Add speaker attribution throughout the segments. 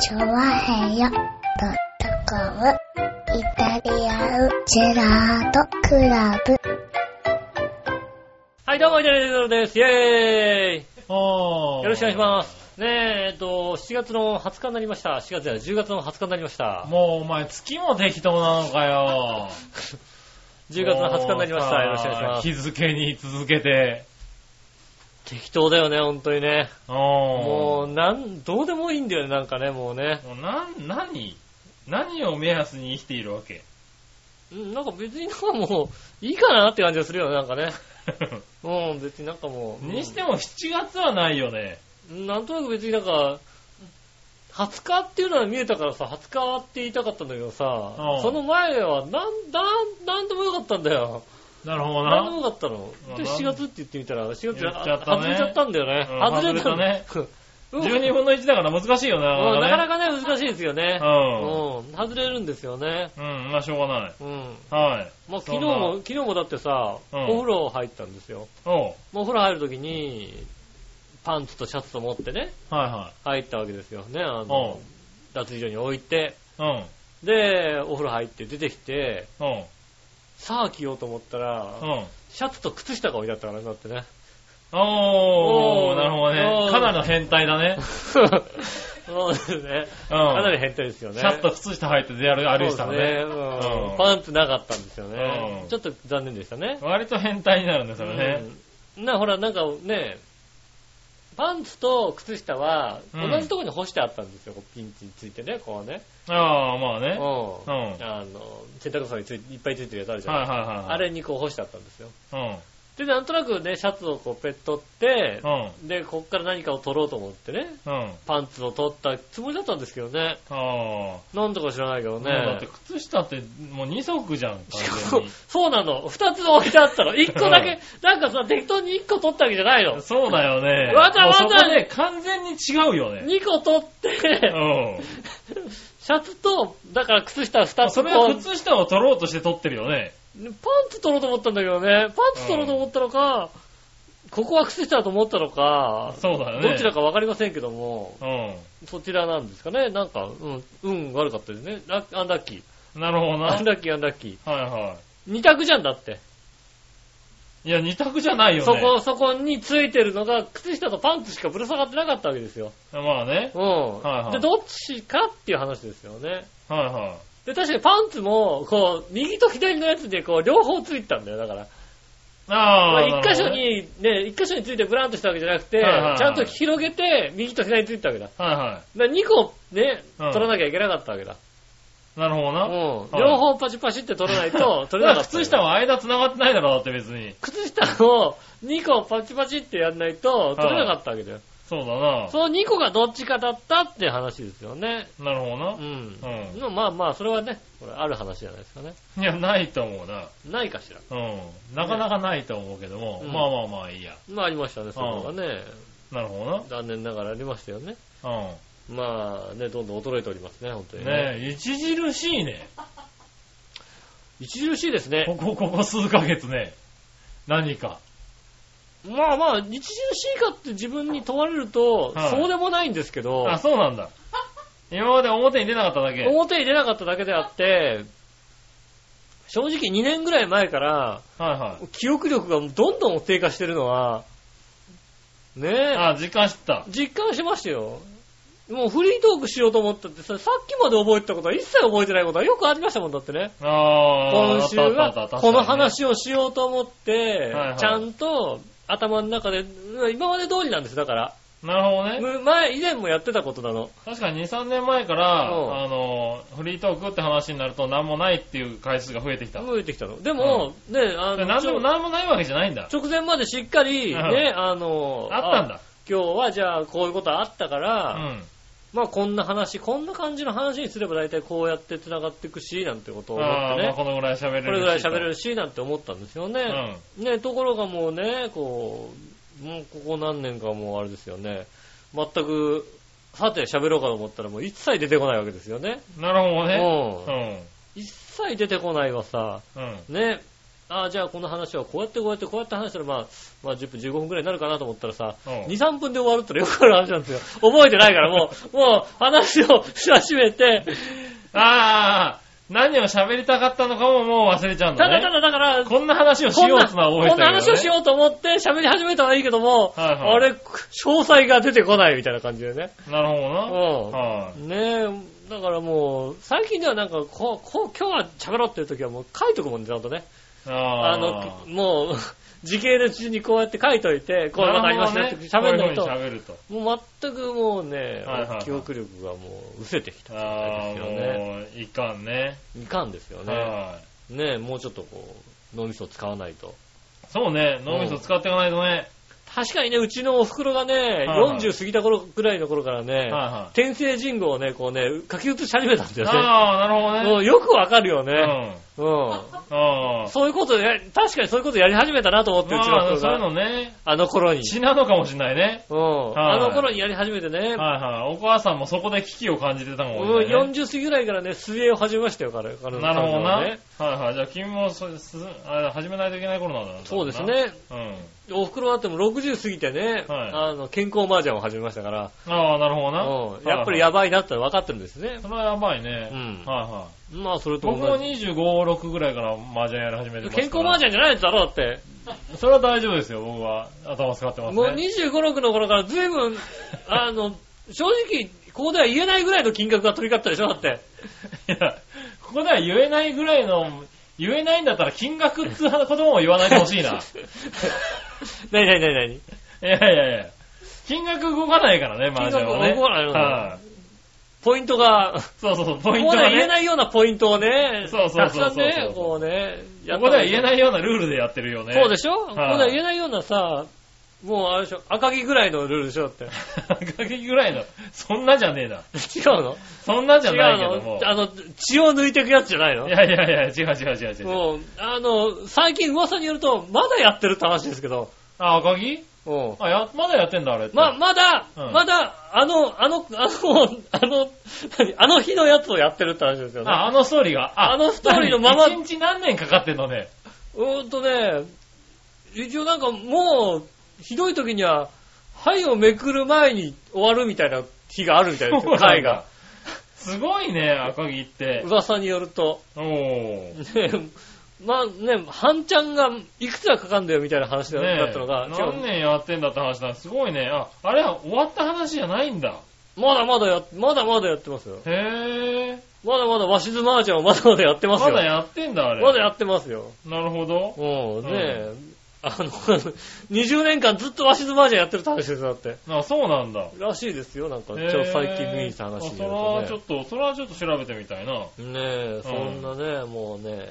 Speaker 1: チョワヘヨドットコムイタリアンジェラートクラブ。
Speaker 2: はい、どうも、イタリアンジェラートです。イェーイ
Speaker 3: おー。
Speaker 2: よろしくお願いします。ねえ、えっと、7月の20日になりました。4月じゃない、10月の20日になりました。
Speaker 3: もうお前月も適当なの かよ。
Speaker 2: 10月の20日になりました。よろしくお願いしま
Speaker 3: 日
Speaker 2: す。
Speaker 3: 付に続けて。
Speaker 2: 適当だよね、ほんとにね。
Speaker 3: お
Speaker 2: も
Speaker 3: も
Speaker 2: う、なん、どうでもいいんだよね、なんかね、もうね。
Speaker 3: う、もうな、何何を目安に生きているわけ
Speaker 2: う んなんか別になんかもう、いいかなって感じがするよね、なんかね。うん、別になんかもう。
Speaker 3: にしても7月はないよね。
Speaker 2: うんなんとなく別になんか、20日っていうのは見えたからさ、20日って言いたかったんだけどさ
Speaker 3: う、ん
Speaker 2: その前は、なん、なん、なんでもよかったんだよ。
Speaker 3: なるほど
Speaker 2: なんでも
Speaker 3: な。
Speaker 2: よかったの。
Speaker 3: まあ
Speaker 2: で、
Speaker 3: なん
Speaker 2: 7月って言ってみたら、4月
Speaker 3: 言っちゃったね
Speaker 2: 外れちゃったんだよね。
Speaker 3: うん
Speaker 2: 外れたうん
Speaker 3: 12分の1だから難しいよな。
Speaker 2: うんなかな
Speaker 3: か
Speaker 2: かね、難しいですよね
Speaker 3: ね。うん。
Speaker 2: うん。外れるんですよね。
Speaker 3: うん、まあしょうがない。
Speaker 2: うん。
Speaker 3: はい。
Speaker 2: まあ昨
Speaker 3: そ
Speaker 2: 日
Speaker 3: んな
Speaker 2: も、昨日もだってさ、
Speaker 3: うん
Speaker 2: お風呂入ったんですよ。
Speaker 3: おう。
Speaker 2: もうお風呂入るときに、パンツとシャツと持ってね、
Speaker 3: はいは
Speaker 2: 入ったわけですよね。あ
Speaker 3: い。おう
Speaker 2: の、。脱衣所に置いて。
Speaker 3: うん。
Speaker 2: で、お風呂入って出てきて、
Speaker 3: おう。
Speaker 2: さあ着ようと思った
Speaker 3: う
Speaker 2: ら、
Speaker 3: ん。
Speaker 2: シャツと靴下が置いてあったからね、だ ってね。
Speaker 3: お
Speaker 2: おう
Speaker 3: ー、なるほど
Speaker 2: おう
Speaker 3: ね。かなりの変態だね。
Speaker 2: そうですね。
Speaker 3: う。
Speaker 2: かなんり変態ですよね。
Speaker 3: シャツと靴下履いて出歩歩いてた
Speaker 2: そ
Speaker 3: の
Speaker 2: うですね。
Speaker 3: ね。
Speaker 2: う
Speaker 3: うんん
Speaker 2: パンツなかったんですよね
Speaker 3: う。ん
Speaker 2: ちょっと残念でしたね。
Speaker 3: 割と変態になるんですよね。
Speaker 2: うんな、ほら、なんかね、パンツと靴下は
Speaker 3: うん
Speaker 2: 同じところに干してあったんですよ、こうピンチについてね、こうね。
Speaker 3: ああ、まあ
Speaker 2: う。
Speaker 3: ね。うんん。はい
Speaker 2: あの、洗濯槽についいっぱいついてるやつあるじゃない
Speaker 3: はい
Speaker 2: ですか。
Speaker 3: はい。
Speaker 2: あれにこう干してあったんですよ。
Speaker 3: うん。
Speaker 2: で、なんとなくね、シャツをこうペットって、
Speaker 3: うん。
Speaker 2: で、こっから何かを取ろうと思ってね、
Speaker 3: うん。
Speaker 2: パンツを取ったつもりだったんですけどね。
Speaker 3: あ
Speaker 2: なんとか知らないけど
Speaker 3: あ。ねだっ
Speaker 2: ね
Speaker 3: て。靴下ってもう2足じゃん、完
Speaker 2: そ
Speaker 3: 全
Speaker 2: う
Speaker 3: に。
Speaker 2: そうなの。二つ置いてあったの。一個だけ、なんかさ、適当に一個取ったわけじゃないの。
Speaker 3: そうだよね。
Speaker 2: わざわざ
Speaker 3: もうそこね、完全に違うよね。
Speaker 2: 二個取っ
Speaker 3: う
Speaker 2: て、
Speaker 3: ん。
Speaker 2: シャツと、だから靴下二つ
Speaker 3: そ
Speaker 2: と、
Speaker 3: れ
Speaker 2: パ
Speaker 3: は
Speaker 2: ン
Speaker 3: 靴下を取ろうとして取ってるよね。
Speaker 2: ツ取ろうと思ったんだけどね。パンツ取ろうと思ったのか、ここは靴下だと思ったのか、
Speaker 3: そうだよね。
Speaker 2: どちらかわかりませんけども、
Speaker 3: う
Speaker 2: そちらなんですかね。なんか、うん、運悪かったですね。ラッアンラッキー。
Speaker 3: ん。なるほどな。
Speaker 2: ア
Speaker 3: は
Speaker 2: ン
Speaker 3: い
Speaker 2: ラッキー、アンラッキー。
Speaker 3: は
Speaker 2: 二択じゃんだって。
Speaker 3: い。いや、2択じゃないよね。
Speaker 2: そこ、そこについてるのが、靴下とパンツしかぶら下がってなかったわけですよ。
Speaker 3: まあね。
Speaker 2: うん。
Speaker 3: はいはい
Speaker 2: で、どっちかっていう話ですよね。
Speaker 3: はいは
Speaker 2: で、確かにパンツも、こう、右と左のやつで、こう、両方ついてたんだよ、だから。
Speaker 3: い。あ
Speaker 2: ま
Speaker 3: あ。
Speaker 2: あ、一箇所
Speaker 3: なるほどね。
Speaker 2: に、ね、一箇所についてブランとしたわけじゃなくて、
Speaker 3: はいはいはい
Speaker 2: ちゃんと広げて、右と左についてたわけだ。
Speaker 3: はいは
Speaker 2: だ2個ね、
Speaker 3: うん
Speaker 2: 取らなきゃいけなかったわけだ。
Speaker 3: い。なるほど
Speaker 2: うん
Speaker 3: な。。はい
Speaker 2: 両方パチパチって取らない と、取れなかった。
Speaker 3: 靴下は間繋がってないだろ、だって別に。
Speaker 2: 靴下を2個パチパチってやんないと取れなかったわけだよ。
Speaker 3: そうだな。
Speaker 2: その2個がどっちかだったって話ですよね。
Speaker 3: なるほど
Speaker 2: う
Speaker 3: な。
Speaker 2: ん。
Speaker 3: う
Speaker 2: まあまあ、それはね、これある話じゃないですかね。
Speaker 3: いや、ないと思うな。
Speaker 2: ないかしら。
Speaker 3: うん。なかなかないと思うけども、
Speaker 2: うん
Speaker 3: まあまあまあいいや。
Speaker 2: まあありましたね、そこがね。
Speaker 3: なるほど
Speaker 2: 残念ながらありましたよね。
Speaker 3: な。
Speaker 2: まあね、どんどん衰えておりますね、本当
Speaker 3: うん。
Speaker 2: に
Speaker 3: ねえ、著しいね。
Speaker 2: 著しいですね。
Speaker 3: ここ、ここ数ヶ月ね。何か。
Speaker 2: まあまあ、著しいかって自分に問われると、
Speaker 3: はい
Speaker 2: そうでもないんですけど、
Speaker 3: あ、そうなんだ。今まで表に出なかっただけ。
Speaker 2: 表に出なかっただけであって、正直2年ぐらい前から、
Speaker 3: はいは
Speaker 2: 記憶力がどんどん低下してるのは、ね
Speaker 3: い。
Speaker 2: え、
Speaker 3: あ、時間知った。
Speaker 2: 実感しましたよ。もうフリートークしようと思ったってさ、さっきまで覚えてたことは一切覚えてないことはよくありましたもんだってね。
Speaker 3: あー、
Speaker 2: 今週
Speaker 3: あったあ
Speaker 2: は
Speaker 3: ったあった
Speaker 2: この。
Speaker 3: 確
Speaker 2: 話をしようと思って
Speaker 3: はいは、い
Speaker 2: ちゃんと頭の中で、うん今まで通りなんですだから。
Speaker 3: かにねなるほどね。
Speaker 2: む前、以前もやってたことなの。
Speaker 3: 確かに2、3年前から、
Speaker 2: うん
Speaker 3: あの、フリートークって話になると何もないっていう回数が増えてきた。
Speaker 2: 増えてきたの。でも、ね、あの、
Speaker 3: 何でも何もないわけじゃないんだ。
Speaker 2: 直前までしっかり、
Speaker 3: うん
Speaker 2: ね、あの、
Speaker 3: あったんだ。
Speaker 2: 今日はじゃあこういうことあったか
Speaker 3: う
Speaker 2: ら、
Speaker 3: ん。
Speaker 2: まあこんな話、こんな感じの話にすれば大体こうやって繋がっていくし、なんてことを思っ
Speaker 3: ああ
Speaker 2: て
Speaker 3: まあ
Speaker 2: ね、
Speaker 3: このぐらい喋れるし
Speaker 2: これぐらい喋れるし、なんて思ったんですよ
Speaker 3: う
Speaker 2: ね。
Speaker 3: ん。
Speaker 2: ね、ところがもうね、こう、もうここ何年かもうあれですよね、全く、さて喋ろうかと思ったらもう一切出てこないわけですよね。
Speaker 3: なるほどね。
Speaker 2: うん
Speaker 3: うん。
Speaker 2: 一切出てこないはさ、
Speaker 3: うん。
Speaker 2: ね、ああ、じゃあこの話はこうやってこうやってこうやって話したら、まあ、まあ10分15分くらいになるかなと思ったらさ、
Speaker 3: うん
Speaker 2: 2、3分で終わるってのはよくある話なんですよ。覚えてないからもう、もう話をし始めて、
Speaker 3: ああ、何を喋りたかったのかももう忘れちゃうん
Speaker 2: た
Speaker 3: だね。
Speaker 2: だただだから、
Speaker 3: こんな話をし
Speaker 2: こん
Speaker 3: よう
Speaker 2: な
Speaker 3: ってのは覚えて
Speaker 2: こんな話をし
Speaker 3: よ
Speaker 2: ようと思って喋り始めたはいいけども、
Speaker 3: はいはい
Speaker 2: あれ、詳細が出てこないみたいな感じでね。
Speaker 3: う。なるほどな。
Speaker 2: うん
Speaker 3: は
Speaker 2: ねえ、だからもう、最近ではなんか、こう、こう、今日は喋ろうっていう時はもう書いとくもんね、ちゃんとね。
Speaker 3: い。あ
Speaker 2: あ
Speaker 3: あ
Speaker 2: の、もう、 時系列中にこうやって書いといて、こういうのがありましたよって
Speaker 3: な
Speaker 2: 喋ん
Speaker 3: る
Speaker 2: な
Speaker 3: ほ
Speaker 2: い
Speaker 3: どねこ
Speaker 2: と
Speaker 3: ういう、風に喋ると。
Speaker 2: もう全くもうね
Speaker 3: はいはいは、い
Speaker 2: 記憶力がもう、失せてきた。
Speaker 3: あ
Speaker 2: そ
Speaker 3: あ、
Speaker 2: うですよね
Speaker 3: もう、いかんね。
Speaker 2: いかんですよね。
Speaker 3: は
Speaker 2: ねえ、もうちょっとこう、脳みそを使わないと。
Speaker 3: い。そうね、脳みそ使っていかないとね。
Speaker 2: 確かにね、うちのお袋がね、
Speaker 3: はいはい
Speaker 2: 40過ぎた頃くらいの頃からね、
Speaker 3: は
Speaker 2: 天性人語をね、こうね、書き写し始めたんだ
Speaker 3: いはい。
Speaker 2: よ
Speaker 3: ああ、なるほど
Speaker 2: ね。
Speaker 3: ね。
Speaker 2: もうよくわかるよ
Speaker 3: う
Speaker 2: ね。
Speaker 3: ん。
Speaker 2: うん。
Speaker 3: ああ。
Speaker 2: そういうことや、確かにそういうことやり始めたなと思って、うちの
Speaker 3: まあ、
Speaker 2: 子
Speaker 3: そうい
Speaker 2: が。
Speaker 3: うのね、
Speaker 2: あの頃に。
Speaker 3: 血なのかもしれないね。
Speaker 2: うん。
Speaker 3: はい
Speaker 2: あの頃にやり始めてね。
Speaker 3: はいはい。お母さんもそこで危機を感じてたかも
Speaker 2: う
Speaker 3: し
Speaker 2: ん
Speaker 3: れないね。
Speaker 2: 40過ぎぐらいからね、水泳を始めましたよ、彼彼女
Speaker 3: なるほどな。は
Speaker 2: 彼女はいね
Speaker 3: はい。じゃあ君もそすあれ始めないといけない頃なんだな
Speaker 2: そうです。ね。
Speaker 3: うん。
Speaker 2: お袋だっても60過ぎてね、
Speaker 3: はい
Speaker 2: あの、健康麻雀を始めましたから、
Speaker 3: ああ、なるほどな。
Speaker 2: う
Speaker 3: はい
Speaker 2: ん。
Speaker 3: はい
Speaker 2: やっぱりやばいなって分かってるんですね。
Speaker 3: それはやばいうね。
Speaker 2: ん。
Speaker 3: はいは
Speaker 2: まあ、それ
Speaker 3: い。
Speaker 2: と同
Speaker 3: 僕
Speaker 2: じ
Speaker 3: も25、6ぐらいから麻雀やり始めてますから。
Speaker 2: 健康麻雀じゃないやつだろうって。
Speaker 3: 雀それは大丈夫ですよ、僕は。頭使ってますね。
Speaker 2: もう25、6の頃から随 分、あの、正直、ここでは言えないぐらいの金額が飛び交ったでしょだっ て。
Speaker 3: いや、ここでは言えないぐらいの、言えないんだったら金額っつうことも言わないでほし いな。い
Speaker 2: なになになになに
Speaker 3: やいやいや。金額動かないからね、麻雀はね。
Speaker 2: 金額動かないよね
Speaker 3: はい
Speaker 2: ポイントが、
Speaker 3: そうそうそう、
Speaker 2: こ
Speaker 3: ポイン
Speaker 2: こ
Speaker 3: ト
Speaker 2: で
Speaker 3: が
Speaker 2: は言え
Speaker 3: ね。
Speaker 2: ないようなポイントをね、
Speaker 3: そうそうそうそう
Speaker 2: たくさんね、こうね、
Speaker 3: ここでは言え
Speaker 2: い。
Speaker 3: ないようなルールでやってるよね。
Speaker 2: そうで
Speaker 3: し
Speaker 2: しょ、ここでは言えないようなさ、もうあれでしょ、赤木ぐらいのルールでしょだ って。
Speaker 3: 赤木ぐらいの、そんなじゃねえな。
Speaker 2: 違うの
Speaker 3: そんなじゃ
Speaker 2: 違
Speaker 3: ないけ
Speaker 2: う
Speaker 3: ど
Speaker 2: の
Speaker 3: も。
Speaker 2: あの、血を抜いていくやつじゃないの
Speaker 3: いやいやいや、違う違う違う違う。
Speaker 2: もう、あの、最近噂によると、まだやってるって話ですけど、
Speaker 3: あ、赤木
Speaker 2: うん。
Speaker 3: あ、や、まだやってんだ、あれって。
Speaker 2: ま、まだ、
Speaker 3: うん
Speaker 2: まだ、あの、あの、あの、あの、何あの日のやつをやってるって話ですよね。
Speaker 3: あ、あのストーリーが。
Speaker 2: あのストーリーのまま
Speaker 3: 一日何年かかってんのね。
Speaker 2: うーんとね、一応なんかもう、ひどい時には、灰をめくる前に終わるみたいな日があるみたいですよ、回が。。
Speaker 3: すごいね、赤木って。
Speaker 2: 噂によると。
Speaker 3: おー。
Speaker 2: ねまあね、半ちゃんがいくつがかかんだよみたいな話だ
Speaker 3: ね
Speaker 2: だ
Speaker 3: え
Speaker 2: ったのが、違う
Speaker 3: 何年やってんだって話だ。すごいね。あ、あれは終わった話じゃないんだ。
Speaker 2: まだまだや、まだまだやってますよ。
Speaker 3: へ
Speaker 2: まだまだ鷲津麻雀はまだまだやって
Speaker 3: ー。
Speaker 2: ます
Speaker 3: ま
Speaker 2: よ。
Speaker 3: だやってんだ、あれ。
Speaker 2: まだやってますよ。
Speaker 3: なるほど。
Speaker 2: うん、ねえ
Speaker 3: う。
Speaker 2: あの、20年間ずっとワシズマージャンやってるって話ですよ、だって。
Speaker 3: あ、そうなんだ。
Speaker 2: らしいですよ、なんか、
Speaker 3: へー
Speaker 2: ちょ最近見た話によ
Speaker 3: あ
Speaker 2: る
Speaker 3: それはち
Speaker 2: と
Speaker 3: ょっと、それはちょっと調べてみたいな。は
Speaker 2: ね。ねえ、そんなね、もうね、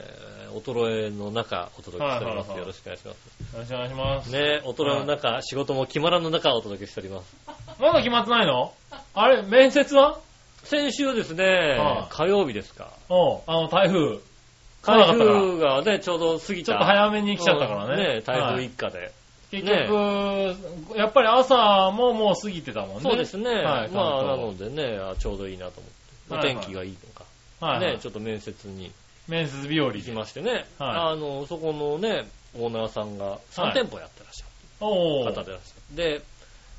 Speaker 2: 衰えの中、お届けしておりま
Speaker 3: はいはい
Speaker 2: す。
Speaker 3: はい
Speaker 2: よろしくお願いします。
Speaker 3: いよろしくお願いします。
Speaker 2: ねえ、衰えの中、仕事も決まらぬ中、お届けしております。
Speaker 3: まだ決まってないのあれ、面接は
Speaker 2: 先週です
Speaker 3: は
Speaker 2: ね
Speaker 3: い、
Speaker 2: 火曜日ですか。
Speaker 3: うん。あの、台風。来なか
Speaker 2: 台
Speaker 3: ったから。ちょっ
Speaker 2: 風がね、ちょうど過ぎた。
Speaker 3: と早めに来ちゃったからね。
Speaker 2: うん台
Speaker 3: は
Speaker 2: 風
Speaker 3: い
Speaker 2: 一過で。
Speaker 3: 結局、やっぱり朝ももう過ぎてたもんね。
Speaker 2: そうですね。
Speaker 3: はい
Speaker 2: まあ、な
Speaker 3: 関
Speaker 2: ので
Speaker 3: 東
Speaker 2: ね、あちょうどいいなと思っ
Speaker 3: はい
Speaker 2: て。
Speaker 3: は
Speaker 2: お
Speaker 3: い
Speaker 2: 天気がいいのか。
Speaker 3: はいはい、
Speaker 2: ね、ちょっと面接に
Speaker 3: 面接日和
Speaker 2: 行き
Speaker 3: で。
Speaker 2: ましてね、
Speaker 3: は
Speaker 2: あの、そこのね、オーナーさんが3店舗やってらっしゃ
Speaker 3: お
Speaker 2: る
Speaker 3: ー。
Speaker 2: 方でらっしゃる。で、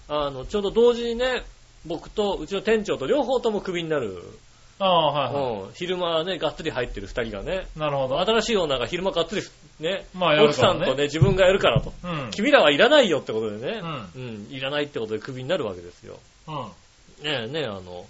Speaker 2: あの、ちょうど同時にね、僕とうちの店長と両方ともクビになる、
Speaker 3: ああ、はいはい。
Speaker 2: うん昼間ね、がっつり入ってる2人がね、
Speaker 3: なるほど。
Speaker 2: 新しいオーナーが昼間がっつり、ね、
Speaker 3: まあやる
Speaker 2: 奥
Speaker 3: か
Speaker 2: さ
Speaker 3: ら
Speaker 2: ん
Speaker 3: ね
Speaker 2: とね、自分がやるからと。
Speaker 3: うん。うん。
Speaker 2: 君らはいらないよってことでね、
Speaker 3: う
Speaker 2: うんいらないってことでクビになるわけですよ。
Speaker 3: うん。
Speaker 2: ねえねえ、あの、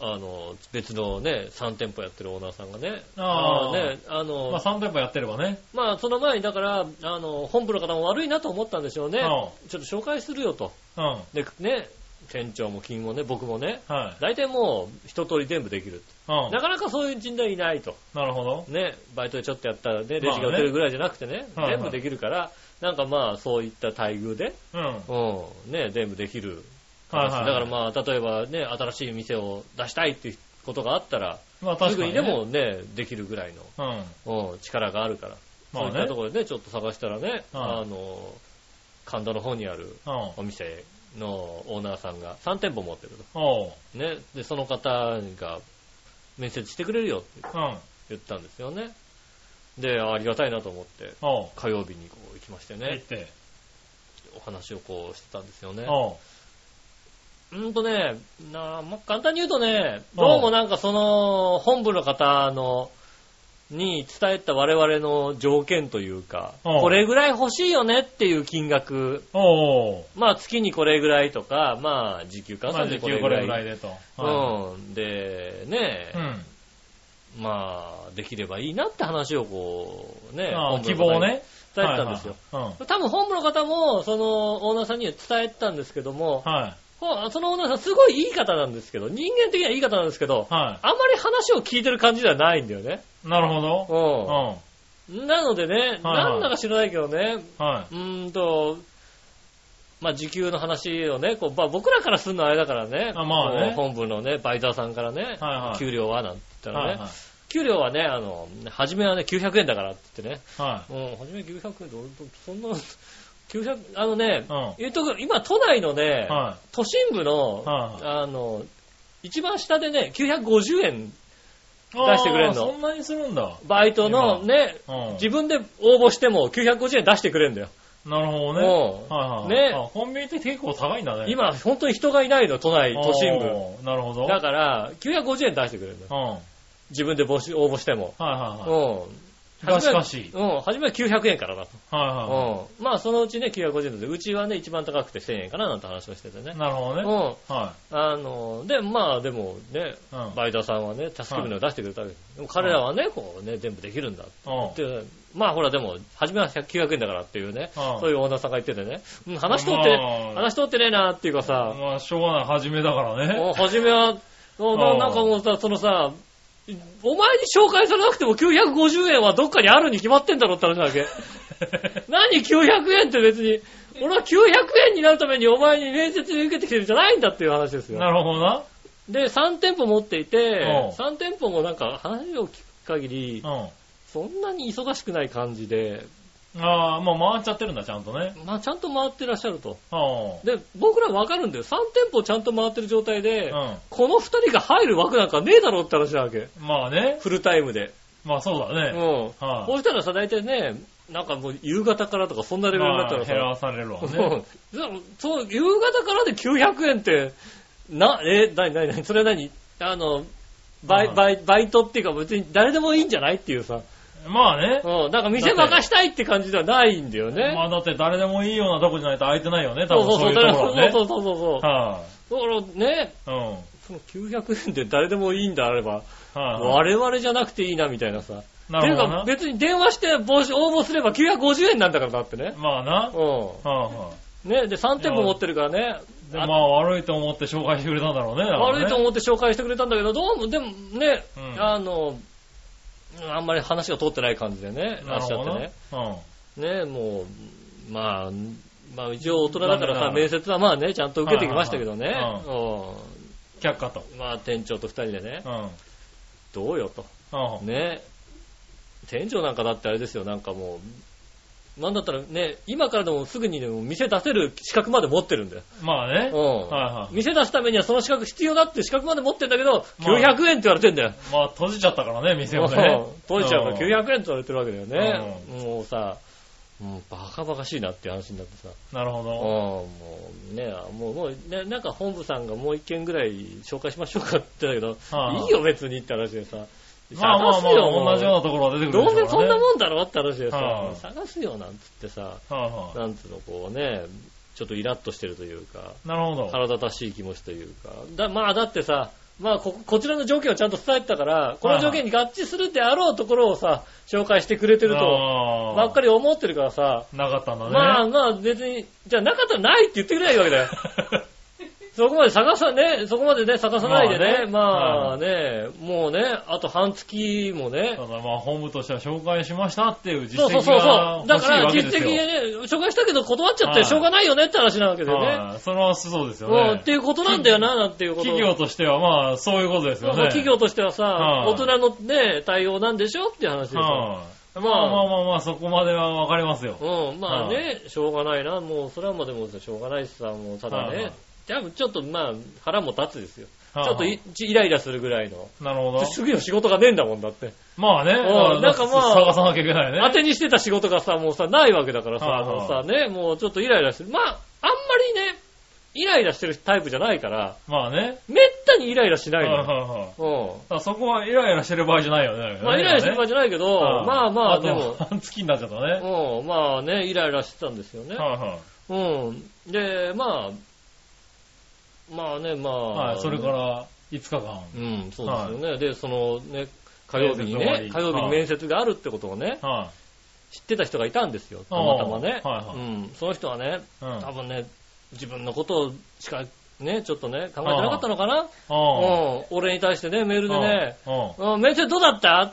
Speaker 2: あの、別のね、3店舗やってるオーナーさんがね、
Speaker 3: あ
Speaker 2: の
Speaker 3: ー
Speaker 2: ね、あの、
Speaker 3: まあ3店舗やってればね。
Speaker 2: まあ、その前に、だから、あの、本部の方も悪いなと思ったんでしょうね。
Speaker 3: う
Speaker 2: ちょっと紹介するよと。
Speaker 3: うん。はい。
Speaker 2: で、ね、店長も金もね、僕もね、
Speaker 3: うん。
Speaker 2: 大体もう一通り全部できる。なかなかそういう人材いないと。
Speaker 3: なるほど。
Speaker 2: ね、バイトでちょっとやったらね、レジ
Speaker 3: まあね
Speaker 2: が打てるぐらいじゃなくてね、
Speaker 3: はいはい
Speaker 2: 全部できるから、なんかまあ、そういった待遇で、
Speaker 3: うん。はい
Speaker 2: うん、ね、全部できる。
Speaker 3: は
Speaker 2: だ
Speaker 3: い。
Speaker 2: からまあ、例えばね、新しい店を出したいっていうことがあったら、
Speaker 3: まあ
Speaker 2: す
Speaker 3: 確
Speaker 2: ぐ
Speaker 3: か
Speaker 2: に
Speaker 3: に、
Speaker 2: で
Speaker 3: ね。
Speaker 2: もね、できるぐらいの。
Speaker 3: うん。はい
Speaker 2: うん、力があるから。
Speaker 3: まあね
Speaker 2: そういったところでね、ちょっと探したらね、
Speaker 3: はい
Speaker 2: あの、神田の方にある
Speaker 3: うん。
Speaker 2: お店のオーナーさんが3店舗持ってる
Speaker 3: おう。
Speaker 2: と。ね。で、その方が面接してくれるよって
Speaker 3: うん。
Speaker 2: 言ったんですよね。で、ありがたいなと思って、
Speaker 3: おう
Speaker 2: 火曜日にこう行きまして
Speaker 3: 行っ
Speaker 2: ね、
Speaker 3: て。
Speaker 2: お話をこうしてたんですよね。
Speaker 3: おう
Speaker 2: うんとね、なあもう簡単に言うとね、
Speaker 3: うん
Speaker 2: どうもなんかその、本部の方の、に伝えた我々の条件というか、
Speaker 3: うん
Speaker 2: これぐらい欲しいよねっていう金額、
Speaker 3: おう
Speaker 2: まあ月にこれぐらいとか、まあ時給換
Speaker 3: まあ
Speaker 2: 算で
Speaker 3: 時
Speaker 2: こ
Speaker 3: 給
Speaker 2: れぐ
Speaker 3: こ
Speaker 2: ら
Speaker 3: れ
Speaker 2: い。
Speaker 3: ぐらいでと。は
Speaker 2: うん。で、ね
Speaker 3: い、うん。
Speaker 2: まあ、できればいいなって話をこう、ね、
Speaker 3: ああ
Speaker 2: 本部
Speaker 3: 希
Speaker 2: の方に
Speaker 3: 望ね。
Speaker 2: 伝えてたんですよ。
Speaker 3: はいはいはい。
Speaker 2: 多分本部の方も、その、オーナーさんには伝えてたんですけども、
Speaker 3: うん。はい。
Speaker 2: ほそのオーナーさんすごいいい方なんですけど、人間的にはいい方なんですけど、
Speaker 3: は
Speaker 2: あまり話を聞いてる感じではないんだよね。
Speaker 3: い。なるほど。うん。
Speaker 2: うん。
Speaker 3: は
Speaker 2: なのでね、
Speaker 3: はいはい
Speaker 2: なんだか知らないけどね、
Speaker 3: い。
Speaker 2: うーんと、まあ、時給の話をね、こう、まあ、僕らからするのはあれだからね、
Speaker 3: あまあね
Speaker 2: こう本部のね、バイザーさんからね、
Speaker 3: はいはい
Speaker 2: 給料はなんて言ったらね、
Speaker 3: はいはい。
Speaker 2: 給料はね、あの、初めはね、900円だからって言ってね、
Speaker 3: は
Speaker 2: うん、初め900円どうどそんな、900、あのね
Speaker 3: い。、うん。
Speaker 2: 言うとく今、都内のね、
Speaker 3: は
Speaker 2: 都心部の、
Speaker 3: は
Speaker 2: あの、一番下でね、950円、
Speaker 3: い。
Speaker 2: 出してくれんの
Speaker 3: あーそんなにするんだ。
Speaker 2: バイトの
Speaker 3: 今
Speaker 2: ね、
Speaker 3: うん。
Speaker 2: 自分で応募しても950円出してくれるんだよ。
Speaker 3: なるほどね。
Speaker 2: うん
Speaker 3: はいはい。
Speaker 2: ね
Speaker 3: あコンビニって結構高いんだね。
Speaker 2: 今、本当に人がいないの、都内、都心部。
Speaker 3: 部。なるほど。
Speaker 2: だから、950円出してくれるんだよ。
Speaker 3: うん。はい
Speaker 2: 自分で募集応募しても。
Speaker 3: はいは
Speaker 2: うん。
Speaker 3: い。がしかし。
Speaker 2: うん、初めは900円からだと。
Speaker 3: はいは
Speaker 2: うん。まあ、そのうちね、950円で、うちはね、一番高くて1000円かななんて話をしててね
Speaker 3: い。。なるほ
Speaker 2: う
Speaker 3: どね。
Speaker 2: ん。
Speaker 3: は
Speaker 2: あの、で、まあ、でもね、
Speaker 3: い。うん。うん。
Speaker 2: バイトさんはね、助け舟を出してくれたわけです。でも彼らはね、こうね、全部できるんだっていう。まあ、ほら、でも、初めは900円だからっていうね、そういうオーナーさんが言っててね、うん、話通って、
Speaker 3: まあ
Speaker 2: 話通ってねえなっていうかさ、
Speaker 3: まあ、しょうがない。初めだからね。
Speaker 2: もう初めは、もう
Speaker 3: う
Speaker 2: なんなんかもうさ、そのさ、お前に紹介されなくても950円はどっかにあるに決まってんだろって話なわ け。何900円って別に、俺は900円になるためにお前に面接に受けてきてるんじゃないんだっていう話ですよ。
Speaker 3: なるほどな。
Speaker 2: で、3店舗持っていて
Speaker 3: うん、
Speaker 2: 3店舗もなんか話を聞く限り、
Speaker 3: う
Speaker 2: そんなに忙しくない感じで、
Speaker 3: ん。ああ、もう回っちゃってるんだ、ちゃんとね。
Speaker 2: まあちゃんと回ってらっしゃると。
Speaker 3: うん。
Speaker 2: で、僕らわかるんだよ。3店舗ちゃんと回ってる状態で、
Speaker 3: うん。
Speaker 2: この2人が入る枠なんかねえだろって話なわけ。
Speaker 3: まあね。
Speaker 2: フルタイムで。
Speaker 3: まあそう
Speaker 2: う
Speaker 3: だ
Speaker 2: ん。
Speaker 3: ね。はい
Speaker 2: そうしたらさ、大体ね、なんかもう夕方からとかそんなレベルになったら
Speaker 3: まあ
Speaker 2: さ、
Speaker 3: 減らされるわ
Speaker 2: う
Speaker 3: ね。
Speaker 2: んそう、夕方からで900円って、な、え、なになになにそれ何あの、バイ、
Speaker 3: うん
Speaker 2: バイ、バイトっていうか別に誰でもいいんじゃないっていうさ。
Speaker 3: まあね。
Speaker 2: うん。なんか店任したいって感じではないんだよね。
Speaker 3: まあだって誰でもいいようなとこじゃないと空いてないよね、多
Speaker 2: そうそうそうう。
Speaker 3: 分そいうところはね。
Speaker 2: そうそうそうそうそう。
Speaker 3: は
Speaker 2: だからね、
Speaker 3: い。うん。はい
Speaker 2: その900円で誰でもいいんであれば、
Speaker 3: は
Speaker 2: 我々じゃなくていいなみたいなさ。
Speaker 3: い。なるほど
Speaker 2: っていうか別
Speaker 3: な。
Speaker 2: に電話して募集応募すれば950円なんだからだってね。
Speaker 3: まあな。はい
Speaker 2: うん。
Speaker 3: は
Speaker 2: ね、で3店舗持ってるからね。
Speaker 3: い。で、まあ悪いと思って紹介してくれたんだろうね。だからね
Speaker 2: 悪いと思って紹介してくれたんだけど、どうも、でもね、
Speaker 3: うん
Speaker 2: あの、あんまり話が通ってない感じでね、ら
Speaker 3: な
Speaker 2: っし
Speaker 3: る
Speaker 2: ゃっ
Speaker 3: ほど
Speaker 2: て
Speaker 3: ね
Speaker 2: ね。。
Speaker 3: う
Speaker 2: ね、
Speaker 3: ん。
Speaker 2: もう、まあ、まあ一応大人だから
Speaker 3: ま
Speaker 2: さ、
Speaker 3: あ
Speaker 2: 面接はまあね、ちゃんと受けてきましたけどね。
Speaker 3: はいはいは却下と。
Speaker 2: うんまあ店長と二人でね
Speaker 3: う、ん。うん。
Speaker 2: どうよと。ね、店長なんかだってあれですよ、なんかもう、なんだったらね、今からでもすぐにでも店出せる資格まで持ってるんだよ。
Speaker 3: まあね。
Speaker 2: うん。
Speaker 3: はいはい。
Speaker 2: 店出すためにはその資格必要だって資格まで持ってんだけど、
Speaker 3: ま
Speaker 2: 900
Speaker 3: あ
Speaker 2: 円って言われてんだよ。
Speaker 3: まあ閉じちゃったからね、店をね
Speaker 2: も。う当時は900円って言われてるわけだよね。
Speaker 3: う
Speaker 2: もうさ、もうバカバカしいなって話になってさ。
Speaker 3: なるほ
Speaker 2: うん、
Speaker 3: ど。
Speaker 2: もうね、もう、もう、ね、なんか本部さんがもう一件ぐらい紹介しましょうかって言ったけ
Speaker 3: はあ
Speaker 2: ど、いいよ別にって話でさ。
Speaker 3: まあまあま
Speaker 2: 探すよも
Speaker 3: あ、同じようなところが出てくる
Speaker 2: ど
Speaker 3: でし
Speaker 2: う
Speaker 3: ょうから
Speaker 2: せ
Speaker 3: ね。
Speaker 2: そんなもんだろって話でさ
Speaker 3: は、い
Speaker 2: 探すよなんつってさ、
Speaker 3: はいは
Speaker 2: なんつうのこうね、ちょっとイラッとしてるというか、
Speaker 3: い。なるほど。
Speaker 2: 腹立たしい気持ちというか、だまあだってさ、まあこ、こちらの条件をちゃんと伝えてたから、この条件に合致するであろうところをさ、紹介してくれてると、
Speaker 3: あー
Speaker 2: ばっかり思ってるからさ、
Speaker 3: なかったんだね。
Speaker 2: まあまあ別に、じゃあなかったらないって言ってくれないわけだよ。 そこまで探さね、そこまでね、探さないでね、ま
Speaker 3: ま
Speaker 2: あ
Speaker 3: あ
Speaker 2: ね、もうね、あと半月もね
Speaker 3: た、だまあ、ホームとしては紹介しましたっていう実
Speaker 2: そうそう
Speaker 3: 績
Speaker 2: そう
Speaker 3: が
Speaker 2: そう。だ
Speaker 3: 欲し
Speaker 2: か
Speaker 3: い
Speaker 2: ら
Speaker 3: わけ
Speaker 2: 実
Speaker 3: ですよ。
Speaker 2: 績でね、紹介したけど断っちゃっ
Speaker 3: は
Speaker 2: て
Speaker 3: い
Speaker 2: しょうがないよねって話なわけだよね。
Speaker 3: はいそれはそうですよ
Speaker 2: うん、
Speaker 3: ね
Speaker 2: っ。ていうことなんだよな、なんていうこと。
Speaker 3: 企業としてはまあ、そういうことです
Speaker 2: そう
Speaker 3: よ
Speaker 2: そう
Speaker 3: ね。
Speaker 2: 企業としてはさ、
Speaker 3: はい
Speaker 2: 大人のね、対応なんでしょっていう話でさ。
Speaker 3: はい
Speaker 2: ま
Speaker 3: ま
Speaker 2: あ
Speaker 3: あまあまあまあ、そこまではわかりますよ。
Speaker 2: うん、まあね、しょうがないな、もう、それはもうでもしょうがないしさ、もうただ
Speaker 3: はいは
Speaker 2: ね
Speaker 3: い、
Speaker 2: じゃあちょっとまあ、腹も立つですよ。ちょっといイライラするぐらいの。
Speaker 3: なるほど。
Speaker 2: 次の仕事がねえんだもんだって。
Speaker 3: まあね。
Speaker 2: うんなんかまあ
Speaker 3: 探さなきゃいけないね。
Speaker 2: 当てにしてた仕事がさ、もうさ、ないわけだからさ、
Speaker 3: はあは
Speaker 2: もう
Speaker 3: あ
Speaker 2: さ、ね、もうちょっとイライラする。まあ、あんまりね、イライラしてるタイプじゃないから、
Speaker 3: まあね。
Speaker 2: めったにイライラしない
Speaker 3: はいはい
Speaker 2: のよ。
Speaker 3: はい
Speaker 2: うん。
Speaker 3: あそこはイライラしてる場合じゃないよね。
Speaker 2: まあ、イライラしてる場合
Speaker 3: じ
Speaker 2: じゃないけど、まあまあ、でも、
Speaker 3: 半月になっちゃったね。はい
Speaker 2: うん、まあね、イライラしてたんですよね。
Speaker 3: は
Speaker 2: うん。で、まあ、まあね、まあ
Speaker 3: い。。はい、それから5日間。
Speaker 2: うん、そうですよね。で、そのね、火曜日にね
Speaker 3: 面接終わり、
Speaker 2: 火曜日に面接があるってことをね、
Speaker 3: は
Speaker 2: 知ってた人がいたんですよ、たまたまね。
Speaker 3: ああはいはい
Speaker 2: うん、その人はね、
Speaker 3: い。うん。
Speaker 2: 多分ね、自分のことしかね、ちょっとね、考えてなかったのかな
Speaker 3: あ
Speaker 2: うん、俺に対してね、メールでね、
Speaker 3: あ。うん。
Speaker 2: うん、面接どうだった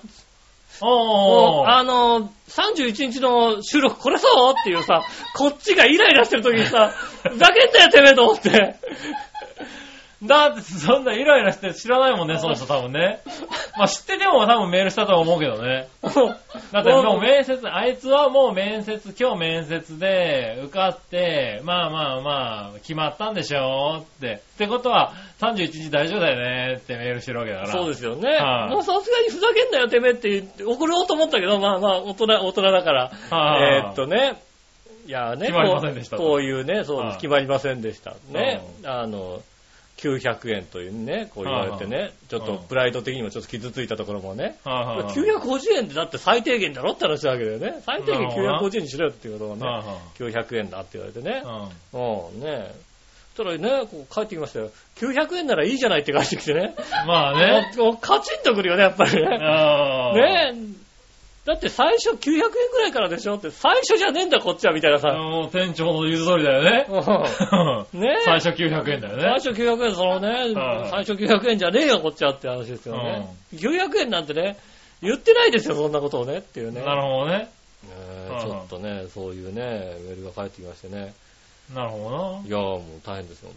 Speaker 2: もう
Speaker 3: ああ。
Speaker 2: あの、31日の収録これそうっていうさ、こっちがイライラしてる時に さ、ふざけんなよ、てめえと思って。
Speaker 3: だってそんなイライラして知らないもんね、その人多分 ね。まあ知ってても多分メールしたとは思うけどね。だってもう面接、あいつはもう面接、今日面接で受かって、まあまあまあ、決まったんでしょって。ってことは、31時大丈夫だよねってメールしてるわけだから。。
Speaker 2: そうですすよね。
Speaker 3: はい
Speaker 2: もうさすがにふざけんなよ、てめえって言って送ろうと思ったけど、まあまあ、大人、大人だから。
Speaker 3: はい
Speaker 2: えーっとね、いやーね、
Speaker 3: 決まりませんでした
Speaker 2: こうこういうね、そうで
Speaker 3: は
Speaker 2: す、
Speaker 3: い
Speaker 2: 決まりませんでした。ね、あの、900円というね、こう言われてね、ちょっと
Speaker 3: うん
Speaker 2: プライド的にもちょっと傷ついたところもね、
Speaker 3: はいはいはい。
Speaker 2: 950円ってだって最低限だろって話なわけだよね。最低限
Speaker 3: なるほどな
Speaker 2: 950円にしろよっていうこと
Speaker 3: は
Speaker 2: が
Speaker 3: い
Speaker 2: ね、
Speaker 3: はい
Speaker 2: 900円だって言われてね。
Speaker 3: うん
Speaker 2: うん、ねそしたらね、こう帰ってきましたよ。900円ならいいじゃないって返ってきてね。
Speaker 3: ま あね。
Speaker 2: もうカチンとくるよね、やっぱりね。
Speaker 3: ああ
Speaker 2: ねだって最初900円くらいからでしょって、最初じゃねえんだこっちは、みたいなさ。
Speaker 3: もう店長の言う通りだよね。
Speaker 2: うんね
Speaker 3: 最初900円だよ
Speaker 2: 最
Speaker 3: ね。
Speaker 2: 初900円、そのね
Speaker 3: は、い
Speaker 2: 最初900円じゃねえよ、こっちはって話ですよね。900円なんてね、言ってないですよ、そんなことをね、っていうね。
Speaker 3: なるほどね。
Speaker 2: ねえ
Speaker 3: うん
Speaker 2: ちょっとね、そういうね、メールが返ってきましてね。
Speaker 3: なるほ
Speaker 2: いやーもう大変ですよ、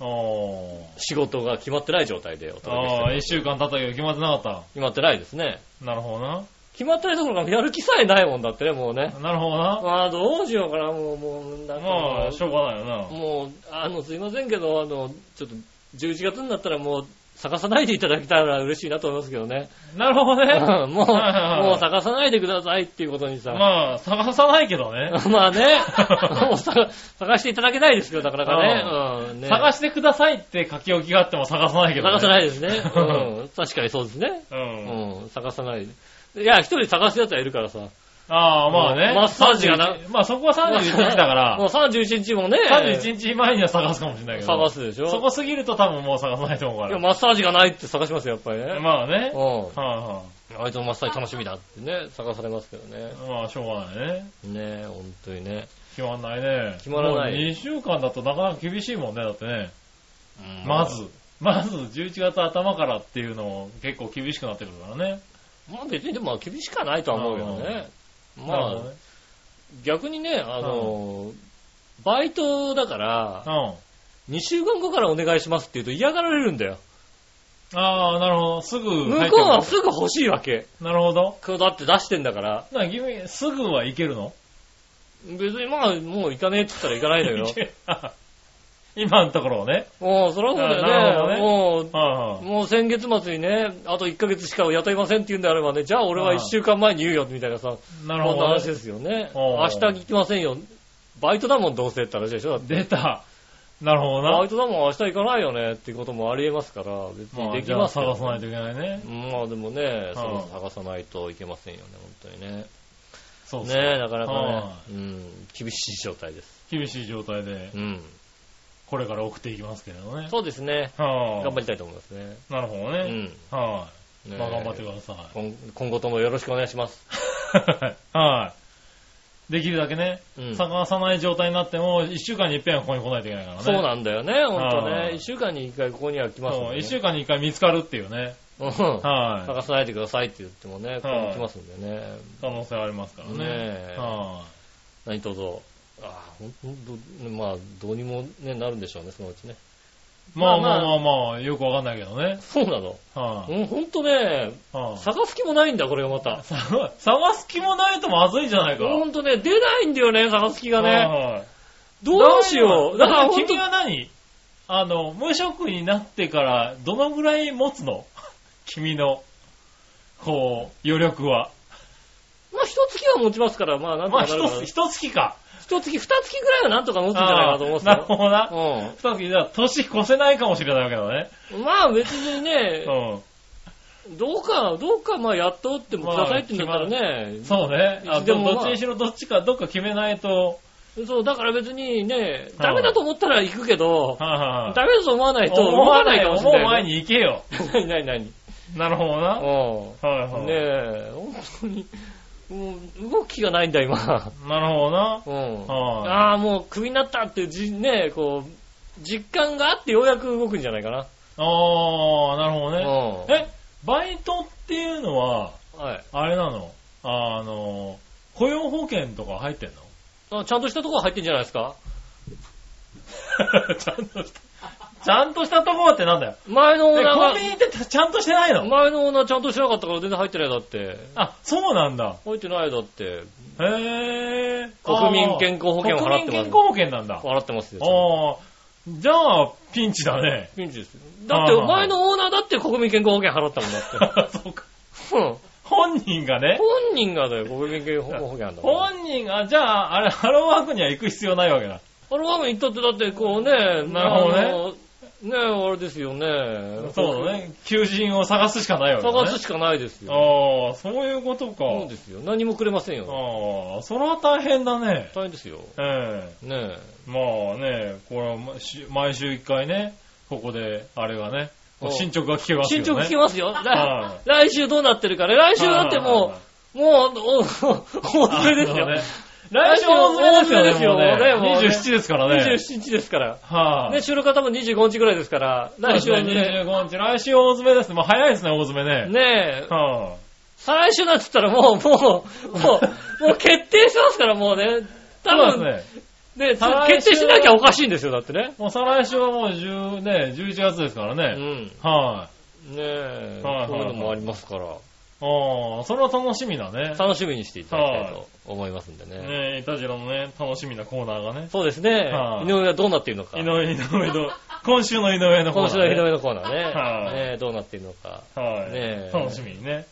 Speaker 2: 本当に。
Speaker 3: どな。おー
Speaker 2: 仕事が決まってない状態でお届けして
Speaker 3: ああ、
Speaker 2: る
Speaker 3: 一週間経ったけど決まってなかっ
Speaker 2: 決まってないですね。
Speaker 3: た。なるほどな。
Speaker 2: 決まってないところからやる気さえないもんだってね、もうね。
Speaker 3: なるほどな。
Speaker 2: ああ、どうしようかな、もう、もう、なんか
Speaker 3: ま
Speaker 2: も
Speaker 3: あ、しょうがないよな
Speaker 2: う、。もう、あの、すいませんけど、あの、ちょっと、11月になったらもう、探さないでいただけたら嬉しいなと思いますけどね。
Speaker 3: なるほど
Speaker 2: う
Speaker 3: ね
Speaker 2: ん。もう、
Speaker 3: はいはいはい
Speaker 2: もう探さないでくださいっていうことにさ。
Speaker 3: まあ、探さないけどね。
Speaker 2: まあね、もうさ探していただけないですよ、なかなかね。うん、ね
Speaker 3: 探してくださいって書き置きがあっても探さないけどね。。
Speaker 2: 探さないいですね。うん、確かにそうですね。
Speaker 3: う。
Speaker 2: うんん、探さない。いや、一人探すやつはいるからさ。
Speaker 3: ああ、まあね。
Speaker 2: マッサージがな
Speaker 3: 31まあ、そこは31日だから、
Speaker 2: もう31日もね、
Speaker 3: 31日前には探すかもしれないけど。
Speaker 2: 探すでしょ。
Speaker 3: そこ過ぎると多分もう探さないと思うか
Speaker 2: いや、
Speaker 3: ら。
Speaker 2: マッサージがないって探しますよ、やっぱりね。
Speaker 3: まあね。
Speaker 2: う
Speaker 3: はいは
Speaker 2: ん。あいつのマッサージ楽しみだってね、探されますけどね
Speaker 3: い。。まあ、しょうがないね。
Speaker 2: ねえ、ほんとにね。
Speaker 3: 決まんないね。
Speaker 2: 決まらない
Speaker 3: 2週間だとなかなか厳しいもんね、だってね。
Speaker 2: うん
Speaker 3: ま。ず、まず11月頭からっていうのも結構厳しくなってくるからね。
Speaker 2: まあ別にでも厳しくはないとは思うけどね。ま
Speaker 3: なる
Speaker 2: あ
Speaker 3: ほ、
Speaker 2: 逆にね、あの、バイトだから、
Speaker 3: どね
Speaker 2: 2週間後からお願いしますって言うと嫌がられるんだよ。
Speaker 3: うん。ああ、なるほど。すぐ入って
Speaker 2: 向
Speaker 3: くる
Speaker 2: こうはすぐ欲しいわけ。
Speaker 3: なるほど。
Speaker 2: こうだって出してんだから。
Speaker 3: な、君、すぐはいけるの
Speaker 2: 別にまあ、もう行かねえって言ったら行かない のよ。
Speaker 3: 今のところをね。
Speaker 2: もう、そらそうだ
Speaker 3: なる
Speaker 2: よ
Speaker 3: ほど
Speaker 2: ね。
Speaker 3: ね
Speaker 2: もう、
Speaker 3: はいはい
Speaker 2: もう先月末にね、あと1ヶ月しか雇いませんって言うんであればね、じゃあ俺は1週間前に言うよ、みたいなさ、
Speaker 3: なる
Speaker 2: こ
Speaker 3: ほ
Speaker 2: んな
Speaker 3: ど
Speaker 2: 話
Speaker 3: ね。
Speaker 2: ですよね。
Speaker 3: お
Speaker 2: 明
Speaker 3: ー
Speaker 2: 日行きませんよ。バイトだもん、どうせって話でしょ。だって
Speaker 3: 出た。なるほど
Speaker 2: バイ
Speaker 3: な。
Speaker 2: トだもん、明日行かないよねっていうこともありえますから、別
Speaker 3: ま
Speaker 2: に
Speaker 3: あ、
Speaker 2: で
Speaker 3: じ
Speaker 2: き
Speaker 3: ゃあ
Speaker 2: ますよ
Speaker 3: 探さないといけないね。
Speaker 2: うんまあでもね、そろ
Speaker 3: うん
Speaker 2: そろ探さないといけませんよね、本当にね。
Speaker 3: そうです
Speaker 2: ねえ、なかなかね
Speaker 3: は、
Speaker 2: うん、厳しい状態です。
Speaker 3: 厳しい状態で
Speaker 2: う、ん。
Speaker 3: これから送っていきますけどね。
Speaker 2: そうですね。
Speaker 3: は
Speaker 2: 頑張りたいと思いますね。
Speaker 3: なるほど
Speaker 2: う
Speaker 3: ね。
Speaker 2: ん。
Speaker 3: は
Speaker 2: ね
Speaker 3: い。まあ、頑張ってくださ
Speaker 2: 今今後ともよろしくお願いします。
Speaker 3: い。はい。できるだけね、
Speaker 2: うん
Speaker 3: 探さない状態になっても、1週間に一遍はここに来ないといけないからね。
Speaker 2: そうなんだよね、ほんと
Speaker 3: は
Speaker 2: ね。
Speaker 3: い
Speaker 2: 一週間に一回ここには来ますん
Speaker 3: そう、
Speaker 2: で、ね。
Speaker 3: 1週間に1回見つかるっていうね。
Speaker 2: うん
Speaker 3: はい。
Speaker 2: 探さないでくださいって言ってもね、ここに来ますんでね。
Speaker 3: 可能性ありますからね。
Speaker 2: ねえ
Speaker 3: は
Speaker 2: 何卒ああ、ほんほんと、まあ、どうにもね、なるんでしょうね、そのうちね。
Speaker 3: いまあ
Speaker 2: ま
Speaker 3: ま
Speaker 2: あ
Speaker 3: あまあまあ、よくわかんないけどね。
Speaker 2: そうなの。
Speaker 3: はい、
Speaker 2: うん、ほんとね、
Speaker 3: はい
Speaker 2: 探す気もないんだ、これがまた。
Speaker 3: 探探す気もないとまずいんじゃないか。
Speaker 2: ほんとね、出ないんだよね、探す気がね。
Speaker 3: はい
Speaker 2: どうしよう。だから
Speaker 3: だから
Speaker 2: ほんと
Speaker 3: 君は何あの、無職になってからどのぐらい持つの 君の、こう、余力は。
Speaker 2: まあ、一月は持ちますから、まあ、なんと
Speaker 3: まあ、
Speaker 2: かな
Speaker 3: ひ
Speaker 2: るかな
Speaker 3: と、ひと月か。
Speaker 2: 一月、二月ぐらいはなんとか持つんじゃないかなと思ってた
Speaker 3: なる
Speaker 2: よ
Speaker 3: ほどな。
Speaker 2: う
Speaker 3: ひと月、じゃあ、年越せないかもしれないわけだね。
Speaker 2: ん。まあ別にね、
Speaker 3: う
Speaker 2: どうか、どうか、まあやっとってもくださいって言うんだったらね
Speaker 3: ん。、そうね。あ
Speaker 2: いつで
Speaker 3: で
Speaker 2: もま
Speaker 3: も、ど
Speaker 2: あ
Speaker 3: っちにしろどっちか、どっか決めないと。
Speaker 2: そう、だから別にね、ダメだと思ったら行くけど、
Speaker 3: はいはいはい
Speaker 2: ダメだと思わないと
Speaker 3: 思
Speaker 2: 思
Speaker 3: わ
Speaker 2: わない
Speaker 3: ない
Speaker 2: か
Speaker 3: よ。
Speaker 2: もし
Speaker 3: 思う
Speaker 2: れな
Speaker 3: 前
Speaker 2: い。
Speaker 3: に行けよ。
Speaker 2: 何 何何
Speaker 3: なるほどな。
Speaker 2: う
Speaker 3: はいはい。
Speaker 2: ん。ねえ、本当に、もう動きがないんだ今。
Speaker 3: なるほどな。
Speaker 2: うん。
Speaker 3: はい
Speaker 2: ああ、もうクビになったっていうじ、ねこう、実感があってようやく動くんじゃないかな。
Speaker 3: あー、なるほど
Speaker 2: う
Speaker 3: ね。
Speaker 2: ん。
Speaker 3: え、バイトっていうのは、
Speaker 2: はい
Speaker 3: あれなのあの、雇用保険とか入っ てんの
Speaker 2: あ。ちゃんとしたところ入ってんじゃないですか
Speaker 3: ちゃんとした、ちゃんとしたところってなんだよ。
Speaker 2: 前のオー
Speaker 3: え
Speaker 2: ナー
Speaker 3: コ
Speaker 2: が
Speaker 3: ンビ、ニってちゃんとしてないの
Speaker 2: 前のオーナーちゃんとしなかったから全然入ってないよだって。
Speaker 3: あ、そうなんだ。
Speaker 2: 入ってないよだって。
Speaker 3: へぇ
Speaker 2: 国民健康保険を払ってます
Speaker 3: 国民健康保険なんだ。あ
Speaker 2: 笑ってますよ。。
Speaker 3: あー、じゃあ、ピンチだね
Speaker 2: ピンチですよ。だって
Speaker 3: あー
Speaker 2: 前のオーナーだって国民健康保険払ったもんだって。
Speaker 3: そうか。
Speaker 2: うん
Speaker 3: 本人がね。
Speaker 2: 本人がだよ、国民健康保険なんだから。
Speaker 3: 本人が、じゃあ、あれ、ハローワークには行く必要ないわけだ。
Speaker 2: あの場面行ったってだってこうね、
Speaker 3: なるほどね
Speaker 2: あの。ねあれですよね。
Speaker 3: そうだ。ね。求人を探すしかないわけだ、ね。
Speaker 2: 探すしかないですよ。
Speaker 3: ああ、そういうことか。
Speaker 2: そうですよ。何もくれませんよ。
Speaker 3: ああ、それは大変だね。
Speaker 2: 大変ですよ。
Speaker 3: え
Speaker 2: ねえ。
Speaker 3: えまあね、これはまし毎週一回ね、ここで、あれがね、
Speaker 2: うん
Speaker 3: 進捗が聞けますよ
Speaker 2: 進
Speaker 3: ね。
Speaker 2: 捗聞きますよ。
Speaker 3: は
Speaker 2: 来来週どうなってるかね。来週だってもう、もう、お、お、大
Speaker 3: はいは
Speaker 2: 詰めで
Speaker 3: いはい、
Speaker 2: すよ。
Speaker 3: あそうね来週大詰めです
Speaker 2: 大詰めですよ
Speaker 3: よ、もう
Speaker 2: もうねもうね
Speaker 3: 27ですからね。
Speaker 2: 27日ですから。
Speaker 3: はい、
Speaker 2: ね、収録方も25日ぐらいですから、来週
Speaker 3: は
Speaker 2: はね、
Speaker 3: 25日、来週大詰めです。もう早いですね、大詰めね。
Speaker 2: ねえ、
Speaker 3: は
Speaker 2: 再来週なんて言ったらもう、もう、も う、もう決定してますから、もうね。
Speaker 3: あ、
Speaker 2: 多
Speaker 3: そう
Speaker 2: 分、
Speaker 3: ですね。
Speaker 2: ね、
Speaker 3: 再来週は
Speaker 2: 決定しなきゃおかしいんですよ、だってね。
Speaker 3: もう再来週はもう10、ね、11月ですから
Speaker 2: う
Speaker 3: ね。
Speaker 2: ん。
Speaker 3: は
Speaker 2: ね
Speaker 3: い、
Speaker 2: え、
Speaker 3: はいはいはい
Speaker 2: そういうのもありますから、
Speaker 3: ああ、それは楽しみだね。
Speaker 2: 楽しみにしていただきたいと思いますんでね。
Speaker 3: ねえ、イタジラのね、楽しみなコーナーがね。
Speaker 2: そうですね
Speaker 3: は。い
Speaker 2: 井上はどうなっているのか
Speaker 3: 井。上、井上、井上、今週の井上のコー
Speaker 2: 今
Speaker 3: ナ
Speaker 2: 週
Speaker 3: ー、
Speaker 2: の
Speaker 3: ね。
Speaker 2: 井上のコーナ
Speaker 3: は
Speaker 2: ー
Speaker 3: い
Speaker 2: ね。ねえどうなっているのか。
Speaker 3: は
Speaker 2: ね
Speaker 3: い、
Speaker 2: え
Speaker 3: 楽しみにね、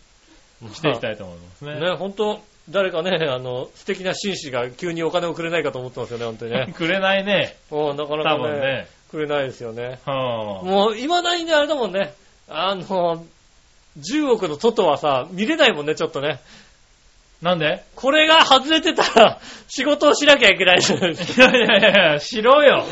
Speaker 3: していきたいと思いますね。。
Speaker 2: ね、本当誰かね、あの、素敵な紳士が急にお金をくれないかと思ってますよね、本当にね
Speaker 3: くれないね、
Speaker 2: うん、なか
Speaker 3: 多
Speaker 2: なかね、
Speaker 3: 分ね。
Speaker 2: くれないですよね。
Speaker 3: は
Speaker 2: もう、未だにね、あれだもんね、あの、10億の外はさ、見れないもんね、ちょっとね。
Speaker 3: あ、なんで
Speaker 2: これが外れてたら、 仕事をしなきゃいけないじゃないですか。
Speaker 3: いやい やいやいや、しろよ。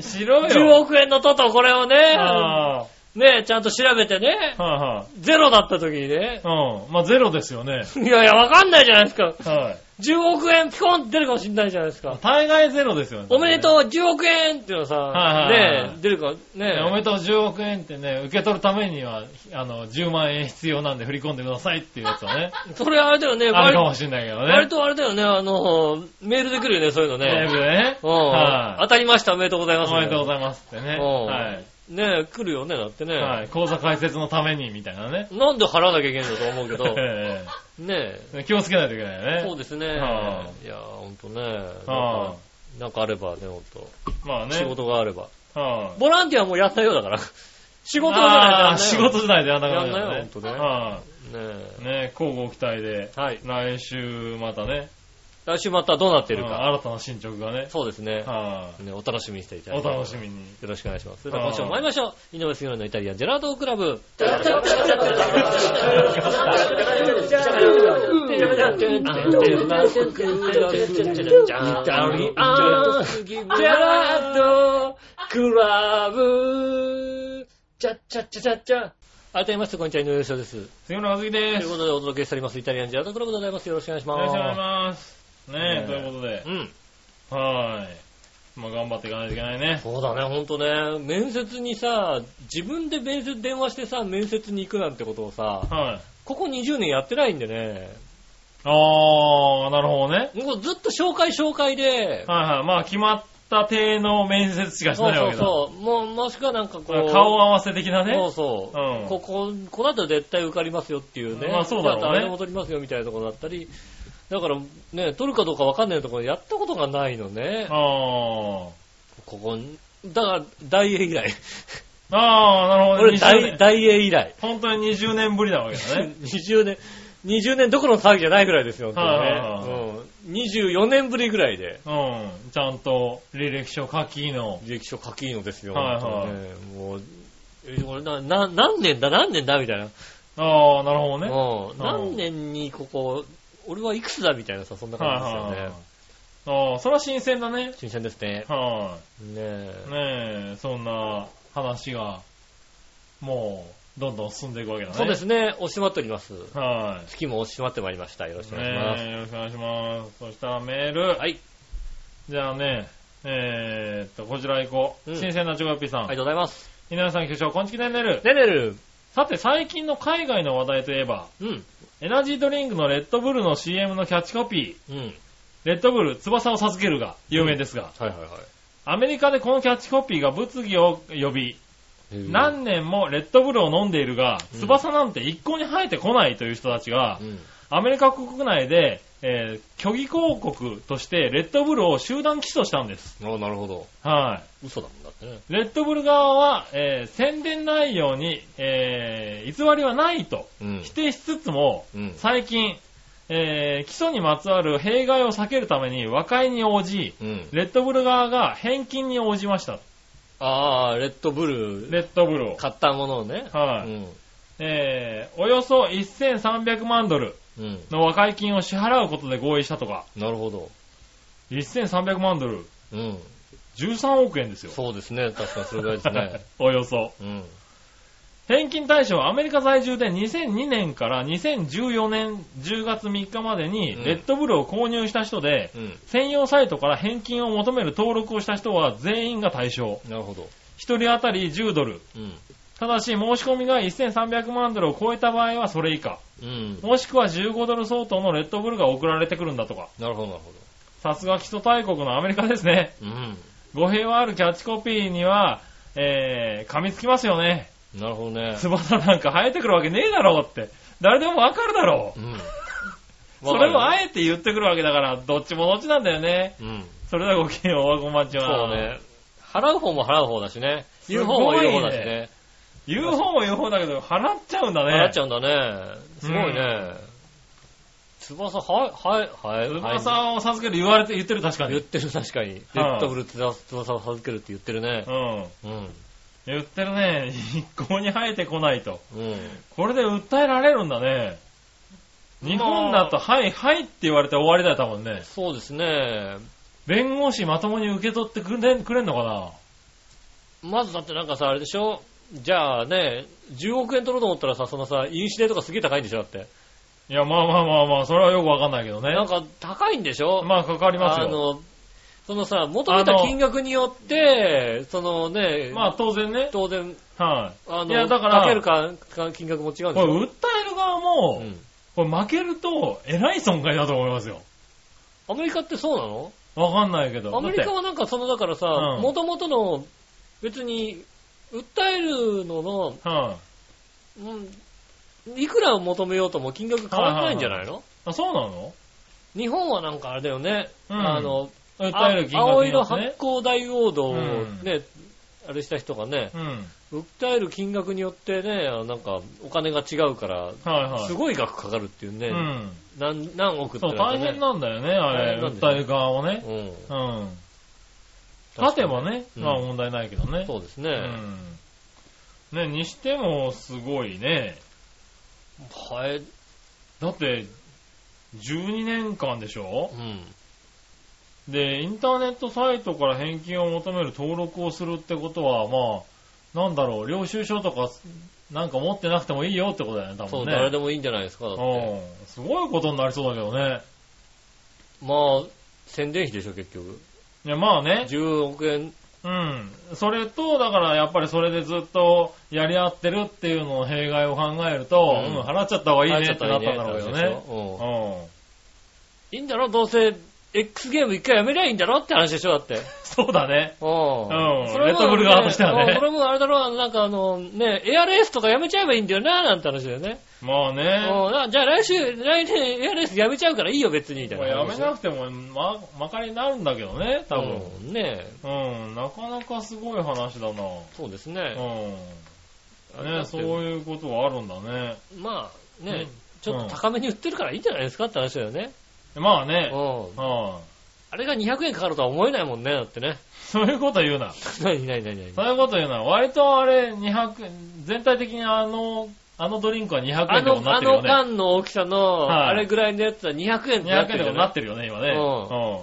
Speaker 3: しろ
Speaker 2: 10
Speaker 3: よ。
Speaker 2: 億円のトト、これをね、
Speaker 3: は
Speaker 2: ね、ちゃんと調べてね
Speaker 3: あ、、は
Speaker 2: ゼロだった時にね
Speaker 3: あ、、うん。まあ、ゼロですよね。
Speaker 2: いやいや、わかんないじゃないですか。
Speaker 3: はい。
Speaker 2: 10億円ピコンって出るかもしんないじゃないですか。
Speaker 3: 大概ゼロですよね。
Speaker 2: おめでとう、10億円っていうのさ、
Speaker 3: はいはいはい
Speaker 2: ねえ、出るか、
Speaker 3: ねおめ
Speaker 2: ね
Speaker 3: でとう10億円ってね、受け取るためには、あの、10万円必要なんで振り込んでくださいっていうやつは ね、
Speaker 2: え、それあれだよね、
Speaker 3: ある
Speaker 2: 割
Speaker 3: か
Speaker 2: と
Speaker 3: もしんないけどね。
Speaker 2: 割とあれだよね、あの、メールで来るよね、そういうの
Speaker 3: ライブ
Speaker 2: ね。
Speaker 3: でね。
Speaker 2: うん
Speaker 3: は
Speaker 2: 当たりました、おめでとうござい
Speaker 3: い。
Speaker 2: ます。
Speaker 3: おめでとうご
Speaker 2: ざい
Speaker 3: ざいますってね。
Speaker 2: うん
Speaker 3: はい。
Speaker 2: ます。ねえ、来るよね、だってね。
Speaker 3: はい。講座解説のためにみたいなね。、
Speaker 2: なんで払わなきゃいけないんだと思うけど
Speaker 3: え
Speaker 2: ねえ、
Speaker 3: え気をつけないといけないよ
Speaker 2: そう
Speaker 3: ね。
Speaker 2: ですね。い
Speaker 3: は
Speaker 2: や、ほんとね、なん
Speaker 3: は
Speaker 2: かなんかあればね、ほんと。
Speaker 3: い。まあね。
Speaker 2: 仕事があれば。
Speaker 3: はい。
Speaker 2: ボランティアもやったよう だから。仕事じゃ
Speaker 3: あ
Speaker 2: ない
Speaker 3: あ、仕事じゃないでやんなくなっちゃう
Speaker 2: やんないよ
Speaker 3: は
Speaker 2: じゃないね
Speaker 3: い。ね、交互期待で、
Speaker 2: え。はい。
Speaker 3: 来週またね、
Speaker 2: 来週またどうなってる
Speaker 3: あ
Speaker 2: か。
Speaker 3: 新たな進捗がね、
Speaker 2: そうですね。
Speaker 3: は
Speaker 2: ね、お楽しみにしていただい
Speaker 3: い。お
Speaker 2: て。
Speaker 3: 楽しみに。
Speaker 2: よろしくお願いします。それで
Speaker 3: ん
Speaker 2: は今週も参りましょう。井上杉村のイタリアンジェラートクラブ。改めまして、こんにちは、井上杉です。
Speaker 3: 杉村和樹
Speaker 2: と
Speaker 3: で
Speaker 2: いう
Speaker 3: す。
Speaker 2: ことで、お届けしております、イタリアンジェラートクラブでございます。よろしくお願いし
Speaker 3: お
Speaker 2: ます。
Speaker 3: 願いします。ね
Speaker 2: ね
Speaker 3: え、ということで、
Speaker 2: うん。
Speaker 3: はーい。まあ頑張っていかないといけないね。
Speaker 2: そうだね、ほんとね。面接にさ、自分で面接電話してさ、面接に行くなんてことをさ、
Speaker 3: はい。
Speaker 2: ここ20年やってないんでね。
Speaker 3: あー、なるほどね。
Speaker 2: もうずっと紹介紹介で、
Speaker 3: はいはい。まあ決まった体の面接しかし
Speaker 2: そう
Speaker 3: ない
Speaker 2: そ
Speaker 3: わ
Speaker 2: う
Speaker 3: けだ。
Speaker 2: そう、もうもしくはなんかこ
Speaker 3: これ
Speaker 2: う、
Speaker 3: 顔合わせ的なね。
Speaker 2: そうそう、
Speaker 3: うん
Speaker 2: ここ、こだと絶対受かりますよっていうね、
Speaker 3: まあそうだろうね
Speaker 2: 誰でも取りますよみたいなところだったり、だからね、取るかどうかわかんないところやったことがないのね。
Speaker 3: あ
Speaker 2: ここだから、大英以来。
Speaker 3: ああ、なるほど。
Speaker 2: 俺、
Speaker 3: 20
Speaker 2: 大
Speaker 3: 年
Speaker 2: 大英以来。
Speaker 3: 本当に20年ぶりなわけ だね。
Speaker 2: 20年、20年どころの騒ぎじゃないぐらいですよ、本
Speaker 3: はいはいは
Speaker 2: 当にね。うん。24年ぶりぐらいで、
Speaker 3: うん。ちゃんと履歴書書きの。
Speaker 2: 履歴書書きいいのですよ、
Speaker 3: はいはい
Speaker 2: 本当にねもう、え俺な、な、何年だ、何年だ、みたいな。
Speaker 3: ああ、なるほどね。は
Speaker 2: うん。何年にここ、俺はいくつだ、みたいなさ、そんない感じですよ
Speaker 3: はい
Speaker 2: ね
Speaker 3: は。い。ああ、それは新鮮だね。
Speaker 2: 新鮮ですね。
Speaker 3: は
Speaker 2: ねえ
Speaker 3: い。。ねえ、そんな話が、もう、どんどん進んでいくわけだね。
Speaker 2: そうですね、押しまっております。
Speaker 3: は
Speaker 2: 月も押しまってまいりました。よろし
Speaker 3: い。
Speaker 2: くお願いします。
Speaker 3: ねえ、よろしくお願いします。そしたらメール。
Speaker 2: はい。
Speaker 3: じゃあね、えーっと、こちら行こう。
Speaker 2: うん
Speaker 3: 新鮮なチョコヨッピーさん。
Speaker 2: ありがとうございます。
Speaker 3: 皆さん、局長、こんちきねんねる。
Speaker 2: ねねる。
Speaker 3: さて、最近の海外の話題といえば、
Speaker 2: うん。
Speaker 3: エナジードリンクのレッドブルの CM のキャッチコピー、
Speaker 2: うん。
Speaker 3: レッドブル翼を授けるが有名ですが、
Speaker 2: はいはいはい。
Speaker 3: アメリカでこのキャッチコピーが物議を呼び、
Speaker 2: なん
Speaker 3: 何年もレッドブルを飲んでいるが、
Speaker 2: うん
Speaker 3: 翼なんて一向に生えてこないという人たちが
Speaker 2: う、ん。
Speaker 3: アメリカ国内で、えー虚偽広告としてレッドブルを集団起訴したんです。
Speaker 2: あなるほど。
Speaker 3: はい。
Speaker 2: 嘘だもんだってね。
Speaker 3: レッドブル側は、えー宣伝内容に、えー偽りはないと
Speaker 2: うん
Speaker 3: 否定しつつも、
Speaker 2: うん
Speaker 3: 最近、えー基礎にまつわる弊害を避けるために和解に応じ、
Speaker 2: うん。
Speaker 3: レッドブル側が返金に応じました。
Speaker 2: ああ、レッドブル
Speaker 3: レッドブルを。
Speaker 2: 買ったものをね。
Speaker 3: はい、
Speaker 2: うん。
Speaker 3: えーおよそ1300万ドル
Speaker 2: うん。
Speaker 3: の和解金を支払うことで合意したとか、
Speaker 2: なるほど。
Speaker 3: 1300万ドル、
Speaker 2: うん。
Speaker 3: 13億円ですよ。
Speaker 2: そうですね。確かにそれぐらいですね。
Speaker 3: およそ。
Speaker 2: うん。
Speaker 3: 返金対象はアメリカ在住で2002年から2014年10月3日までに
Speaker 2: うん
Speaker 3: レッドブルを購入した人で、
Speaker 2: うん。
Speaker 3: 専用サイトから返金を求める登録をした人は全員が対象。
Speaker 2: なるほど。
Speaker 3: 1人当たり10ドル。
Speaker 2: うん。
Speaker 3: ただし、申し込みが1300万ドルを超えた場合はそれ以下。
Speaker 2: うん。
Speaker 3: もしくは15ドル相当のレッドブルが送られてくるんだとか。
Speaker 2: なるほど、なるほ
Speaker 3: さすが基礎大国のアメリカですね。
Speaker 2: ど。うん。
Speaker 3: 語弊はあるキャッチコピーには、えー、噛みつきますよね。
Speaker 2: なるほどね。
Speaker 3: 翼なんか生えてくるわけねえだろうって。誰でもわかるだろう
Speaker 2: う。ん。
Speaker 3: それを
Speaker 2: あ
Speaker 3: あえて言ってくるわけだから、どっちもどっちなんだよね。
Speaker 2: うん。
Speaker 3: それではごきげんよう、おわこま
Speaker 2: そ
Speaker 3: ちは。
Speaker 2: うね。。払う方も払う方だしね。
Speaker 3: す
Speaker 2: 言う
Speaker 3: ご
Speaker 2: 方も
Speaker 3: いね
Speaker 2: 言う方だしね。
Speaker 3: 言う方も言う方だけど、払っちゃうんだね。
Speaker 2: 払っちゃうんだね。すごいね。翼、はい、はい、はい。はい
Speaker 3: 翼を授ける言われて、言ってる確か
Speaker 2: 言っ
Speaker 3: に。
Speaker 2: てる確かに。レ
Speaker 3: はい
Speaker 2: ッドブル翼翼を授けるって言ってるね
Speaker 3: う。ん。
Speaker 2: うん。
Speaker 3: 言ってるね。一向に生えてこないと。
Speaker 2: うん。
Speaker 3: これで訴えられるんだね。日本だと、はい、はいって言われて終わりだよ、多分ね。
Speaker 2: そうですね。
Speaker 3: 弁護士まともに受け取ってくれんくれんのかな
Speaker 2: まずだってなんかさ、あれでしょじゃあね、10億円取ろうと思ったらさ、そのさ、インシデとかすげえ高いんでしょだって。
Speaker 3: いや、まあまあまあまあ、それはよくわかんないけどね。
Speaker 2: なんか高いんでしょ
Speaker 3: まあ、かかります
Speaker 2: あ
Speaker 3: よ。
Speaker 2: の、そのさ、求めた金額によって、そのね、
Speaker 3: まあ、当然ね。
Speaker 2: 当然、
Speaker 3: はい。
Speaker 2: あの、
Speaker 3: いやだから
Speaker 2: かけるかか金額も違うんで
Speaker 3: こ
Speaker 2: し
Speaker 3: れ、
Speaker 2: ょ
Speaker 3: 訴える側も、
Speaker 2: うん
Speaker 3: これ負けると、えらい損害だと思いますよ。
Speaker 2: アメリカってそうなの
Speaker 3: わかんないけど。
Speaker 2: アメリカ
Speaker 3: だっ
Speaker 2: はなんかその、だからさ、
Speaker 3: うん
Speaker 2: 元々の、別に、訴えるのの、
Speaker 3: てはい、
Speaker 2: うん、いくらを求めようとも金額変わらないんじゃないの、
Speaker 3: あ、そうなの
Speaker 2: 日本はなんかあれだよね、
Speaker 3: うん
Speaker 2: あの、
Speaker 3: 訴える金
Speaker 2: あ
Speaker 3: 額
Speaker 2: 青
Speaker 3: に
Speaker 2: 色
Speaker 3: よって
Speaker 2: 発
Speaker 3: ね。
Speaker 2: 光大王道を
Speaker 3: うん
Speaker 2: ね、あれした人がね、
Speaker 3: うん。
Speaker 2: 訴える金額によってね、あのなんかお金が違うから、
Speaker 3: はいはい。
Speaker 2: すごい額かかるっていうね、
Speaker 3: うん。
Speaker 2: 何何億って
Speaker 3: そう、
Speaker 2: な
Speaker 3: 大
Speaker 2: るとね
Speaker 3: 変なんだよね、あ
Speaker 2: 大変
Speaker 3: れ。
Speaker 2: なんですよ
Speaker 3: 訴える側をね。
Speaker 2: うん
Speaker 3: うん。
Speaker 2: 確
Speaker 3: 勝
Speaker 2: か
Speaker 3: て
Speaker 2: に
Speaker 3: ばね、
Speaker 2: うん
Speaker 3: まあ問題ないけどね。
Speaker 2: そうですね。
Speaker 3: うん。ね、にしても、すごいね。
Speaker 2: はい。
Speaker 3: だって、12年間でしょ
Speaker 2: うん。
Speaker 3: で、インターネットサイトから返金を求める登録をするってことは、まあ、なんだろう、領収書とか、なんか持ってなくてもいいよってことだよね、多
Speaker 2: そう、
Speaker 3: 分ね。
Speaker 2: 誰でもいいんじゃないですか、だって。
Speaker 3: うん。すごいことになりそうだけどね。
Speaker 2: まあ、宣伝費でしょ、結局。
Speaker 3: いや、まあね。
Speaker 2: 10億円。
Speaker 3: うん。それと、だからやっぱりそれでずっとやり合ってるっていうのの弊害を考えると、
Speaker 2: う
Speaker 3: うんん、払っちゃった方がいいね
Speaker 2: 払っちゃ
Speaker 3: ってなったんだろうけ
Speaker 2: いい
Speaker 3: ど
Speaker 2: ねって話で
Speaker 3: ね
Speaker 2: し。ょうん
Speaker 3: う
Speaker 2: いいんだろ、どうせ X ゲーム一回やめりゃいいんだろって話でしょ、だって。
Speaker 3: そうだね。
Speaker 2: うん
Speaker 3: うん
Speaker 2: それも
Speaker 3: レッドブル側としてはね
Speaker 2: うんそれもあれだろ、あのなんかあの、ね、エアレースとかやめちゃえばいいんだよな、なんて話だよね。
Speaker 3: まあ
Speaker 2: うん
Speaker 3: ね。
Speaker 2: なじゃあ来週、来年エアレースやめちゃうからいいよ、別に、みたい
Speaker 3: まあ
Speaker 2: な。
Speaker 3: やめなくても、ま、まかりになるんだけどね、多分。
Speaker 2: うんね
Speaker 3: うん、なかなかすごい話だな。
Speaker 2: そうですね。
Speaker 3: う
Speaker 2: あ
Speaker 3: ん。
Speaker 2: れだ
Speaker 3: ね、
Speaker 2: って
Speaker 3: そういうことはあるんだね。
Speaker 2: まあ、ね、
Speaker 3: うん
Speaker 2: ちょっと高めに売ってるからいいんじゃないですかって話だよね。
Speaker 3: まあ
Speaker 2: う
Speaker 3: ね。
Speaker 2: ん。
Speaker 3: うん。
Speaker 2: あれが200円かかるとは思えないもんね、だってね。
Speaker 3: そういうこと言うな。
Speaker 2: なになになに
Speaker 3: そういうこと言うな。割とあれ、200、全体的にあの、あのドリンクは200
Speaker 2: あ
Speaker 3: 円で
Speaker 2: の
Speaker 3: も、なっ
Speaker 2: あ
Speaker 3: てるよ
Speaker 2: の
Speaker 3: ね。
Speaker 2: 缶の大きさの、
Speaker 3: はい
Speaker 2: あれぐらいのやつは200円ってなっ
Speaker 3: 200
Speaker 2: て
Speaker 3: 円
Speaker 2: る
Speaker 3: で
Speaker 2: よ
Speaker 3: もな
Speaker 2: ね
Speaker 3: っ。てるよね、今ね。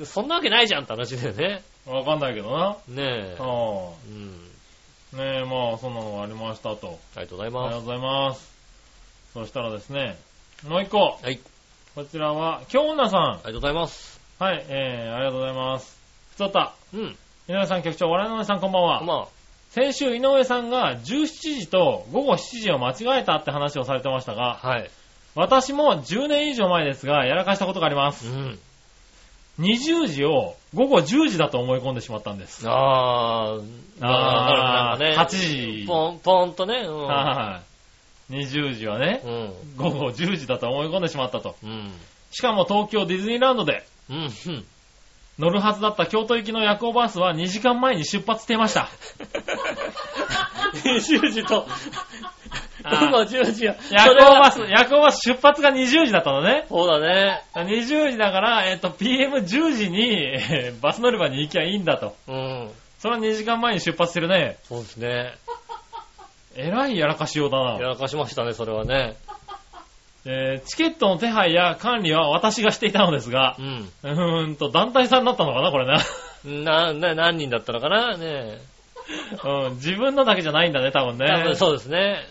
Speaker 3: う
Speaker 2: そんなわけないじゃんって話だよね。
Speaker 3: ん。わかんないけどな。
Speaker 2: ねえ。うん。
Speaker 3: うん。ねえ、まあ、そんなのがありましたと。
Speaker 2: ありがとうござい
Speaker 3: ありが
Speaker 2: ま
Speaker 3: と
Speaker 2: す。
Speaker 3: うございます。そしたらですね、もう一個。
Speaker 2: はい。
Speaker 3: こちらは、京女さ
Speaker 2: ありがとうございます。
Speaker 3: ん。はい、えー、ありがとうございます。ふとた。
Speaker 2: うん。
Speaker 3: 井上さん局長、我々の皆さんこんばんは。
Speaker 2: ま
Speaker 3: 先週井上さんが17時と午後7時を間違えたって話をされてました
Speaker 2: あ、
Speaker 3: が、
Speaker 2: はい。
Speaker 3: 私も10年以上前ですが、やらかしたことがあります。
Speaker 2: うん。
Speaker 3: 20時を午後10時だと思い込んでしまったんです。
Speaker 2: あー、わかる
Speaker 3: ー
Speaker 2: なん
Speaker 3: 8
Speaker 2: かね。
Speaker 3: 時。
Speaker 2: ポン、ポンとね。うん。
Speaker 3: はい。20時はね、
Speaker 2: うん。
Speaker 3: 午後10時だと思い込んでしまったと。
Speaker 2: うん。
Speaker 3: しかも東京ディズニーランドで
Speaker 2: うん。うん
Speaker 3: 乗るはずだった京都行きの夜行バスは2時間前に出発していました。
Speaker 2: 20時と、
Speaker 3: あ ー
Speaker 2: 今10時や。
Speaker 3: 夜行バス、
Speaker 2: それは
Speaker 3: 夜行バス出発が20時だったのね。
Speaker 2: そうだね。
Speaker 3: 20時だから、えっ、と、PM10 時に、えーバス乗り場に行きゃいいんだと。
Speaker 2: うん。
Speaker 3: それは2時間前に出発してるね。
Speaker 2: そうですね。
Speaker 3: えらいやらかしようだ
Speaker 2: や
Speaker 3: な。
Speaker 2: らかしましたね、それはね。
Speaker 3: えーチケットの手配や管理は私がしていたのですが
Speaker 2: う、ん。
Speaker 3: うーんと、団体さんだったのかな、これな。
Speaker 2: な、な、何人だったのかなね
Speaker 3: うん、自分のだけじゃないんだね、多分
Speaker 2: え。多
Speaker 3: ね。
Speaker 2: 分そうですね。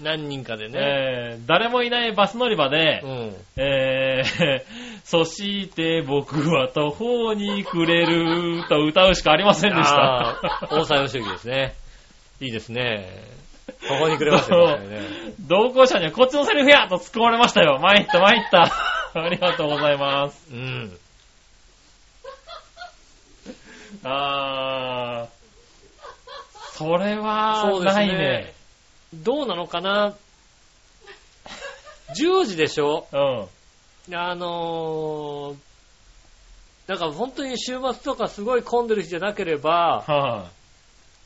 Speaker 2: 何人かでね。
Speaker 3: えー誰もいないバス乗り場で、
Speaker 2: うん。
Speaker 3: えー そして僕は途方に暮れると歌うしかありませんでし
Speaker 2: あ
Speaker 3: た。
Speaker 2: ー大沢良之ですね。いいですね。ここにくれましたよ確かにね。
Speaker 3: 同行者にはこっちのセリフやと突っ込まれましたよ。参った参った。 ありがとうございます。
Speaker 2: うん。
Speaker 3: あー。それは
Speaker 2: そ、うですね
Speaker 3: ないね。
Speaker 2: どうなのかな ?10 時でしょ
Speaker 3: うん。
Speaker 2: あのー、なんか本当に週末とかすごい混んでる日じゃなければ、
Speaker 3: は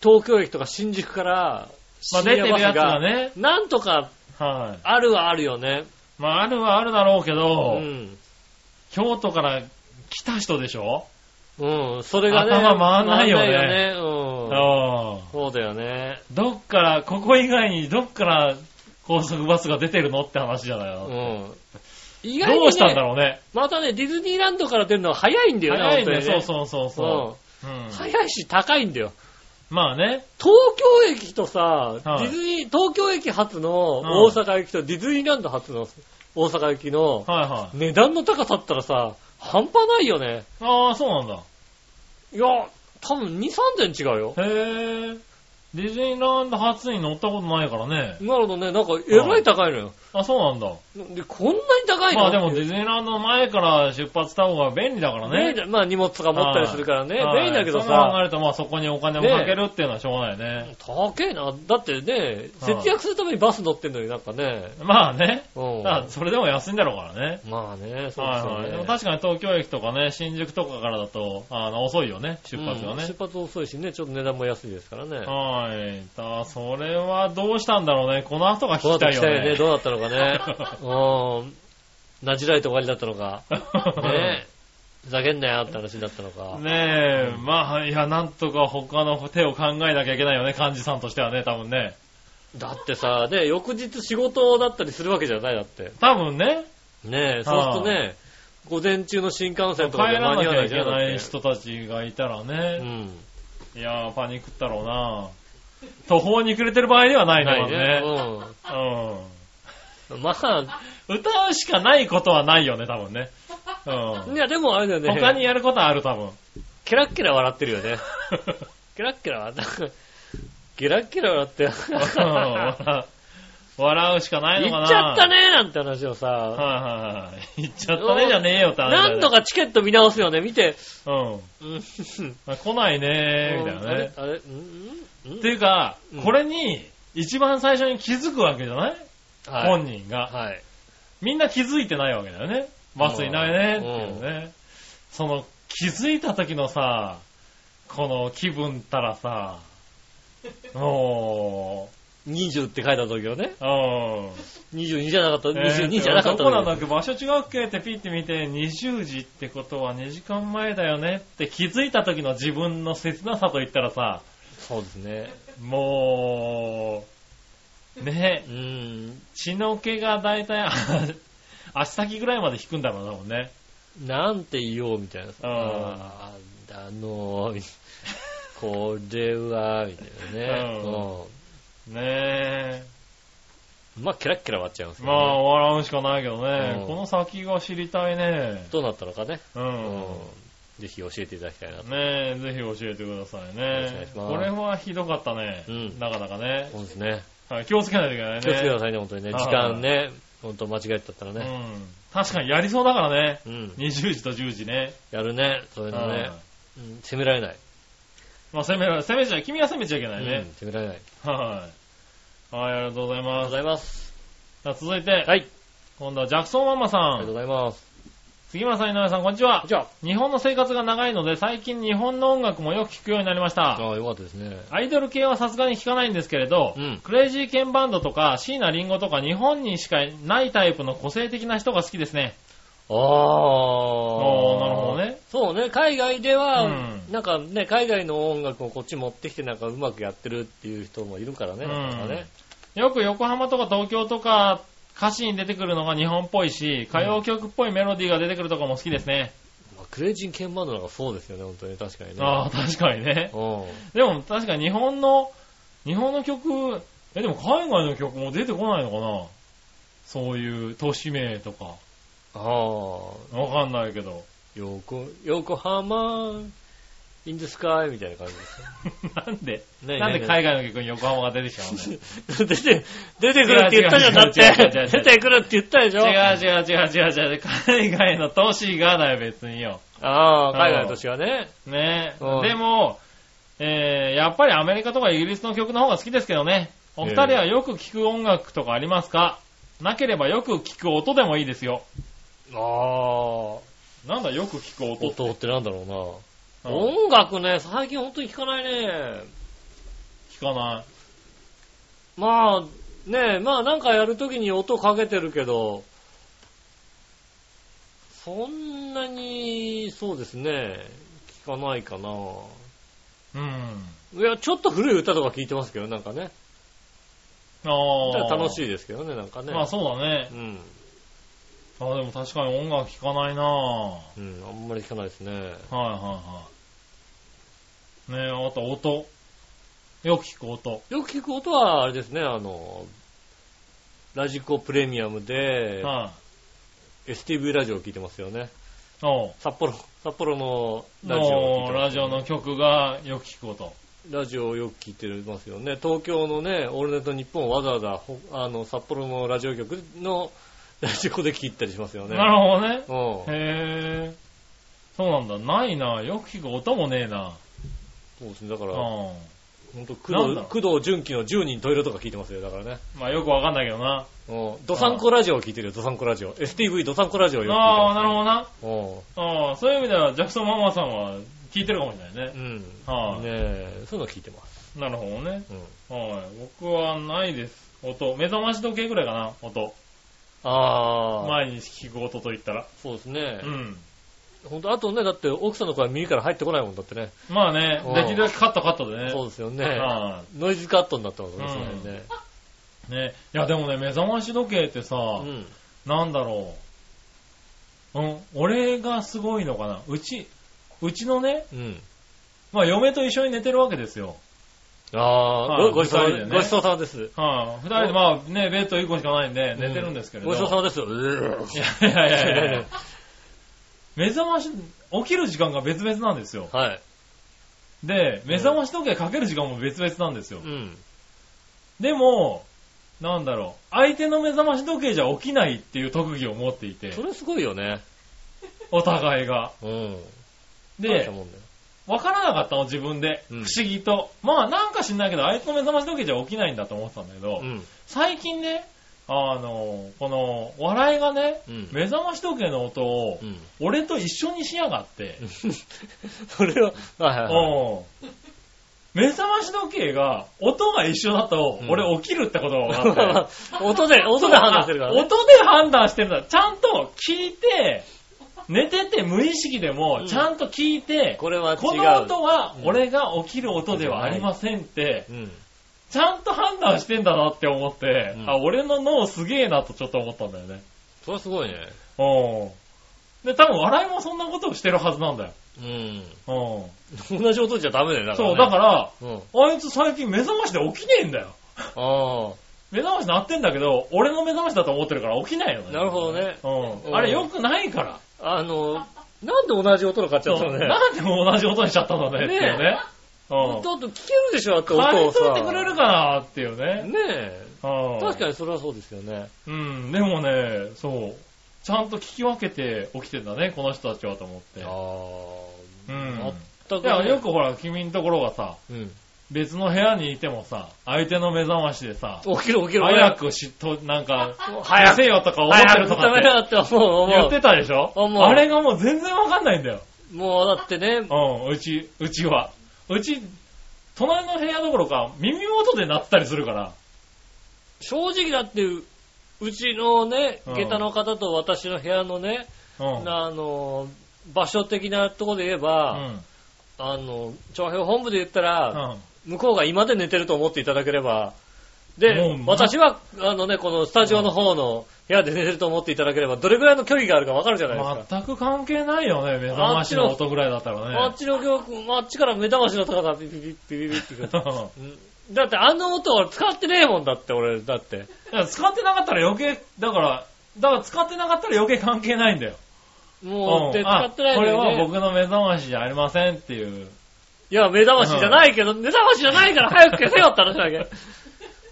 Speaker 2: 東京駅とか新宿から
Speaker 3: い。ま
Speaker 2: 深
Speaker 3: あ出て
Speaker 2: 夜バ
Speaker 3: る
Speaker 2: ス
Speaker 3: やつ
Speaker 2: が、
Speaker 3: はね。
Speaker 2: なんとか
Speaker 3: は
Speaker 2: あるはあるよね。
Speaker 3: い。まああるはあるだろうけ
Speaker 2: う
Speaker 3: ど、
Speaker 2: ん。
Speaker 3: 京都から来た人でしょ
Speaker 2: うん。それがね、
Speaker 3: 頭回んないよね
Speaker 2: 回んないよね。うん。
Speaker 3: うん。
Speaker 2: そうだよね。
Speaker 3: どっから、ここ以外にどっから高速バスが出てるのって話じゃないの。
Speaker 2: うん。意外に、ね、
Speaker 3: どうしたんだろうね。
Speaker 2: またね、ディズニーランドから出るのは早いんだよね、
Speaker 3: 早いね。
Speaker 2: 本当に
Speaker 3: そう
Speaker 2: ね
Speaker 3: そうそうそうう。うん
Speaker 2: ん。早いし、高いんだよ。
Speaker 3: まあね。
Speaker 2: 東京駅とさ、ディズニー、東京駅発の
Speaker 3: うん
Speaker 2: 大阪行きとディズニーランド発の大阪行きの
Speaker 3: はいはい。
Speaker 2: 値段の高さったらさ、半端ないよね。
Speaker 3: ああ、そうなんだ。
Speaker 2: いや、多分2、3千違うよ。
Speaker 3: へえ。ディズニーランド初に乗ったことないからね。
Speaker 2: なるほどね、なんか、えらい高いのよ。
Speaker 3: あ、そうなんだ。
Speaker 2: で、こんなに高いの
Speaker 3: まあでもディズニーランドの前から出発した方が便利だからね。
Speaker 2: ね、まあ荷物とか持ったりするからね、
Speaker 3: はい
Speaker 2: 便利だけど
Speaker 3: そう考え
Speaker 2: さ、
Speaker 3: るとまあそこにお金をかけるっていうのはしょうがないね。
Speaker 2: 高えな。だってね、
Speaker 3: はい
Speaker 2: 節約するためにバス乗ってんのになんかね、
Speaker 3: まあね。
Speaker 2: うん。
Speaker 3: ただそれでも安いんだろうからね。
Speaker 2: まあね、そうですよ
Speaker 3: はいは
Speaker 2: ね。
Speaker 3: い。でも確かに東京駅とかね、新宿とかからだと、あの、遅いよね、出発が
Speaker 2: うん
Speaker 3: ね。
Speaker 2: 出発遅いしね、ちょっと値段も安いですからね。
Speaker 3: はい。だそれはどうしたんだろうね。この後が
Speaker 2: ど
Speaker 3: 聞
Speaker 2: う
Speaker 3: き
Speaker 2: だ
Speaker 3: た
Speaker 2: っ
Speaker 3: い
Speaker 2: た
Speaker 3: よ
Speaker 2: かね、
Speaker 3: ね。
Speaker 2: どうだったのかね。 うん。なじられて終わりだったのか。ねふざけんなよって話だったのか。
Speaker 3: ねえ、まあ、いや、なんとか他の手を考えなきゃいけないよね、幹事さんとしてはね、多分ね。
Speaker 2: だってさ、ね、翌日仕事だったりするわけじゃないだって。
Speaker 3: 多分ね、
Speaker 2: ねえ、そうするとね、午前中の新幹線
Speaker 3: 帰
Speaker 2: とかで間
Speaker 3: ら
Speaker 2: に
Speaker 3: なき
Speaker 2: 合わ
Speaker 3: ゃ
Speaker 2: ない
Speaker 3: い
Speaker 2: じ
Speaker 3: け
Speaker 2: ゃんだっ
Speaker 3: ない
Speaker 2: て。
Speaker 3: 人たちがいたら
Speaker 2: う
Speaker 3: ね、
Speaker 2: ん。
Speaker 3: いやー、パニックったろうな途方に暮れてる場合ではないね、
Speaker 2: ないね。
Speaker 3: まずね。
Speaker 2: うん。まあ、
Speaker 3: うん。歌うしかないことはないよね、多分ね。
Speaker 2: い
Speaker 3: うん。
Speaker 2: やでもあれだよね。
Speaker 3: 他にやることはある、多分。
Speaker 2: ケラッケラ笑ってるよね。 ケラッケラ笑って。ケラッケラ笑って。
Speaker 3: うん笑笑うしかないのか
Speaker 2: 行
Speaker 3: な。
Speaker 2: っちゃった。ねなんて話をさ、
Speaker 3: はいはいはい。行っちゃったねじゃねえよって話だよ
Speaker 2: 何度。かチケット見直すよね、見て。
Speaker 3: うん。
Speaker 2: うん
Speaker 3: あ来ないねー、みたいなね。
Speaker 2: あれあれうんうん
Speaker 3: っていうか
Speaker 2: うん、
Speaker 3: これに、一番最初に気づくわけじゃない
Speaker 2: はい
Speaker 3: 本人が。
Speaker 2: はい。
Speaker 3: みんな気づいてないわけだよね。バスいないねっていうね。その気づいた時のさ、この気分ったら さ、お
Speaker 2: 20って書いた時はね。
Speaker 3: ー、うん。
Speaker 2: 22じゃなかった、22じゃなかった
Speaker 3: えーどこなんだ
Speaker 2: 時
Speaker 3: っけ場所違うっけってピッて見て、20時ってことは2時間前だよねって気づいた時の自分の切なさと言ったらさ、
Speaker 2: そうですね。
Speaker 3: もう、ね
Speaker 2: う、ーん。
Speaker 3: 血の気が大体、 あ足先ぐらいまで引くんだろうなもんね。
Speaker 2: なんて言おうみたいなさ。
Speaker 3: あ
Speaker 2: ああのー、これは、みたいなね。
Speaker 3: うん
Speaker 2: う
Speaker 3: ねえ。
Speaker 2: んまあ、ケラッケラ割っちゃいますけ
Speaker 3: ま
Speaker 2: どね
Speaker 3: あ、笑うしかないけどね。
Speaker 2: うん
Speaker 3: この先が知りたいね。
Speaker 2: どうなったのかね。
Speaker 3: う。
Speaker 2: うんぜひ教えていただきたいなと。
Speaker 3: ねえ、ぜひ教えてください
Speaker 2: ろしくお願い
Speaker 3: ね
Speaker 2: し。ます
Speaker 3: これはひどかったね。
Speaker 2: うん
Speaker 3: なかなかね、
Speaker 2: そうですね。
Speaker 3: はい。気をつけないといけないね。
Speaker 2: 気をつけてくださいね、本当にね。
Speaker 3: はい
Speaker 2: 時間ね、本当間違えちゃったらね。
Speaker 3: うん。確かにやりそうだからね。
Speaker 2: うん。
Speaker 3: 20時と10時ね。
Speaker 2: やるね、そういうのね。うん責められない。
Speaker 3: うんまあ、攻めら、攻めちゃ、君は攻めちゃいけな
Speaker 2: う
Speaker 3: い
Speaker 2: ん
Speaker 3: ね。
Speaker 2: 責められない。あり
Speaker 3: はい。はい、ありがとうござい
Speaker 2: がとう
Speaker 3: ま
Speaker 2: ご
Speaker 3: す。
Speaker 2: ざいます。
Speaker 3: さあ、続いて、
Speaker 2: はい。あり
Speaker 3: 今度はジャクソンママさ。
Speaker 2: がとうんございます。
Speaker 3: 杉村さん、井上さん、こんにちは。
Speaker 2: じゃ
Speaker 3: 日本の生活が長いので、最近日本の音楽もよく聴くようになりまし
Speaker 2: あ、
Speaker 3: た。
Speaker 2: ああ、よかったですね。
Speaker 3: アイドル系はさすがに聴かないんですけれど、
Speaker 2: うん
Speaker 3: クレイジーケンバンドとか、椎名林檎とか、日本にしかないタイプの個性的な人が好きですね。
Speaker 2: ああ。
Speaker 3: あーなるほどね。
Speaker 2: そうね、海外では、
Speaker 3: うん
Speaker 2: なんかね、海外の音楽をこっち持ってきてなんかうまくやってるっていう人もいるからね。
Speaker 3: うん
Speaker 2: なんかね
Speaker 3: よく横浜とか東京とか、歌詞に出てくるのが日本っぽいし、歌謡曲っぽいメロディーが出てくるとかも好きですね。
Speaker 2: まあクレイジーケンバンドなんかそうですよね、本当に確かにね。
Speaker 3: ああ、確かにね。
Speaker 2: うん。
Speaker 3: でも確かに日本の、日本の曲、え、でも海外の曲も出てこないのかなそういう都市名とか。
Speaker 2: ああ、
Speaker 3: わかんないけど。
Speaker 2: 横、横浜、インデスカイみたいな感じです
Speaker 3: なんで、
Speaker 2: ねえ
Speaker 3: なんで
Speaker 2: ねえ
Speaker 3: 海外の曲に横浜が出てきたのね
Speaker 2: 出て、出てくるって言ったじゃん、だっ
Speaker 3: 違う違う違う違う違
Speaker 2: て。出
Speaker 3: う
Speaker 2: てくるって言ったでしょ。
Speaker 3: 違う違う違う違う違う。海外の都市がだよ、別によ。
Speaker 2: ああ、海外の年はね。
Speaker 3: ねえ
Speaker 2: うん。
Speaker 3: でも、えー、やっぱりアメリカとかイギリスの曲の方が好きですけどね。お二人はよく聴く音楽とかありますかなければよく聴く音でもいいですよ。
Speaker 2: ああ、
Speaker 3: なんだよく聴く音って。
Speaker 2: 音ってなんだろうな。
Speaker 3: うん
Speaker 2: 音楽ね、最近本当に聞かないね。
Speaker 3: 聞かない。
Speaker 2: まあ、ねえ、まあなんかやるときに音かけてるけど、そんなに、そうですね、聞かないかな。
Speaker 3: うん。
Speaker 2: いや、ちょっと古い歌とか聞いてますけど、なんかね。
Speaker 3: ああ。
Speaker 2: 楽し
Speaker 3: い。
Speaker 2: いですけどね、なんかね。
Speaker 3: まあそうだね
Speaker 2: う。ん。
Speaker 3: あーでも確かに音楽聴かないなぁ。は
Speaker 2: うん、あんまり聞かないですね。
Speaker 3: いはいはい。ねえ、あと音。よく聞く音。
Speaker 2: よく聞く音は、あれですね、あの、ラジコプレミアムで、
Speaker 3: はい。
Speaker 2: STV ラジオを聞いてますよね。
Speaker 3: おう
Speaker 2: 札幌、札幌のラジオを聞い
Speaker 3: の
Speaker 2: てます
Speaker 3: ラジオの曲がよく聞くこと。
Speaker 2: ラジオをよく聞いてますよね。東京のね、オールネット日本をわざわざほ、あの、札幌のラジオ局の ラジオで聞いたりしますよね。
Speaker 3: なるほどね。
Speaker 2: ほうん。
Speaker 3: へぇー。そうなんだ。ないな。よく聞く音もねえな。
Speaker 2: そうですね。だか
Speaker 3: う
Speaker 2: ら、
Speaker 3: ん
Speaker 2: ほんと、工
Speaker 3: なん
Speaker 2: 藤
Speaker 3: だ、
Speaker 2: 工藤純喜の10人トイレとか聞いてますよ。だからね。
Speaker 3: まあよくわかんないけどな。
Speaker 2: うん。ドサンコラジオを聞いてるよ、ドサンコラジオ。STV ドサンコラジオをよく聞いてます、
Speaker 3: ああ、なるほどな。
Speaker 2: ほ
Speaker 3: ああ、そういう意味ではジャクソンママさんは聞いてるかもしれないね
Speaker 2: ど。。うん。
Speaker 3: はい
Speaker 2: ねえ、そういうの聞いてます。
Speaker 3: なるほどね。
Speaker 2: うん。
Speaker 3: はい。僕はないです。音。目覚まし時計ぐらいかな。音。
Speaker 2: ああ、
Speaker 3: 毎日聞く音と言ったら。
Speaker 2: そうですね
Speaker 3: う。ん。
Speaker 2: ほんと、あとね、だって奥さんの声は耳から入ってこないもんだってね。
Speaker 3: まあね
Speaker 2: うん、
Speaker 3: できるだけカットカットでね。
Speaker 2: そうですよね。
Speaker 3: は
Speaker 2: ノイズカットになったもんね、その辺ね。
Speaker 3: い。ね。いやでもね、目覚まし時計ってさ、
Speaker 2: うん。
Speaker 3: なんだろう。うん、俺がすごいのかな。うち、うちのね、
Speaker 2: うん。
Speaker 3: まあ嫁と一緒に寝てるわけですよ。
Speaker 2: ああ、
Speaker 3: はい
Speaker 2: ごごちそう
Speaker 3: 二人でね
Speaker 2: ごちそうさまです。
Speaker 3: はい、二人でまあね、ベッド一個しかないんで寝てるんですけれど。
Speaker 2: ごちそうさま
Speaker 3: う
Speaker 2: です。うー
Speaker 3: いやいやいや いや目覚まし、起きる時間が別々なんですよ。
Speaker 2: はい。
Speaker 3: で、目覚まし時計かける時間も別々なんですよ
Speaker 2: う。ん。
Speaker 3: でも、なんだろう、相手の目覚まし時計じゃ起きないっていう特技を持っていて
Speaker 2: そ、れすごいよね。
Speaker 3: お互いが。
Speaker 2: うん。大し
Speaker 3: で
Speaker 2: た、もんだよ
Speaker 3: わからなかったの、自分で。
Speaker 2: う
Speaker 3: 不
Speaker 2: ん
Speaker 3: 思議と。まあ、なんか知んないけど、あいつの目覚まし時計じゃ起きないんだと思ってたんだけど
Speaker 2: う、ん。
Speaker 3: 最近ね、あの、この、笑いがね、
Speaker 2: うん
Speaker 3: 目覚まし時計の音を
Speaker 2: う、ん。
Speaker 3: 俺と一緒にしやがって、
Speaker 2: それは、はいはいはい。
Speaker 3: うん目覚まし時計が、音が一緒だと
Speaker 2: う、ん
Speaker 3: 俺起きるってことが分
Speaker 2: まあ
Speaker 3: か
Speaker 2: ま
Speaker 3: って。
Speaker 2: あ 音で、音で判断してるから
Speaker 3: そう
Speaker 2: ね。
Speaker 3: 音で判断してるんだ。ちゃんと聞いて、寝てて無意識で
Speaker 2: う
Speaker 3: も、
Speaker 2: ん
Speaker 3: ちゃんと聞いて、
Speaker 2: これは違う。
Speaker 3: この音は
Speaker 2: うん
Speaker 3: 俺が起きる音ではありませんって、
Speaker 2: うん。
Speaker 3: ちゃんと判断してんだなって思って、
Speaker 2: うん
Speaker 3: あ、俺の脳すげえなとちょっと思ったんだよね。
Speaker 2: それはすごいね。
Speaker 3: うん。で、多分笑いもそんなことをしてるはずなんだよ。
Speaker 2: うん。
Speaker 3: う
Speaker 2: 同じ音じゃダメだよ、
Speaker 3: ん。そう、だから
Speaker 2: ね。
Speaker 3: ら、
Speaker 2: うん。
Speaker 3: あいつ最近目覚ましで起きねえんだよ。
Speaker 2: あ
Speaker 3: 目覚まし鳴ってんだけど、俺の目覚ましだと思ってるから起きないよね。
Speaker 2: なるほどね
Speaker 3: う
Speaker 2: うん
Speaker 3: ん。あれ良くないから。
Speaker 2: あ。あの、なんで同じ音の買っちゃった
Speaker 3: そ
Speaker 2: の
Speaker 3: う
Speaker 2: ね。
Speaker 3: なんでも同じ音にしちゃったんだねっていうね。
Speaker 2: だっ
Speaker 3: う
Speaker 2: て聞けるでしょ、だって
Speaker 3: ん。
Speaker 2: 音を
Speaker 3: 金
Speaker 2: さ。
Speaker 3: 取ってくれるかなっていうね。
Speaker 2: ねえ。
Speaker 3: うん。
Speaker 2: 確かにそれはそうですよね。
Speaker 3: うん、でもね、そう。ちゃんと聞き分けて起きてんだね、この人たちはと思って。
Speaker 2: あ
Speaker 3: うん。
Speaker 2: あ。全
Speaker 3: いや、よくほら、君のところがさ、
Speaker 2: うん。
Speaker 3: 別の部屋にいてもさ、相手の目覚ましでさ、
Speaker 2: 起きる起きる。
Speaker 3: 早くしと、なんか、
Speaker 2: 早
Speaker 3: 早
Speaker 2: く
Speaker 3: せよとか思って
Speaker 2: 早
Speaker 3: る
Speaker 2: く
Speaker 3: と
Speaker 2: 食
Speaker 3: かっ
Speaker 2: べ
Speaker 3: て
Speaker 2: よって思う、
Speaker 3: 言
Speaker 2: 思
Speaker 3: ってたでしょ
Speaker 2: 思う
Speaker 3: あれがもう全然わかんないんだよ。
Speaker 2: う。もうだってね、
Speaker 3: うん、うち、うちは。うち、隣の部屋どころか、耳元で鳴ってたりするから。
Speaker 2: 正直だってう、うちのね、
Speaker 3: うん
Speaker 2: 下駄の方と私の部屋のね、
Speaker 3: うん。
Speaker 2: あの、場所的なとこで言え
Speaker 3: う
Speaker 2: ば、
Speaker 3: ん。
Speaker 2: あの、長編本部で言った
Speaker 3: う
Speaker 2: ら、
Speaker 3: ん。
Speaker 2: 向こうが今で寝てると思っていただければ、で
Speaker 3: もう、ま
Speaker 2: 私は、あのね、このスタジオの方の部屋で寝てると思っていただければ、どれぐらいの距離があるかわかるじゃないですか。
Speaker 3: 全く関係ないよね、目覚ましの音ぐらいだったらね。
Speaker 2: あっちの曲、あっちから目覚ましの高さ、ピピピピピピってくる
Speaker 3: うん
Speaker 2: うんだってあの音俺使ってねえもんだって、俺、だって。
Speaker 3: だから使ってなかったら余計、だから、だから使ってなかったら余計関係ないんだよ。
Speaker 2: もう、
Speaker 3: う
Speaker 2: で
Speaker 3: ん
Speaker 2: 使ってない
Speaker 3: あこれ
Speaker 2: の
Speaker 3: は
Speaker 2: に、ね。
Speaker 3: 僕の目覚ましじゃありませんっていう。
Speaker 2: いや、目覚ましじゃないけど、目覚ましじゃないから早く消せよって話なわ け。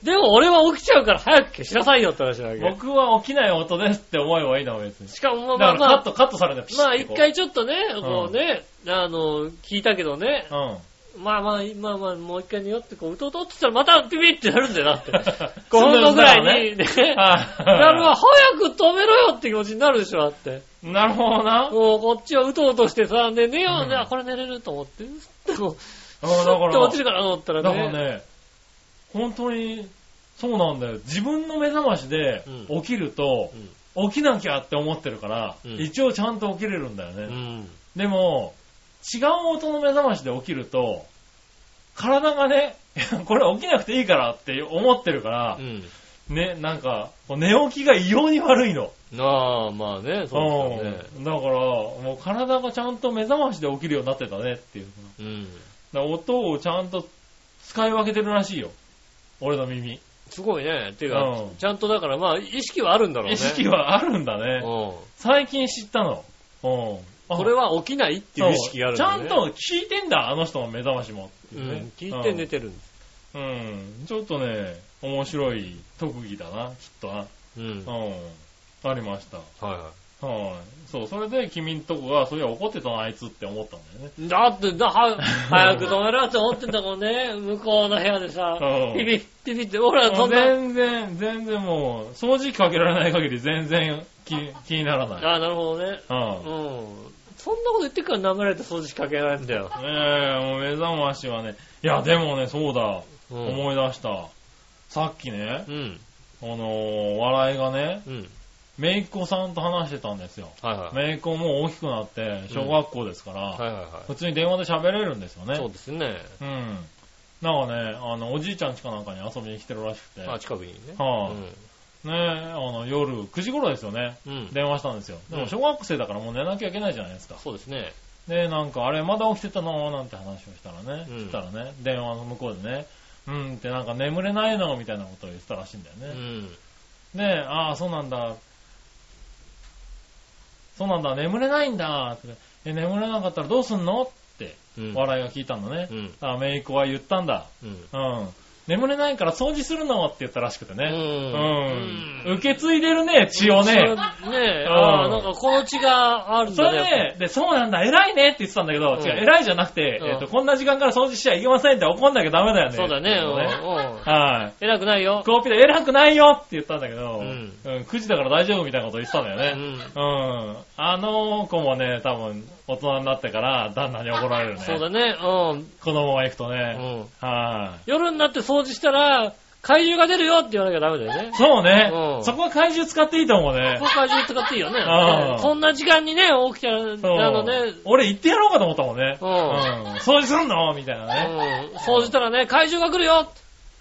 Speaker 2: でも俺は起きちゃうから早く消しなさいよって話なわけ。
Speaker 3: 僕は起きない音ですって思えばいいの別に。
Speaker 2: しかも、ま
Speaker 3: だか
Speaker 2: あま
Speaker 3: らカッ
Speaker 2: あ、
Speaker 3: ト、カットされない。ピシッ
Speaker 2: まあ
Speaker 3: てこ
Speaker 2: 一
Speaker 3: う。
Speaker 2: 回ちょっとね、こうね、あの、聞いたけどね、まあまあ、まあまあ、もう一回寝ようって、こう、うとうとうって言ったらまたピピってなるんだよな って。
Speaker 3: うん。
Speaker 2: 5分後ぐらいに、
Speaker 3: ね。
Speaker 2: ね、
Speaker 3: あ
Speaker 2: なるわ、早く止めろよって気持ちになるでしょ、だって。
Speaker 3: なるほどな。
Speaker 2: もうこっちはうとうとしてさ、で、寝よう、
Speaker 3: うん
Speaker 2: ねあこれ寝れると思 って、うっと、
Speaker 3: うんだ から、
Speaker 2: 落ちるからと思ったら
Speaker 3: だ
Speaker 2: ね。
Speaker 3: からね、本当に、そうなんだよ。自分の目覚ましで起きると、起きなきゃって思ってるから、
Speaker 2: うん
Speaker 3: 一応ちゃんと起きれるんだよね。
Speaker 2: うん。
Speaker 3: でも、違う音の目覚ましで起きると、体がね、 いやこれ起きなくていいからって思ってるから
Speaker 2: う、ん。
Speaker 3: ね、なんか、こう寝起きが異様に悪いの。
Speaker 2: ああ、まあね、そうですよね。
Speaker 3: うんだから、もう体がちゃんと目覚ましで起きるようになってたねっていう。
Speaker 2: うん。
Speaker 3: だから音をちゃんと使い分けてるらしいよ。俺の耳。
Speaker 2: すごいね。ていうか、
Speaker 3: うん
Speaker 2: ちゃんとだからまあ、意識はあるんだろうね。
Speaker 3: 意識はあるんだ
Speaker 2: うん。
Speaker 3: ね。最近知ったの。うん。あ
Speaker 2: これは起きないっていう意識があるんだ、ね、
Speaker 3: そうちゃんと聞いてんだ、あの人の目覚ましもって
Speaker 2: う
Speaker 3: いうんね。、
Speaker 2: 聞いて寝てるんです。
Speaker 3: うん、ちょっとね、面白い特技だな、きっとな。
Speaker 2: うん。はい
Speaker 3: うん。ありました。
Speaker 2: は
Speaker 3: はい。そう、それで君んとこが、それは怒ってたな、あいつって思ったんだよね。
Speaker 2: い。だって、だ、は、早く止めろって思ってんだもんね。向こうの部屋でさ
Speaker 3: う、ん
Speaker 2: ピピピピって、俺は
Speaker 3: も
Speaker 2: そ
Speaker 3: うん
Speaker 2: な、
Speaker 3: 全然、全然もう、掃除機かけられない限り全然気気にならない。
Speaker 2: ああ、なるほどね。
Speaker 3: う
Speaker 2: うん
Speaker 3: ん。。
Speaker 2: そんなこと言ってっから舐められて掃除機かけられるんだよ。
Speaker 3: ねえ、もう目覚ましはね、いや、でもね、そうだ、
Speaker 2: うん。
Speaker 3: 思い出した。さっきね、
Speaker 2: うん。
Speaker 3: あのー笑いがね、
Speaker 2: うん。
Speaker 3: めいっ子さんと話してたんですよ。
Speaker 2: はいはい。
Speaker 3: めいっ子もう大きくなって、小学校ですから、
Speaker 2: はいはいは
Speaker 3: 普通に電話で喋れるんですよ
Speaker 2: い。
Speaker 3: ね。
Speaker 2: そうですね。
Speaker 3: うん。なんかね、あの、おじいちゃん家かなんかに遊びに来てるらしくて、
Speaker 2: まあ近くにね。
Speaker 3: はあ
Speaker 2: うん
Speaker 3: ね、あの、夜9時頃ですよね、
Speaker 2: うん。
Speaker 3: 電話したんですよ。で
Speaker 2: う
Speaker 3: も
Speaker 2: ん
Speaker 3: 小学生だからもう寝なきゃいけないじゃないですか。
Speaker 2: そうですね。
Speaker 3: で、なんか、あれ、まだ起きてたのなんて話をしたらね、
Speaker 2: うん
Speaker 3: したらね、電話の向こうでね、うんってなんか眠れないのみたいなことを言ってたらしいんだよね。
Speaker 2: うん。
Speaker 3: ねえ、ああ、そうなんだ。そうなんだ、眠れないんだって。え、眠れなかったらどうすんのって、
Speaker 2: うん。
Speaker 3: 笑いが聞いたんだね。
Speaker 2: うん。
Speaker 3: あ、メイクは言ったんだ。
Speaker 2: うん。
Speaker 3: うん。眠れないから掃除するのって言ったらしくて
Speaker 2: う
Speaker 3: ね。
Speaker 2: ん
Speaker 3: うん。受け継いでるね、血を
Speaker 2: そ
Speaker 3: ね。
Speaker 2: れねえ、ああ、
Speaker 3: うん
Speaker 2: なんかこの血があるん
Speaker 3: そ
Speaker 2: だ
Speaker 3: れ
Speaker 2: ね。
Speaker 3: ね、で、そうなんだ、偉いねって言ってたんだけど、
Speaker 2: うん
Speaker 3: 違う、偉いじゃなくて、
Speaker 2: うん
Speaker 3: えっと、こんな時間から掃除しちゃいけませんって怒んなきゃダメだよ
Speaker 2: やっぱり
Speaker 3: ね。
Speaker 2: そうだね。うんうん
Speaker 3: はい。
Speaker 2: 偉くないよ。
Speaker 3: コーピーで偉くないよって言ったんだけ
Speaker 2: う
Speaker 3: ど、うんん、9時だから大丈夫みたいなこと言ってたんだよね。うん。あの子もね、多分、大人になってから、旦那に怒られるね。
Speaker 2: そうだね。うん
Speaker 3: このまま行くとね。
Speaker 2: うん。
Speaker 3: はい。
Speaker 2: 夜になって掃除したら、怪獣が出るよって言わなきゃダメだよね。
Speaker 3: そうね
Speaker 2: う。ん
Speaker 3: そこは怪獣使っていいと思うね
Speaker 2: ここ。怪獣使っていいよね
Speaker 3: ああ。
Speaker 2: こんな時間にね、起きたら、
Speaker 3: そう
Speaker 2: あのね、
Speaker 3: 俺行ってやろうかと思ったもんね。
Speaker 2: う
Speaker 3: うんん。掃除すんのみたいなね。
Speaker 2: うん掃除したらね、怪獣が来るよ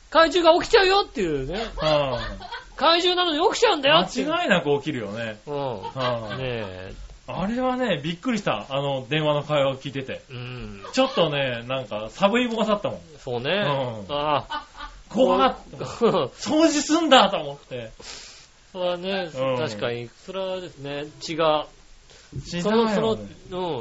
Speaker 2: 怪獣が起きちゃうよっていうね。
Speaker 3: うん。
Speaker 2: 怪獣なのに起きちゃうんだよっていう。
Speaker 3: 間違いなく起きるよね。
Speaker 2: うん。
Speaker 3: う
Speaker 2: ね
Speaker 3: ん
Speaker 2: え。
Speaker 3: あれはね、びっくりした。あの、電話の会話を聞いてて。
Speaker 2: うん。
Speaker 3: ちょっとね、なんか、サブイボが立ったもん。
Speaker 2: そうね。
Speaker 3: うん
Speaker 2: ああ。
Speaker 3: 怖っ
Speaker 2: そう
Speaker 3: 掃除すんだと思って。
Speaker 2: それはね、
Speaker 3: うん
Speaker 2: 確かに、それはですね、血が、
Speaker 3: そ
Speaker 2: その、その、う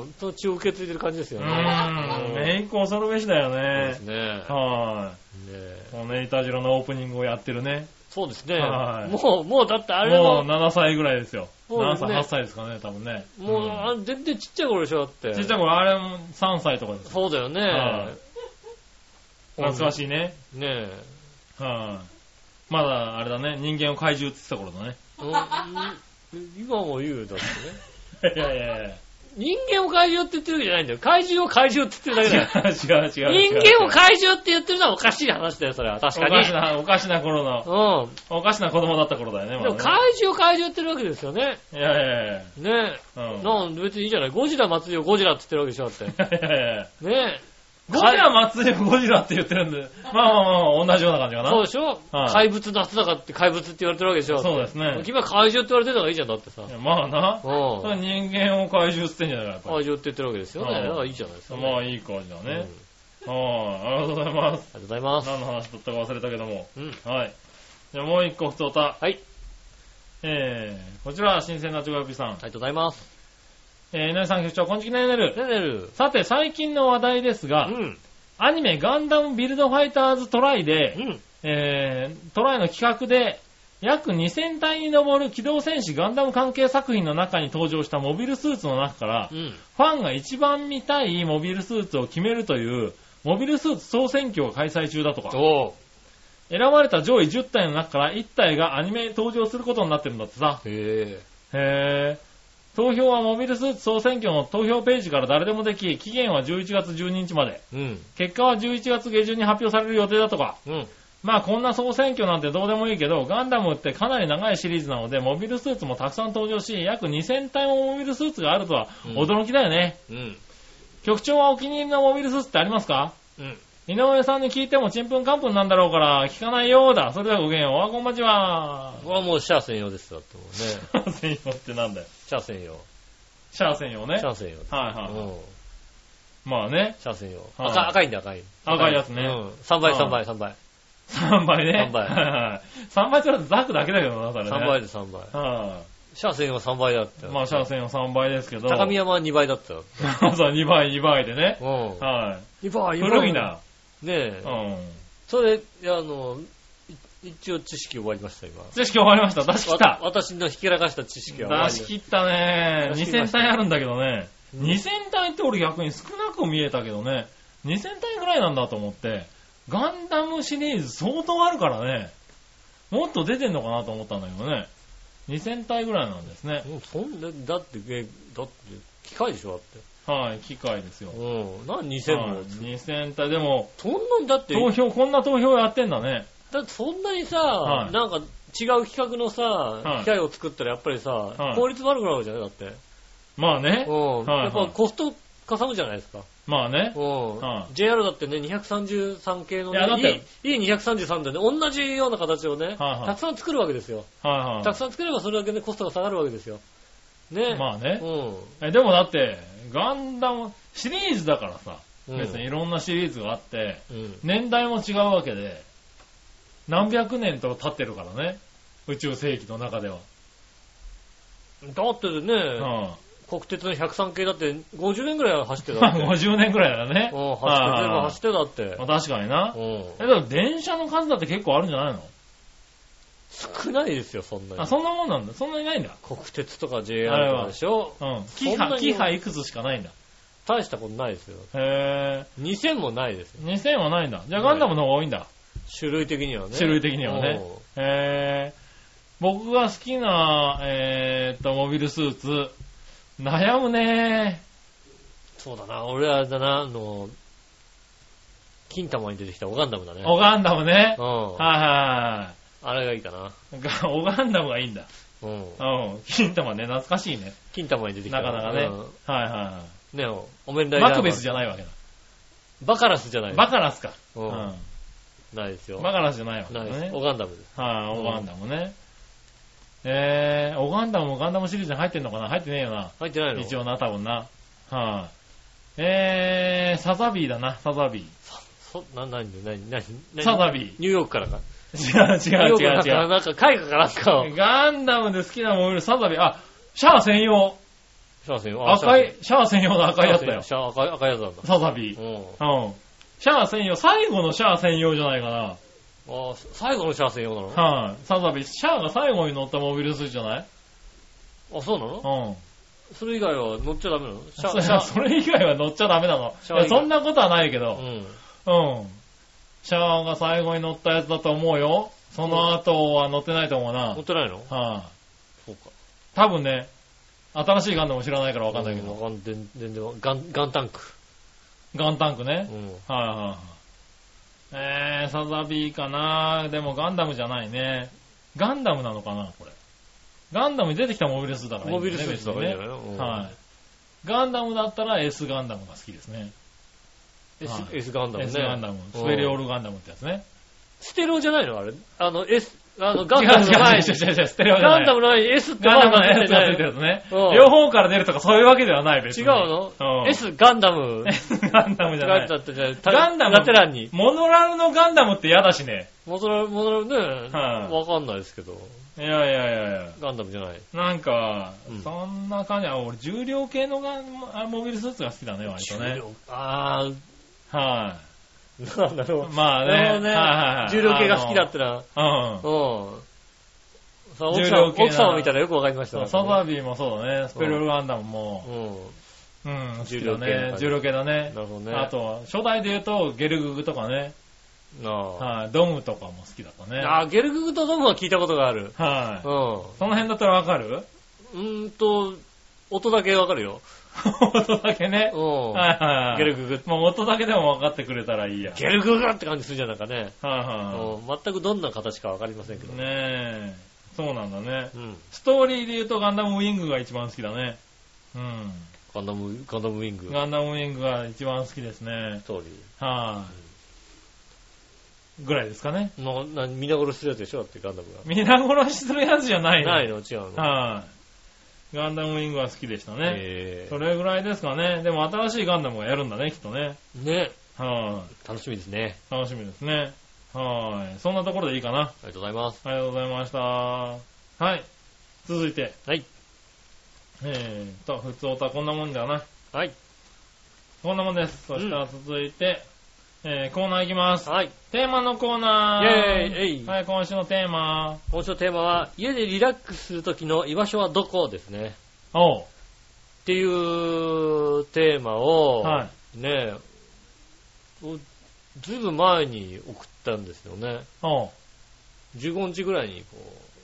Speaker 2: ん、その血を受け継いでる感じです
Speaker 3: う
Speaker 2: よね。
Speaker 3: ーん、
Speaker 2: ね
Speaker 3: メイク恐るべしだよ
Speaker 2: そうです
Speaker 3: ね。
Speaker 2: ね。
Speaker 3: は
Speaker 2: ねえ
Speaker 3: い。このね、イタジラのオープニングをやってるね。
Speaker 2: そうですね。
Speaker 3: はい
Speaker 2: もう、もうだってあれ
Speaker 3: もう
Speaker 2: も、
Speaker 3: 7歳ぐらいですよ。
Speaker 2: そうで
Speaker 3: 7
Speaker 2: す
Speaker 3: 歳、
Speaker 2: ね
Speaker 3: 8歳ですかね、多分ね。
Speaker 2: もう、
Speaker 3: ん
Speaker 2: あ全然ちっちゃい頃でしょ、だって。
Speaker 3: ちっちゃい頃、あれも3歳とかです。
Speaker 2: そうだよね。
Speaker 3: はい懐か
Speaker 2: い。
Speaker 3: しいね。
Speaker 2: ねえ。
Speaker 3: はい。まだ、あれだね、人間を怪獣って言ってた頃だね。
Speaker 2: うん今も言うよ、だってね。
Speaker 3: いやいやいや。
Speaker 2: 人間を怪獣って言ってるわけじゃないんだよ。怪獣を怪獣って言ってるだけだよ。
Speaker 3: 違う違う違う違
Speaker 2: 人
Speaker 3: う。
Speaker 2: 間を怪獣って言ってるのはおかしい話だよ、それは。確か
Speaker 3: お
Speaker 2: に
Speaker 3: か。しな、おかしな頃の、
Speaker 2: うん。
Speaker 3: おかしな子供だった頃だよね、
Speaker 2: でも
Speaker 3: まだ
Speaker 2: 怪獣怪獣って言ってるわけですよね。
Speaker 3: ね。いやいやい
Speaker 2: ね
Speaker 3: や。
Speaker 2: え。
Speaker 3: うん。
Speaker 2: なん別にいいじゃない。ゴジラ祭りをゴジラって言ってるわけでしょ、だって。
Speaker 3: いやいやいや。
Speaker 2: ね
Speaker 3: ゴジラ祭りをゴジラって言ってるんで、まあまあまあ、同じような感じか
Speaker 2: え。
Speaker 3: な。
Speaker 2: そうでしょ、
Speaker 3: はい
Speaker 2: 怪物夏だからって怪物って言われてるわけでしょ。
Speaker 3: そうですね。
Speaker 2: 君は怪獣って言われてるのがいいじゃん、だってさ。う
Speaker 3: いやまあな。それは
Speaker 2: ん。
Speaker 3: 人間を怪獣って言ってんじゃないか、
Speaker 2: 怪
Speaker 3: やっ
Speaker 2: 獣って言ってるわけですよね。
Speaker 3: うん
Speaker 2: だからいいじゃないです
Speaker 3: ぱ
Speaker 2: か、
Speaker 3: り。
Speaker 2: ね。
Speaker 3: ま
Speaker 2: あ
Speaker 3: あいい感じだ
Speaker 2: りが
Speaker 3: ね。はい。ありがとうございます。
Speaker 2: とうございます。
Speaker 3: 何の話だったか忘れたけども。
Speaker 2: うん。
Speaker 3: はい。じゃあもう一個、ふつおた。
Speaker 2: はい。
Speaker 3: えー、こちら、新鮮なチョコヨッピーさ
Speaker 2: あ
Speaker 3: ん。
Speaker 2: りがとうございます。
Speaker 3: えー、井上さん局長、こんにちは、ねるねる。
Speaker 2: ねねる。
Speaker 3: さて、最近の話題です
Speaker 2: う
Speaker 3: が、
Speaker 2: ん。
Speaker 3: アニメガンダムビルドファイターズトライで、
Speaker 2: うん。
Speaker 3: えートライの企画で、約2000体に上る機動戦士ガンダム関係作品の中に登場したモビルスーツの中から
Speaker 2: う、ん。
Speaker 3: ファンが一番見たいモビルスーツを決めるという、モビルスーツ総選挙が開催中だとか、
Speaker 2: お
Speaker 3: 選ばれた上位10体の中から1体がアニメに登場することになってるんだってさ。
Speaker 2: へえ。
Speaker 3: へー投票はモビルスーツ総選挙の投票ページから誰でもでき、期限は11月12日まで。
Speaker 2: うん。
Speaker 3: 結果は11月下旬に発表される予定だとか。
Speaker 2: うん。
Speaker 3: まあこんな総選挙なんてどうでもいいけど、ガンダムってかなり長いシリーズなので、モビルスーツもたくさん登場し、約2000体もモビルスーツがあるとは
Speaker 2: うん
Speaker 3: 驚きだよね。
Speaker 2: うん。
Speaker 3: 局長はお気に入りのモビルスーツってありますか
Speaker 2: うん。
Speaker 3: 井上さんに聞いてもちんぷんかんぷんなんだろうから、聞かないようだ。それではごきげんよう。おはこんばちは。
Speaker 2: これはもうシャア専用ですよ、だってもうね。
Speaker 3: シャー専用ってなんだよ。
Speaker 2: シャア専用。
Speaker 3: シャー専用ね。
Speaker 2: シャア専用。
Speaker 3: はいは
Speaker 2: う
Speaker 3: い。
Speaker 2: ん。
Speaker 3: まあね。
Speaker 2: シャア専用。
Speaker 3: はい
Speaker 2: 赤赤いんだ、赤い。
Speaker 3: 赤いやつね
Speaker 2: うん。3倍、
Speaker 3: はい
Speaker 2: 3倍、3倍。
Speaker 3: 3倍ね。
Speaker 2: 三倍
Speaker 3: はいはい。3倍ってのはザクだけだけどな、それね。
Speaker 2: 3倍で3倍。
Speaker 3: は
Speaker 2: シャア専用は3倍だった
Speaker 3: い。
Speaker 2: よ。
Speaker 3: まあシャー専用3倍ですけど。
Speaker 2: 高宮山は2倍だったよ。
Speaker 3: そう、2倍、2倍でね。
Speaker 2: うん。
Speaker 3: はい。
Speaker 2: 2倍
Speaker 3: 古い。な。
Speaker 2: ねえ
Speaker 3: う。ん。
Speaker 2: それ、あの、い一応知識終わりました、今。
Speaker 3: 知識終わりました。出し切っ
Speaker 2: わ
Speaker 3: た。
Speaker 2: 私のひけらかした知識は終わ
Speaker 3: 出
Speaker 2: り
Speaker 3: し切ったね。
Speaker 2: 出し切りま
Speaker 3: 2000
Speaker 2: した
Speaker 3: 体あるんだけどね。
Speaker 2: うん
Speaker 3: 2000体って俺逆に少なく見えたけどね。2000体ぐらいなんだと思って。ガンダムシリーズ相当あるからね。もっと出てんのかなと思ったんだけどね。2000体ぐらいなんですね。
Speaker 2: うんそんな、だって、え、だって、機械でしょ、
Speaker 3: はい、機械ですよ
Speaker 2: だっ。て。うん。なん
Speaker 3: は
Speaker 2: 2000
Speaker 3: い
Speaker 2: も。
Speaker 3: 2000体。でも、
Speaker 2: そんなに、だって、
Speaker 3: 投票、こんな投票やってんだね。
Speaker 2: だってそんなにさ、
Speaker 3: はい
Speaker 2: なんか違う企画のさ、機
Speaker 3: い
Speaker 2: 械を作ったらやっぱりさ、
Speaker 3: い
Speaker 2: 効率悪くなるわけじゃないだって。
Speaker 3: まあね
Speaker 2: う。ん。
Speaker 3: はい
Speaker 2: やっぱコストかさむじゃないですか。
Speaker 3: まあね
Speaker 2: う。ん。
Speaker 3: はい
Speaker 2: JR だってね、233系の
Speaker 3: いやだっ
Speaker 2: ね
Speaker 3: て、
Speaker 2: いいいい233でね、同じような形をね、
Speaker 3: はいはい
Speaker 2: たくさん作るわけですよ。
Speaker 3: はい
Speaker 2: たく
Speaker 3: は
Speaker 2: さん作ればそれだけね、コストが下がるわけですよ。ね。
Speaker 3: い。まあね
Speaker 2: う。ん。
Speaker 3: え、でもだって、ガンダム、シリーズだからさ、
Speaker 2: うん
Speaker 3: 別にいろんなシリーズがあって、
Speaker 2: うん。
Speaker 3: 年代も違うわけで、何百年と経ってるからね、宇宙世紀の中では。
Speaker 2: だってね、
Speaker 3: う
Speaker 2: 国鉄の103系だって50円ぐらい走ってただ
Speaker 3: ま
Speaker 2: っ
Speaker 3: あ
Speaker 2: て。
Speaker 3: 50年くらいだよね。
Speaker 2: うん、走って、全部
Speaker 3: は
Speaker 2: 走ってだって
Speaker 3: い。まあ確かにな
Speaker 2: う。ん。
Speaker 3: え、でも電車の数だって結構あるんじゃないの
Speaker 2: 少ないですよ、そんな
Speaker 3: あ、
Speaker 2: に。
Speaker 3: そんなもんなんだ。そんなにないんだ。
Speaker 2: 国鉄とか JR とかでしょ
Speaker 3: うん。
Speaker 2: そ
Speaker 3: キ
Speaker 2: んな
Speaker 3: ハ、
Speaker 2: に
Speaker 3: キハいくつしかないんだ。
Speaker 2: 大したことないですよ。
Speaker 3: へ
Speaker 2: 2000もないですよ。
Speaker 3: ぇー。2000はないんだ。じゃあガンダムの方が多いんだ。
Speaker 2: 種類的にはね。
Speaker 3: 種類的にはね
Speaker 2: うん。
Speaker 3: へぇー。僕が好きな、えーっと、モビルスーツ。悩むね
Speaker 2: そうだな、俺はあれだな、あの、金玉に出てきたオガンダムだね。
Speaker 3: ー。オガンダムね
Speaker 2: う。ん。
Speaker 3: はいは
Speaker 2: あれがいいかな。
Speaker 3: いはい が。オガンダムがいいんだ。
Speaker 2: うん。
Speaker 3: うん。金玉ね、懐かしいね。
Speaker 2: 金玉に出てきた。
Speaker 3: なかなかね。はい
Speaker 2: うん
Speaker 3: は
Speaker 2: ねえおお面
Speaker 3: いは
Speaker 2: ラ
Speaker 3: い。
Speaker 2: イダー
Speaker 3: マクベスじゃないわけだ。
Speaker 2: バカラスじゃない
Speaker 3: バカラスか。
Speaker 2: う
Speaker 3: うんん。
Speaker 2: ないですよ。
Speaker 3: バカラスじゃないわけだ
Speaker 2: ないです。オ
Speaker 3: ね。
Speaker 2: ガンダムです。
Speaker 3: はい、オガンダムね。えー、オガンダムもガンダムシリーズに入ってんのかな入ってねえよな。
Speaker 2: 入ってないの
Speaker 3: 一応な、多分な。はい。えー、サザビーだな、サザビ
Speaker 2: そ、な、なに、なに、な
Speaker 3: ー。
Speaker 2: に、
Speaker 3: サザビー。
Speaker 2: ニューヨークからか。
Speaker 3: 違う違う
Speaker 2: ニュー
Speaker 3: 違
Speaker 2: ヨー
Speaker 3: う
Speaker 2: クから
Speaker 3: 違
Speaker 2: なんか、絵画かなんかを
Speaker 3: う。。ガンダムで好きなモビル、サザビー。あ、シャア専用。
Speaker 2: シャア専用
Speaker 3: 赤い、シャア専用 の赤いやつだよ。
Speaker 2: シャア赤い、赤いやつなんだ。
Speaker 3: サザビー
Speaker 2: う。ん。
Speaker 3: うん。シャア専用、最後のシャア専用じゃないかな。はい、
Speaker 2: あー最後のシャア専用なの
Speaker 3: サザビー、シャアが最後に乗ったモビルスーツじゃない
Speaker 2: あ、そうなの
Speaker 3: うん。
Speaker 2: それ以外は乗っちゃダメなのシャ
Speaker 3: そ
Speaker 2: ア、シャ
Speaker 3: それ以外は乗っちゃダメなの。
Speaker 2: シャ
Speaker 3: い
Speaker 2: ア以外
Speaker 3: や、そんなことはないけ
Speaker 2: ア。う
Speaker 3: ど。
Speaker 2: ん。
Speaker 3: うん。シャアが最後に乗ったやつだと思うよ。その後は乗ってないと思うな。
Speaker 2: 乗ってないの
Speaker 3: は
Speaker 2: そうか。
Speaker 3: い、多分ね、新しいガンダム知らないからわかんないけ
Speaker 2: う
Speaker 3: ど。
Speaker 2: わかん、全全然わ、ガン、ガンタンク。
Speaker 3: ガンタンク
Speaker 2: う
Speaker 3: ね。
Speaker 2: ん。
Speaker 3: はい、はいはい。えー、サザビーかなでもガンダムじゃないね。ガンダムなのかなこれ。ガンダムに出てきたモビルスーツだからいい
Speaker 2: モ
Speaker 3: んだ
Speaker 2: ビ
Speaker 3: よ
Speaker 2: ル
Speaker 3: ね、
Speaker 2: スーツとかいいんじゃないの
Speaker 3: 別
Speaker 2: うん
Speaker 3: にねはい。ガンダムだったら S ガンダムが好きですね。
Speaker 2: S
Speaker 3: は、い
Speaker 2: S ガンダムね。
Speaker 3: S ガンダム。スペリオールガンダムってやつね。
Speaker 2: ステレオじゃないのあれ。あの、S、あの、
Speaker 3: 違
Speaker 2: ガ
Speaker 3: う
Speaker 2: ンダム
Speaker 3: 違
Speaker 2: の
Speaker 3: う
Speaker 2: 前
Speaker 3: 違
Speaker 2: に
Speaker 3: う。違う違う、ステレオじゃ
Speaker 2: ガ
Speaker 3: な
Speaker 2: ン
Speaker 3: い。
Speaker 2: ダムの前に S って
Speaker 3: ガンダムの
Speaker 2: マー
Speaker 3: や
Speaker 2: ク
Speaker 3: つが
Speaker 2: が
Speaker 3: つ
Speaker 2: つ
Speaker 3: い
Speaker 2: い
Speaker 3: て
Speaker 2: てる。
Speaker 3: るやつね。
Speaker 2: うん
Speaker 3: 両方から出るとかそういうわけではない、別
Speaker 2: 違
Speaker 3: に。
Speaker 2: うの
Speaker 3: うん
Speaker 2: ?S ガンダム。
Speaker 3: ガンダムじゃな
Speaker 2: ガン
Speaker 3: い。
Speaker 2: ダムって
Speaker 3: ガンダム
Speaker 2: ラテランに。
Speaker 3: モノラルのガンダムって嫌だしね。
Speaker 2: 戻られ、戻られるね。
Speaker 3: はい
Speaker 2: わかんないですけど。
Speaker 3: いやいやいやいや。
Speaker 2: ガンダムじゃない。
Speaker 3: なんか
Speaker 2: うん、
Speaker 3: そんな感じ。あ、俺、重量系のガンあモビルスーツが好きだね、割とね。。
Speaker 2: あ
Speaker 3: は
Speaker 2: ー、なんだ
Speaker 3: い
Speaker 2: ろ。う。
Speaker 3: まあね。
Speaker 2: なるほど
Speaker 3: はいはいはい
Speaker 2: 重量系が好きだったら、
Speaker 3: あの
Speaker 2: うん。さあ、奥
Speaker 3: 重
Speaker 2: さん、
Speaker 3: 量系な
Speaker 2: 奥さんを見たらよくわかりまし
Speaker 3: う
Speaker 2: た
Speaker 3: ん。
Speaker 2: ね。
Speaker 3: サザビーもそうだね。スペルガンダム
Speaker 2: う
Speaker 3: も。
Speaker 2: ん。
Speaker 3: うん、好き
Speaker 2: 重量
Speaker 3: だ
Speaker 2: 系の
Speaker 3: ね
Speaker 2: 感。じ
Speaker 3: 重量系だね
Speaker 2: な。るほどね。
Speaker 3: あとは、初代で言うと、ゲルググとかね。
Speaker 2: なあ、
Speaker 3: はい。ドムとかも好きだったね。
Speaker 2: あーゲルググとドムは聞いたことがある。
Speaker 3: は
Speaker 2: う
Speaker 3: い。
Speaker 2: ん。
Speaker 3: その辺だったらわかる
Speaker 2: うーんと、音だけわかるよ。
Speaker 3: 音だけね。
Speaker 2: うん。
Speaker 3: はいはいはい。
Speaker 2: ゲルググって。
Speaker 3: もう音だけでも分かってくれたらいいや。
Speaker 2: ゲルググって感じするじゃんなんかね。
Speaker 3: はいは
Speaker 2: うん。全くどんな形かわかりませんけど
Speaker 3: い。。ねえ。そうなんだね。
Speaker 2: うん。
Speaker 3: ストーリーで言うとガンダムウィングが一番好きだね。うん。
Speaker 2: ガンダム、ガンダムウィング。
Speaker 3: ガンダムウィングが一番好きですね。
Speaker 2: ストーリ
Speaker 3: はい。ぐらいですかね。
Speaker 2: ー。の、な、皆殺しするやつでしょだってガンダムが。
Speaker 3: 皆殺しするやつじゃないね
Speaker 2: ないの違うの。
Speaker 3: はい。ガンダムウィングは好きでしたね。
Speaker 2: え
Speaker 3: それぐらいですかね。でも新しいガンダムがやるんだね、きっとね。
Speaker 2: ーね。
Speaker 3: は
Speaker 2: 楽しみですね。
Speaker 3: い。楽しみですね。はい。そんなところでいいかな。
Speaker 2: ありがとうございます。
Speaker 3: ありがとうございました。はい。続いて。
Speaker 2: はい。
Speaker 3: えーっと、普通オタこんなもんだな。
Speaker 2: はい。
Speaker 3: こんなもんです。そしたら続いて、えー、コーナーいきます。
Speaker 2: はい。
Speaker 3: テーマのコーナ
Speaker 2: イェ
Speaker 3: ー。
Speaker 2: ーイえい
Speaker 3: はい、今週のテーマ。
Speaker 2: 今週のテーマは、家でリラックスするときの居場所はどこですね。
Speaker 3: おう。
Speaker 2: っていうテーマを、
Speaker 3: は
Speaker 2: ねえ、おずいぶん前に送ったんですよね。
Speaker 3: おう。
Speaker 2: 15日ぐらいに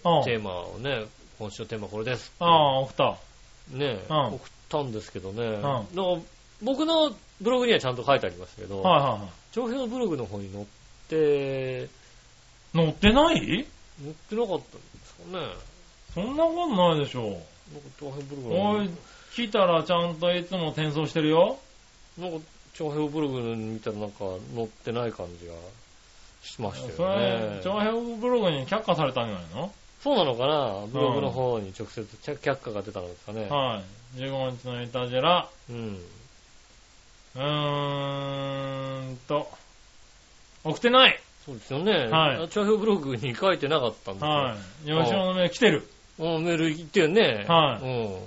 Speaker 2: こ
Speaker 3: お
Speaker 2: う、テ
Speaker 3: う。
Speaker 2: ーマをね、今週のテーマこれです。
Speaker 3: ああ、おふた。
Speaker 2: ねえ、
Speaker 3: うん
Speaker 2: 送ったんですけどね、
Speaker 3: ん
Speaker 2: なんか僕のブログにはちゃんと書いてありますけど、
Speaker 3: はいはいは
Speaker 2: 長編のブログの方に載って、
Speaker 3: い。乗ってない
Speaker 2: 載ってなかったんですかね。なんか
Speaker 3: そんなことないでしょ
Speaker 2: 長編ブロ
Speaker 3: う。
Speaker 2: グの
Speaker 3: おい、来たらちゃんといつも転送してるよ。
Speaker 2: なんか長編ブログ見たらなんか載ってない感じがしました
Speaker 3: そ
Speaker 2: よね
Speaker 3: れ。、長編ブログに却下されたんじゃないの
Speaker 2: そうなのかなブログの方に直接却却下が出たんですかね。
Speaker 3: はい。15日のイタジェラ。
Speaker 2: うん。
Speaker 3: うーんと。送ってない
Speaker 2: そうですよね。
Speaker 3: はい
Speaker 2: 長編ブログに書いてなかったんですよ。
Speaker 3: はい。吉野の目来てる。
Speaker 2: うんメール言ってよね。
Speaker 3: はい
Speaker 2: うん。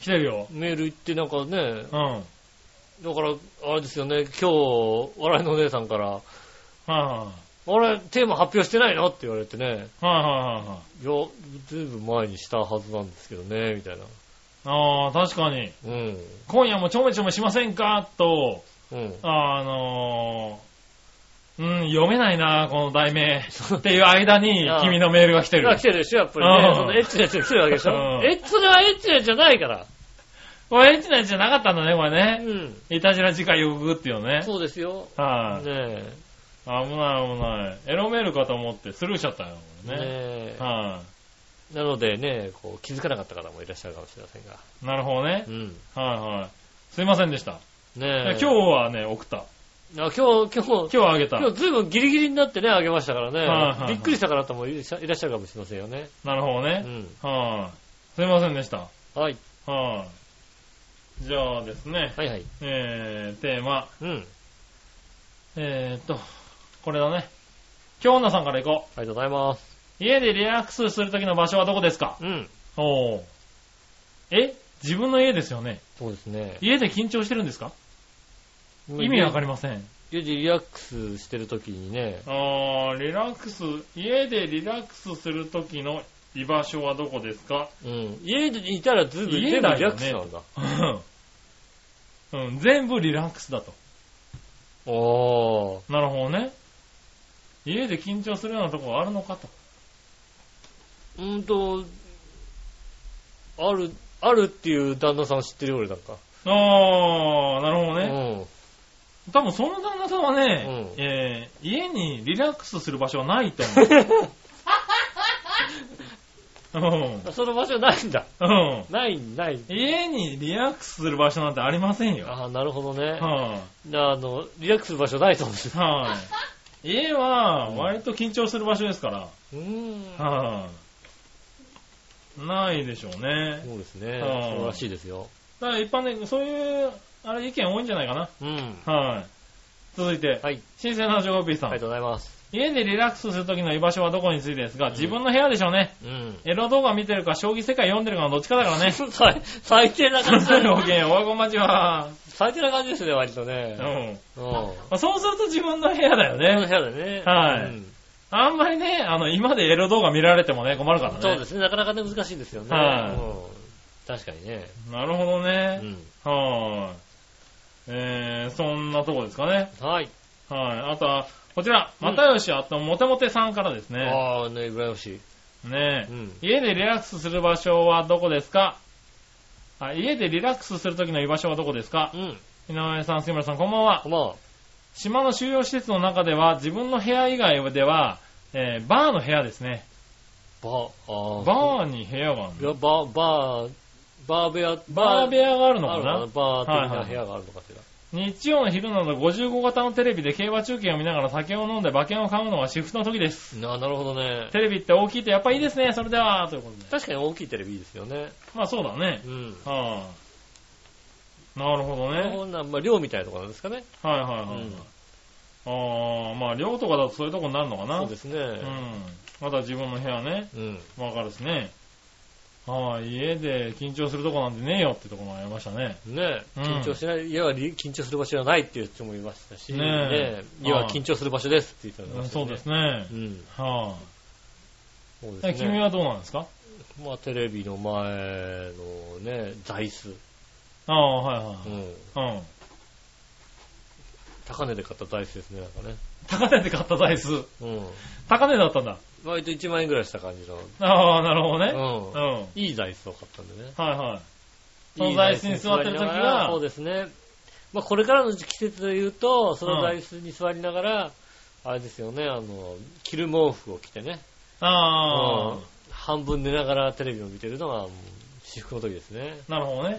Speaker 3: 来てるよ。
Speaker 2: メール行ってなんかね、
Speaker 3: うん。はい
Speaker 2: だから、あれですよね、今日、笑いのお姉さんから、
Speaker 3: は
Speaker 2: あれ、テーマ発表してないのって言われてね、
Speaker 3: い。はいはいはいはい。
Speaker 2: いや、ずいぶん前にしたはずなんですけどね、みたいな。
Speaker 3: ああ、確かに。
Speaker 2: うん。
Speaker 3: 今夜もちょめちょめしませんかと、
Speaker 2: うん。
Speaker 3: あのー、うん、読めないな、この題名。っていう間に
Speaker 2: あー
Speaker 3: 君のメールが来て
Speaker 2: だから
Speaker 3: る
Speaker 2: 来。てるでしょ、やっぱりね
Speaker 3: う。ん
Speaker 2: そのエッチなやつに来てるわけでしょ
Speaker 3: うん。
Speaker 2: エッチなエッチなやつじゃないから。
Speaker 3: これエッチなやつじゃなかったんだね、これ
Speaker 2: う
Speaker 3: ね。
Speaker 2: ん。
Speaker 3: いたじら次回予告っていうのね。
Speaker 2: そうですよ。ね
Speaker 3: はい、
Speaker 2: え。
Speaker 3: 危ない危ない。エロメールかと思ってスルーしちゃったよ、これ
Speaker 2: ね
Speaker 3: ね。
Speaker 2: え。
Speaker 3: は
Speaker 2: なのでね、こう気づかなかった方もいらっしゃるかもしれませんが。
Speaker 3: い、なるほどね
Speaker 2: う。ん。
Speaker 3: はいはい。すいませんでした。
Speaker 2: ねえ。
Speaker 3: 今日はね、送った。
Speaker 2: あ、今日、今日、
Speaker 3: 今日あげた。
Speaker 2: 今日ずいぶんギリギリになってね、あげましたから
Speaker 3: はいはいは
Speaker 2: ね。
Speaker 3: い
Speaker 2: びっくりしたからともいらっしゃいらっしゃるかもしれませんよね。
Speaker 3: なるほど
Speaker 2: う
Speaker 3: ね。
Speaker 2: ん。
Speaker 3: はい、すいませんでした。
Speaker 2: はい。
Speaker 3: はい、じゃあですね、
Speaker 2: はいはい。
Speaker 3: えー、テーマ。
Speaker 2: うん。あり
Speaker 3: えーっと、これだね。今日女さんからいこ
Speaker 2: がとうございます。
Speaker 3: う。家でリラックスするときの場所はどこですか
Speaker 2: うん。
Speaker 3: おー。え自分の家ですよね。
Speaker 2: そうですね。
Speaker 3: 家で緊張してるんですか意味わかりません。
Speaker 2: 家でリラックスしてる時にね、
Speaker 3: あー、リラックス、家でリラックスするときの居場所はどこですか
Speaker 2: うん。家にいたらずいぶん
Speaker 3: 家
Speaker 2: 全部
Speaker 3: だ
Speaker 2: リラ
Speaker 3: よ
Speaker 2: ッ
Speaker 3: ね
Speaker 2: クスなんだ。
Speaker 3: うん、全部リラックスだと。
Speaker 2: おー。
Speaker 3: なるほどね。家で緊張するようなとこがあるのかと。
Speaker 2: うーんと、ある、あるっていう旦那さんを知ってるよ、俺なんか。
Speaker 3: あー、なるほどね。
Speaker 2: ね。
Speaker 3: 多分その旦那さんはね、
Speaker 2: うん
Speaker 3: えー家にリラックスする場所はないと 思う。
Speaker 2: うん。 その場所ないんだ。
Speaker 3: うん。うん。
Speaker 2: ない、ない。
Speaker 3: 家にリラックスする場所なんてありませんよ。
Speaker 2: ああ、なるほどね。
Speaker 3: はい、
Speaker 2: あの、リラックスする場所ないと思うんです。
Speaker 3: はい、家は割と緊張する場所ですから。はいう
Speaker 2: ーん。、
Speaker 3: ないでしょうね。
Speaker 2: そうですね。
Speaker 3: うん
Speaker 2: そうらしいですよ。
Speaker 3: だから一般的にそういう、あれ意見多いんじゃないかな。
Speaker 2: うん。
Speaker 3: はい、続いて、
Speaker 2: はい。
Speaker 3: 新鮮なジョコピーさ
Speaker 2: あり
Speaker 3: ん、
Speaker 2: がとうございます。
Speaker 3: 家でリラックスするときの居場所はどこについてですが、自分の部屋でしょうね。
Speaker 2: うん。
Speaker 3: エロ動画見てるか、将棋世界読んでるかのどっちかだからね。
Speaker 2: 最最低な感じだ
Speaker 3: ご
Speaker 2: よ
Speaker 3: き。げんよう、おはこんばんちは。
Speaker 2: 最低な感じですね、割と
Speaker 3: う
Speaker 2: ね
Speaker 3: ん。。ま
Speaker 2: うん。こ
Speaker 3: あそうすると自分の部屋だよ
Speaker 2: の
Speaker 3: ね。
Speaker 2: 部屋でね。
Speaker 3: はい
Speaker 2: うん
Speaker 3: あんまりね、あの、今でエロ動画見られてもね、困るからね。
Speaker 2: そうですね、なかなかね、難しいですよね。
Speaker 3: はい
Speaker 2: うん確かにね。
Speaker 3: なるほど
Speaker 2: う
Speaker 3: ね。
Speaker 2: ん。
Speaker 3: はい。えー、そんなとこですかね。
Speaker 2: はい。
Speaker 3: はい。あとは、こちら、又吉あと、モテモテさんからですね。
Speaker 2: ああ、ね、羨ましい。
Speaker 3: ね
Speaker 2: うん
Speaker 3: え家でリラックスする場所はどこですかあ家でリラックスするときの居場所はどこですか
Speaker 2: うん。
Speaker 3: 井上さん、杉村さん、こんばんは
Speaker 2: こ。んばんは。
Speaker 3: 島の収容施設の中では、自分の部屋以外では、えーバーの部屋ですね。
Speaker 2: バー、あー
Speaker 3: バーに部屋がある
Speaker 2: いや、
Speaker 3: の
Speaker 2: バー、バー、バー部屋、
Speaker 3: バー部
Speaker 2: 屋
Speaker 3: 屋があるの
Speaker 2: あ
Speaker 3: か
Speaker 2: る
Speaker 3: な
Speaker 2: のかなバー的
Speaker 3: はい
Speaker 2: な
Speaker 3: はい
Speaker 2: 部屋があるのかしら。
Speaker 3: 日曜の昼など55型のテレビで競馬中継を見ながら酒を飲んで馬券を買うのがシフトの時です。
Speaker 2: ななるほどね。
Speaker 3: テレビって大きいとやっぱいいですね、それでは、ということで。
Speaker 2: 確かに大きいテレビいいですよね。
Speaker 3: まあそうだね
Speaker 2: う。ん。
Speaker 3: はあ、なるほどね。
Speaker 2: こんなん、まあ、寮みたいなところなんですかね。
Speaker 3: はいはいはい。
Speaker 2: うん
Speaker 3: ああ、まあ寮とかだとそういうとこになるのかな。
Speaker 2: そうですね。
Speaker 3: うん。また自分の部屋ね、
Speaker 2: うん。
Speaker 3: わかるしね。ああ、家で緊張するとこなんてねえよってとこもありましたね。
Speaker 2: ね
Speaker 3: うん
Speaker 2: 緊張しない、家はり緊張する場所じゃないっていう人もいましたし、
Speaker 3: ね
Speaker 2: ね家は緊張する場所ですって言ってました
Speaker 3: そ
Speaker 2: よ
Speaker 3: う
Speaker 2: ね
Speaker 3: ですね。
Speaker 2: うん。
Speaker 3: は
Speaker 2: そう
Speaker 3: あ、
Speaker 2: ですね。
Speaker 3: 君はどうなんですか
Speaker 2: まあ、テレビの前のね、座椅子。
Speaker 3: ああ、はいは
Speaker 2: うん。
Speaker 3: い。うん。
Speaker 2: 高値で買った座椅子ですね、なんかね。
Speaker 3: 高値で買った座椅子。
Speaker 2: う
Speaker 3: 高値だったんだ。
Speaker 2: ん。割と1万円ぐらいした感じの。
Speaker 3: ああ、なるほどね。う。
Speaker 2: うんん。いい座椅子を買ったんでね。
Speaker 3: はいはい。その座椅子に座ってる時
Speaker 2: いい座椅子に
Speaker 3: が
Speaker 2: 座りながらそうですね。まあ、これからの季節で言うと、その座椅子に座りながら、あれですよね、あの、着る毛布を着てね。
Speaker 3: ああ、
Speaker 2: うん半分寝ながらテレビを見てるのが、もう至福の時ですね。
Speaker 3: なるほどね。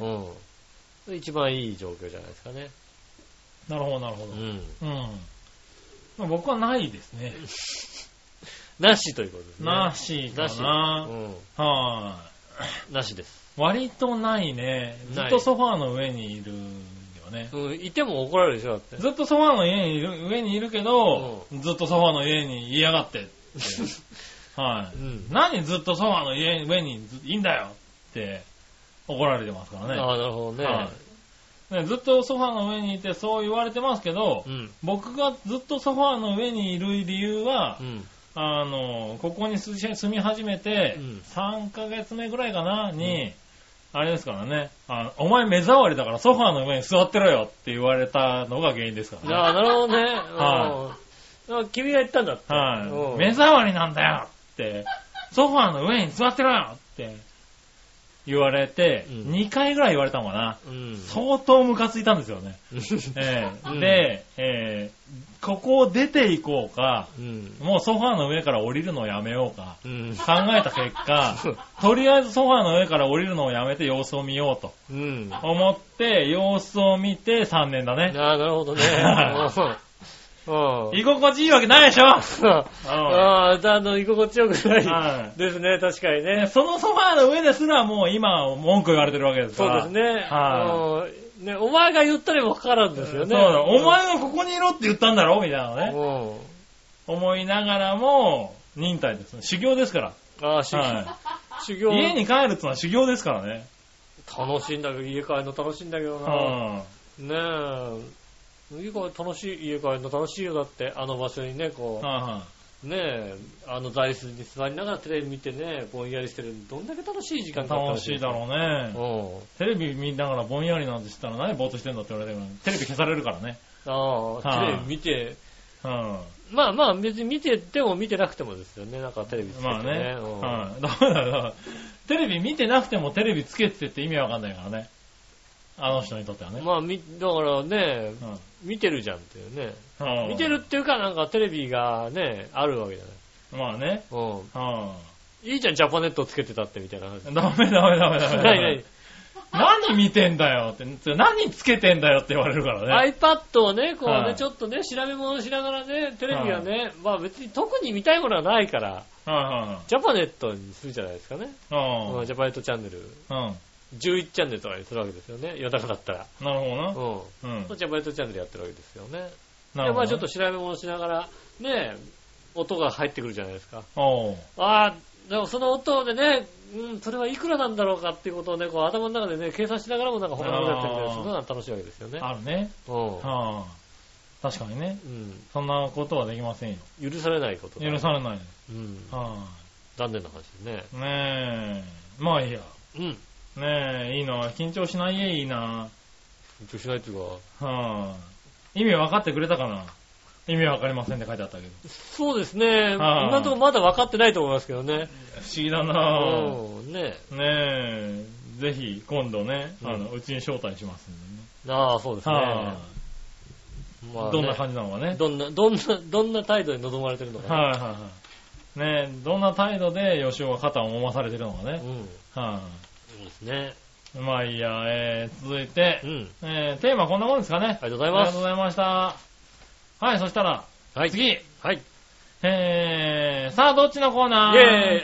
Speaker 2: うん。一番いい状況じゃないですかね。
Speaker 3: なるほど、なるほ
Speaker 2: う
Speaker 3: ど。
Speaker 2: ん。
Speaker 3: うん。まあ僕はないですね。
Speaker 2: なしということですね。
Speaker 3: なしか
Speaker 2: なし。
Speaker 3: な。
Speaker 2: う
Speaker 3: は
Speaker 2: ん。なしです。
Speaker 3: い。割とないね。ず
Speaker 2: ない
Speaker 3: っとソファーの上にいるよね。
Speaker 2: うん。いても怒られるでしょ、だって。
Speaker 3: ずっとソファーの家にいる上にいるけど、ずっとソファーの家にいやがって って。は
Speaker 2: うん
Speaker 3: い。何ずっとソファーの家上にずいいんだよって怒られてますからね。
Speaker 2: ああ、なるほどね。
Speaker 3: はいねずっとソファーの上にいてそう言われてますけど、
Speaker 2: うん。
Speaker 3: 僕がずっとソファーの上にいる理由は
Speaker 2: う、ん。
Speaker 3: あの、ここに住み住み始めて
Speaker 2: うん、
Speaker 3: 3ヶ月目ぐらいかな、に、あれですからねあの、お前目障りだからソファーの上に座ってろよって言われたのが原因ですからね。
Speaker 2: ああ、なるほどね。
Speaker 3: は
Speaker 2: うんあ君が言ったんだって。
Speaker 3: は
Speaker 2: う
Speaker 3: い。
Speaker 2: ん
Speaker 3: 目障りなんだよって、ソファーの上に座ってろよって言われて、
Speaker 2: うん
Speaker 3: 2回ぐらい言われたのかな。
Speaker 2: うん。
Speaker 3: 相当ムカついたんですよね。ええ
Speaker 2: うん
Speaker 3: で、ええここを出ていこうか、
Speaker 2: うん。
Speaker 3: もうソファーの上から降りるのをやめようか。
Speaker 2: うん。
Speaker 3: 考えた結 果、とりあえずソファーの上から降りるのをやめて様子を見ようと
Speaker 2: うん。あ
Speaker 3: 思って、様子を見て3年だ
Speaker 2: あ、
Speaker 3: ね。
Speaker 2: なるほどね。うん。うん
Speaker 3: 居心地いいわけないでしょう
Speaker 2: ああ、だあの、居心地よく
Speaker 3: ん
Speaker 2: ない。
Speaker 3: はい
Speaker 2: ですね、確かに
Speaker 3: ね
Speaker 2: ね。
Speaker 3: そのソファーの上ですらもう今文句言われてるわけですか
Speaker 2: そうです
Speaker 3: ら。
Speaker 2: ね。
Speaker 3: は
Speaker 2: うんね、お前が言ったにもかかるんですよ
Speaker 3: そう
Speaker 2: ね。
Speaker 3: だ、お前がここにいろって言ったんだろみたいなね。
Speaker 2: うん。
Speaker 3: 思いながらも、忍耐ですね。修行ですから。
Speaker 2: ああ、修
Speaker 3: は
Speaker 2: 修
Speaker 3: い
Speaker 2: 行。
Speaker 3: 家に帰るってのは修行ですからね。
Speaker 2: 楽しいんだけど、家帰るの楽しいんだけど
Speaker 3: う
Speaker 2: な。
Speaker 3: ん。
Speaker 2: ねえ。家帰楽しい、家帰るの楽しいよ。だって、あの場所にね、こ
Speaker 3: はいは
Speaker 2: う、ねえ、あの座椅子に座りながらテレビ見てね、ぼんやりしてる。どんだけ楽しい時間
Speaker 3: い
Speaker 2: だった
Speaker 3: 楽しいだろうね。
Speaker 2: う。うん。
Speaker 3: テレビ見ながらぼんやりなんてしたら何ぼーっとしてんだって言われてるテレビ消されるからね。
Speaker 2: ああ、テレビ見て、
Speaker 3: うん。
Speaker 2: まあまあ別に見てても見てなくてもですよね。なんかテレビつけてね。
Speaker 3: まあね。
Speaker 2: うん
Speaker 3: うん。だからだから、テレビ見てなくてもテレビつけてって意味わかんないからね。あの人にとってはね。
Speaker 2: まあみ、だからね、見てるじゃんっていうね。
Speaker 3: うんうん
Speaker 2: 見てるっていうかなんかテレビがね、あるわけじゃない。
Speaker 3: まあね。
Speaker 2: うん。
Speaker 3: う
Speaker 2: いいじゃん、ジャパネットつけてたってみたいな話。
Speaker 3: ん。ダメダメダメダメダメ。
Speaker 2: ないない。
Speaker 3: 何見てんだよって、何つけてんだよって言われるからね。
Speaker 2: iPad をね、こうね、
Speaker 3: はい
Speaker 2: ちょっとね、調べ物しながらね、テレビがね、まあ別に特に見たいものはないから、
Speaker 3: は
Speaker 2: ジャパネットにするじゃないですかね。
Speaker 3: いはい
Speaker 2: うん
Speaker 3: はい。
Speaker 2: ジャパネットチャンネル、
Speaker 3: うん。うん。
Speaker 2: 11チャンネルとかにするわけですよね。夜中だったら。
Speaker 3: なるほど
Speaker 2: う
Speaker 3: な。
Speaker 2: ん。
Speaker 3: うん。
Speaker 2: ジャパネットチャンネルやってるわけですよね。
Speaker 3: な
Speaker 2: で、
Speaker 3: るほど。
Speaker 2: まあちょっと。調べ物しながら、ね、音が入ってくるじゃないですか。
Speaker 3: おう。
Speaker 2: ああ、でもその音でね、うん、それはいくらなんだろうかっていうことをね、こう頭の中でね、計算しながらもなんか他のことやってるみたいな、
Speaker 3: あー
Speaker 2: そんなのが楽しいわけですよね。
Speaker 3: あるね。
Speaker 2: う
Speaker 3: はあ。確かにね。
Speaker 2: ん。
Speaker 3: そんなことはできませんよ。
Speaker 2: うん。許されないことだね
Speaker 3: 許されない。
Speaker 2: うん。
Speaker 3: は
Speaker 2: 残念な話ですね。
Speaker 3: い。ねえ。まあいいや。
Speaker 2: うん。
Speaker 3: ねえ、いいな。緊張しない家いいな。
Speaker 2: 緊張しないというか、
Speaker 3: はあ。意味分かってくれたかな意味分かりませんって書いてあったけど。
Speaker 2: そうですね。
Speaker 3: あー
Speaker 2: 今のところまだ分かってないと思いますけどね。
Speaker 3: 不思議だ
Speaker 2: う
Speaker 3: な。
Speaker 2: ん。ね
Speaker 3: ねえ、ぜひ今度ね、
Speaker 2: うん
Speaker 3: あの、うちに招待しますんでね。
Speaker 2: ああ、そうですね。
Speaker 3: は
Speaker 2: まあ
Speaker 3: あ、
Speaker 2: ね
Speaker 3: どんな感じなのかね。
Speaker 2: どんな、どんな、どんな態度に望まれてるのかね。
Speaker 3: はいはいはい。ねえ、どんな態度で吉尾が肩を揉まされてるのか
Speaker 2: う
Speaker 3: ね。
Speaker 2: ん。
Speaker 3: はい
Speaker 2: いですね。
Speaker 3: い。まあいいや、えー、続いて
Speaker 2: う、ん。
Speaker 3: えー、テーマこんなもんですかね。
Speaker 2: ありがとうござ
Speaker 3: あ
Speaker 2: い
Speaker 3: りが
Speaker 2: ま
Speaker 3: とうご
Speaker 2: す。
Speaker 3: ざいました。はい、そしたら、
Speaker 2: はい。
Speaker 3: 次
Speaker 2: はい。
Speaker 3: えー、さあどっちのコー
Speaker 2: イ
Speaker 3: ナー
Speaker 2: ェー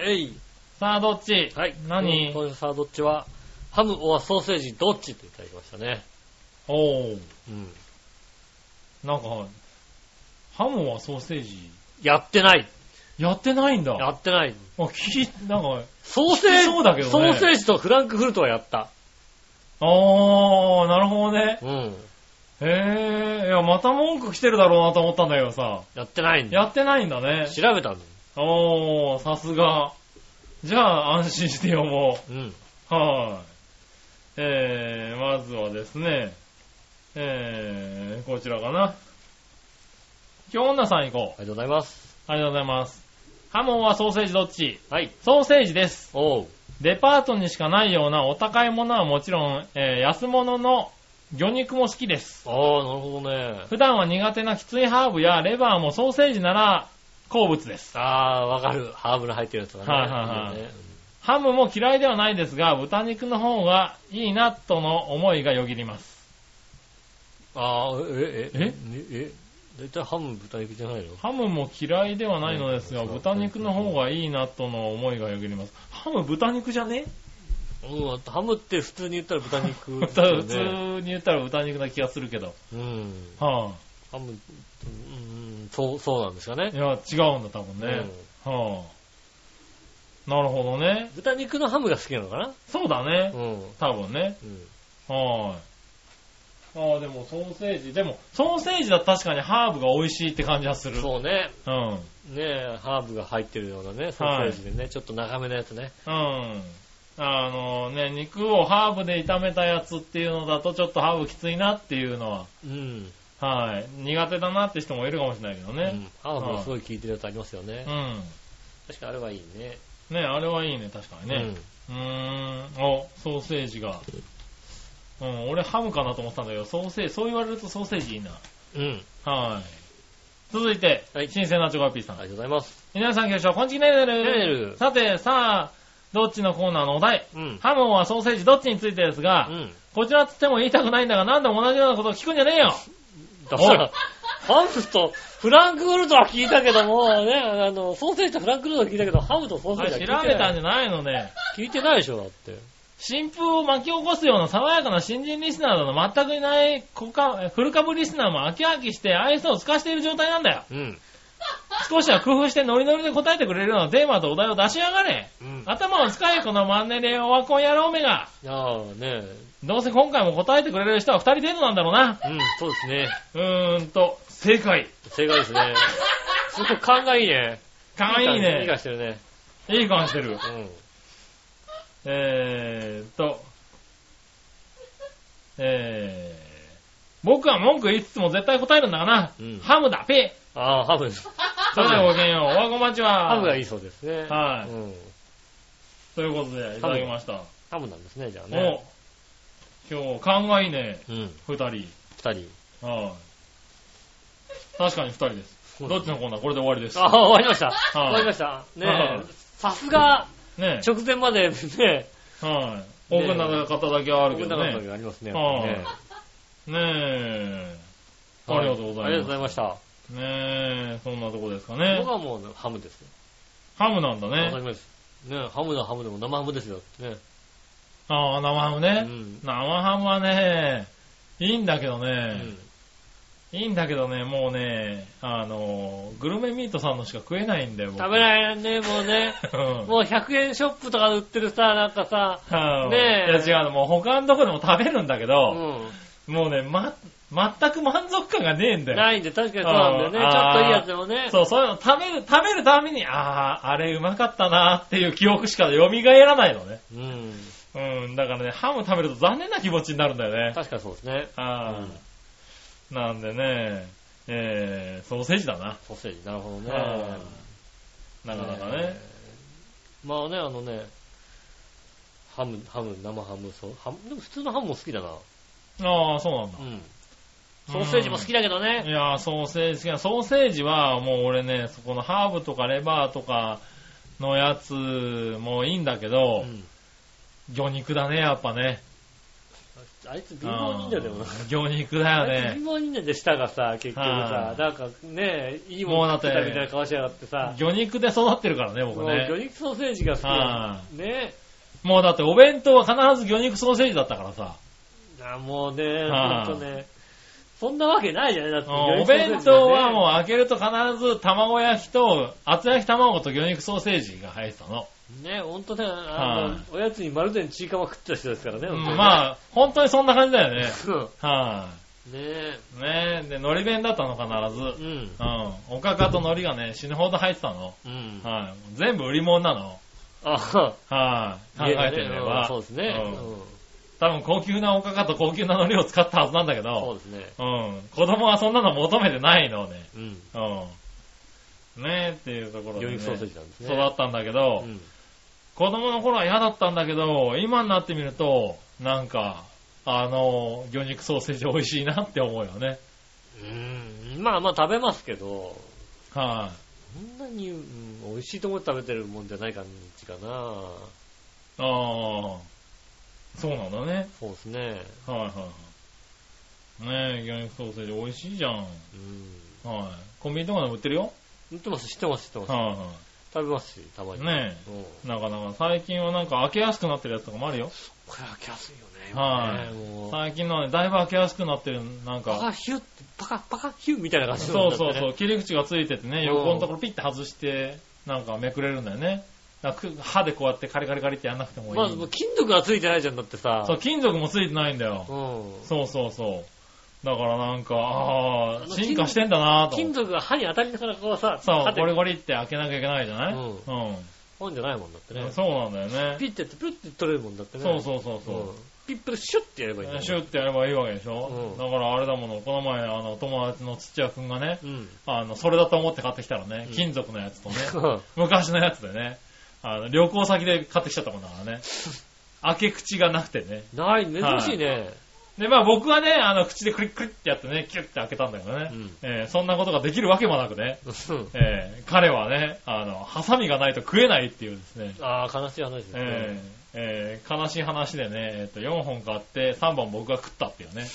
Speaker 2: イえい
Speaker 3: さあどっち
Speaker 2: はい。
Speaker 3: 何
Speaker 2: 今週さあどっちは、ハムオアソーセージどっちっていただきましたね。
Speaker 3: おー、
Speaker 2: うん。
Speaker 3: なんか、ハムはソーセージ、
Speaker 2: やってない。
Speaker 3: やってないんだ。
Speaker 2: やってない。
Speaker 3: あ、聞い、なんか、
Speaker 2: ソーセージ、
Speaker 3: そうだけどね
Speaker 2: ソーセージとフランクフルトはやった。
Speaker 3: あー、なるほどね。
Speaker 2: うん。
Speaker 3: へえ、いや、また文句来てるだろうなと思ったんだけどさ、
Speaker 2: やってないんだ。
Speaker 3: やってないんだね。
Speaker 2: 調べたの。
Speaker 3: おー、さすが。じゃあ、安心して読も
Speaker 2: うん。
Speaker 3: う。はーい。えー、まずはですね、えー、こちらかな。今日女さん行こ
Speaker 2: ありがとうございます。
Speaker 3: う。ありがとうございます。ハモンはソーセージどっち
Speaker 2: はい。
Speaker 3: ソーセージです。
Speaker 2: おう。
Speaker 3: デパートにしかないようなお高いものはもちろん、えー安物の魚肉も好きです。
Speaker 2: ああ、なるほどね。
Speaker 3: 普段は苦手なきついハーブやレバーもソーセージなら好物です。
Speaker 2: ああー、わかる。ハーブの入ってるやつとかね。
Speaker 3: はいはいはい
Speaker 2: いよね
Speaker 3: ハムも嫌いではないですが、豚肉の方がいいなとの思いがよぎります。
Speaker 2: ああ、え、え、
Speaker 3: え
Speaker 2: え、え、だいたいハム豚肉じゃないの
Speaker 3: ハムも嫌いではないのですが、豚肉の方がいいなとの思いがよぎります。ハム豚肉じゃね
Speaker 2: うん、ハムって普通に言ったら豚 肉、
Speaker 3: 豚普通に言ったら豚肉な気がするけど。
Speaker 2: うん。
Speaker 3: は
Speaker 2: ハム、うん、そう、そうなんですか
Speaker 3: あ、い
Speaker 2: ね。
Speaker 3: や、違うんだ多分ね。
Speaker 2: うん
Speaker 3: はあ。なるほどね。
Speaker 2: 豚肉のハムが好きなのかな
Speaker 3: そうだ
Speaker 2: う
Speaker 3: ね。
Speaker 2: ん。
Speaker 3: 多分ね。
Speaker 2: うん
Speaker 3: はーい。ああ、でもソーセージ、でもソーセージだと確かにハーブが美味しいって感じはする。う。
Speaker 2: そうね。
Speaker 3: ん。うん。
Speaker 2: ねえ、ハーブが入ってるようなね、ソーセージでね、ちょっと長めのやつね。
Speaker 3: あのね、肉をハーブで炒めたやつっていうのだとちょっとハーブきついなっていうのは、
Speaker 2: うん。
Speaker 3: はい。苦手だなって人もいるかもしれないけど
Speaker 2: う
Speaker 3: ね。
Speaker 2: んハーブがすごい効いてるやつありますよね
Speaker 3: う。ん。
Speaker 2: 確かあれはいいね。
Speaker 3: ね、あれはいいね、確かにね。うーん。お、ソーセージが。うん、俺ハムかなと思ったんだけど、ソーセージ、そう言われるとソーセージいいな。
Speaker 2: うん。うん。
Speaker 3: はい。続いて、
Speaker 2: はい
Speaker 3: 新鮮なチョコヨッピーさ
Speaker 2: あ
Speaker 3: ん。
Speaker 2: りがとうございます。
Speaker 3: 皆さん、今日はこんちきねるね
Speaker 2: ね
Speaker 3: る
Speaker 2: るねる
Speaker 3: さて、さあ、どっちのコーナーのお題、
Speaker 2: うん。
Speaker 3: ハムはソーセージどっちについてですが、
Speaker 2: うん。
Speaker 3: こちらつっても言いたくないんだが、なんでも同じようなことを聞くんじゃねえよ
Speaker 2: だから、ハムとフランクフルトは聞いたけども、ね、あの、ソーセージとフランクフルトは聞いたけど、ハムとソーセ
Speaker 3: あ
Speaker 2: ー
Speaker 3: れ
Speaker 2: ジは聞いて
Speaker 3: 調べた
Speaker 2: なん
Speaker 3: じ
Speaker 2: い。
Speaker 3: ゃないのね。
Speaker 2: 聞いてないでしょ、だって。
Speaker 3: 新風を巻き起こすような爽やかな新人リスナーなど全くいない古株古株リスナーも飽き飽きして愛想を尽かしている状態なん だよ。
Speaker 2: うん。
Speaker 3: 少しは工夫してノリノリで答えてくれるようなテーマとお題を出しやがれ。
Speaker 2: うん。あ
Speaker 3: 頭を使え、このマンネリオワコン野郎めが。
Speaker 2: あ、ね
Speaker 3: どうせ今回も答えてくれる人は二人程度なんだろうな。
Speaker 2: うん、そうですね。
Speaker 3: うーんと、正解。
Speaker 2: 正解ですね。すごい勘がいいね。
Speaker 3: かわいい
Speaker 2: いい感
Speaker 3: ね。
Speaker 2: じしてるね。
Speaker 3: いい感じしてる。
Speaker 2: うん。
Speaker 3: えーっと、えー、僕は文句言いつつも絶対答えるんだがな。
Speaker 2: うん
Speaker 3: ハムだ、ペ
Speaker 2: ああ、ハム。
Speaker 3: それではごきげんよう。おわこまちは。
Speaker 2: ハムがいいそうですね。
Speaker 3: はい
Speaker 2: うん。
Speaker 3: ということで、いただきました。
Speaker 2: ハムなんですね、じゃあね。
Speaker 3: もう、今日、勘がいいね。
Speaker 2: うん。
Speaker 3: 二人。
Speaker 2: 二人。
Speaker 3: はい。確かに二人です。どっちのコーナーこれで終わりです。
Speaker 2: ああ、終わりました。終
Speaker 3: い
Speaker 2: わりました。
Speaker 3: は
Speaker 2: ね
Speaker 3: い
Speaker 2: え。さすが、
Speaker 3: ね
Speaker 2: 直前までね、
Speaker 3: はい。多くな方だけはあるけ
Speaker 2: 僕
Speaker 3: ど
Speaker 2: の中
Speaker 3: ね。
Speaker 2: でありますね。
Speaker 3: はい
Speaker 2: やっぱりね
Speaker 3: ねえ。ありがとうございます。
Speaker 2: ありがとうございました。
Speaker 3: ねえ、そんなとこですかね
Speaker 2: 僕。はもうハムですよ。
Speaker 3: ハムなんだ
Speaker 2: わか
Speaker 3: ね。
Speaker 2: ります。ねハムのハムでも生ハムですよ。ね。
Speaker 3: ああ、生ハム
Speaker 2: う
Speaker 3: ね。
Speaker 2: ん。
Speaker 3: 生ハムはね、いいんだけど
Speaker 2: う
Speaker 3: ね
Speaker 2: ん。
Speaker 3: いいんだけどね、もうね、あの、グルメミートさんのしか食えないんだよ、
Speaker 2: 食べ
Speaker 3: い。
Speaker 2: られないね、もうね。
Speaker 3: うん
Speaker 2: もう100円ショップとかで売ってるさ、なんかさ、
Speaker 3: はい
Speaker 2: ねえ
Speaker 3: いや違うの、もう他のとこでも食べるんだけ
Speaker 2: う
Speaker 3: ど、
Speaker 2: ん。
Speaker 3: もうね、ま、全く満足感がねえんだよ。
Speaker 2: ないんで、確かにそうなんだよね。ちょっ
Speaker 3: あー
Speaker 2: といいやつでもね。
Speaker 3: そう、そういうの食べる、食べるために、ああ、あれうまかったなーっていう記憶しか蘇らないのね。
Speaker 2: うん。
Speaker 3: うん、だからね、ハム食べると残念な気持ちになるんだよね。
Speaker 2: 確かにそうですね。
Speaker 3: ああ、なんでね、えー、ソーセージだな。
Speaker 2: ソーセージ、なるほどね。
Speaker 3: あーなかなかね。
Speaker 2: えー。まあね、あのね、ハム、ハム、生ハム、そう、ハム、でも普通のハムも好きだな。
Speaker 3: ああ、そうなんだ
Speaker 2: う。ん。ソーセージも好きだけど
Speaker 3: い
Speaker 2: ね。
Speaker 3: やー、ソーセージ好きな、ソーセージはもう俺ね、そこのハーブとかレバーとかのやつもいいんだけ
Speaker 2: う
Speaker 3: ど、
Speaker 2: ん。
Speaker 3: 魚肉だね、やっぱね。
Speaker 2: あいつ貧乏人だよ、でもな。
Speaker 3: うん魚肉だよ
Speaker 2: あいつ
Speaker 3: ね
Speaker 2: 貧。乏人間でしたがさ、結局さ
Speaker 3: は、い
Speaker 2: なんかね、いいもん食ってたみたいな顔しやがってさ、
Speaker 3: 魚肉で育ってるからね、僕
Speaker 2: もう魚
Speaker 3: ね。
Speaker 2: 肉ソーセージが好きな
Speaker 3: は
Speaker 2: のね。
Speaker 3: もうだってお弁当は必ず魚肉ソーセージだったからさ。
Speaker 2: あもうね、
Speaker 3: はい
Speaker 2: ほんとね、そんなわけないじゃないだって
Speaker 3: う
Speaker 2: 魚
Speaker 3: んお
Speaker 2: 肉ソーセージなんてね。
Speaker 3: 弁当はもう開けると必ず卵焼きと、厚焼き卵と魚肉ソーセージが入ってたの。
Speaker 2: ね、ほんとね、あ
Speaker 3: は
Speaker 2: の、おやつにまるでちいかわ食ってた人ですからね、
Speaker 3: うんまあ、本当にそんな感じだよね。
Speaker 2: あ。
Speaker 3: は
Speaker 2: ねえ、
Speaker 3: い、ねえ、で、海苔弁だったの必ず。
Speaker 2: うん。
Speaker 3: うん。おかかと海苔がね、死ぬほど入ってたの。
Speaker 2: うん。
Speaker 3: はい。全部売り物なの。
Speaker 2: あ
Speaker 3: はい。考えてみれば。
Speaker 2: そうですね。
Speaker 3: うん
Speaker 2: うん
Speaker 3: 多分高級なおかかと高級な海苔を使ったはずなんだけ
Speaker 2: そう
Speaker 3: ど、
Speaker 2: ですね。
Speaker 3: うん。子供はそんなの求めてないのね。
Speaker 2: うん。
Speaker 3: うん。ねえっていうところで、
Speaker 2: 魚
Speaker 3: ね。
Speaker 2: 肉ソーセージなんですね。
Speaker 3: 育ったんだけど、
Speaker 2: うん。
Speaker 3: 子供の頃は嫌だったんだけど、今になってみると、なんか、あの、魚肉ソーセージ美味しいなって思うよね。
Speaker 2: うんまあまあ食べますけど、
Speaker 3: はい、
Speaker 2: そんなに、うん美味しいと思って食べてるもんじゃない感じかな。
Speaker 3: ああ、そうなんだね。
Speaker 2: そうですね。
Speaker 3: はいはいはい。ねえ、魚肉ソーセージ美味しいじゃん。はい、
Speaker 2: うん。
Speaker 3: コンビニとかでも売ってるよ。
Speaker 2: 知ってます、知ってます、知ってます。
Speaker 3: はい、
Speaker 2: 食べますし、たまに。
Speaker 3: ね
Speaker 2: うん。こ
Speaker 3: なかなか最近はなんか開けやすくなってるやつとかもあるよ。
Speaker 2: れ開けやすいよね。
Speaker 3: はい
Speaker 2: 今ねもう。
Speaker 3: 最近のはね、だいぶ開けやすくなってる、なん
Speaker 2: パカ
Speaker 3: か。
Speaker 2: ヒュッて、パカ、パカヒュッみたいな感じ。
Speaker 3: そうそうそうう、切り口がついててね、横のところピッて外して、なんかめくれるんだよね。だからく歯でこうやってカリカリカリってやんなくてもいい。
Speaker 2: まず、金属がついてないじゃん、だってさ。
Speaker 3: そう、金属もついてないんだよ。
Speaker 2: うん。
Speaker 3: そうそうそう。だからなんか、あ
Speaker 2: あ
Speaker 3: あ、
Speaker 2: の
Speaker 3: 進化してんだなぁと思
Speaker 2: 金
Speaker 3: って。
Speaker 2: 属が歯に当たりながらこうさ、
Speaker 3: そう、ゴリ
Speaker 2: れ
Speaker 3: ゴリって開けなきゃいけないじゃない
Speaker 2: うん
Speaker 3: う
Speaker 2: 本じゃないもんだってね
Speaker 3: ん。。そうなんだよ
Speaker 2: ピ
Speaker 3: ね。
Speaker 2: ッてやって、ピュッて取れるもんだってね。
Speaker 3: そうそうそう
Speaker 2: うん
Speaker 3: そ
Speaker 2: ピップでシュッてやればいいんだ
Speaker 3: う。
Speaker 2: よ
Speaker 3: シュッてやればいいわけでし
Speaker 2: う
Speaker 3: ょ
Speaker 2: ん
Speaker 3: だからあれだもの、この前あの友達の土屋くんがね
Speaker 2: う、ん。
Speaker 3: あの、それだと思って買ってきたらね
Speaker 2: うん、
Speaker 3: 金属のやつとね、 昔のやつでね、あの、旅行先で買ってきちゃったもんだから ね。開け口がなくてね。
Speaker 2: ない、珍しいね。
Speaker 3: で、まあ僕はね、あの、口でクリックリってやってね、キュッて開けたんだけどね。
Speaker 2: うん
Speaker 3: えーそんなことができるわけもなくね。
Speaker 2: うん
Speaker 3: えー彼はね、あの、ハサミがないと食えないっていうですね。
Speaker 2: ああ、悲しい話です
Speaker 3: え
Speaker 2: ね。
Speaker 3: ーえー悲しい話でね、えっと、4本買って3本僕が食ったっていうね。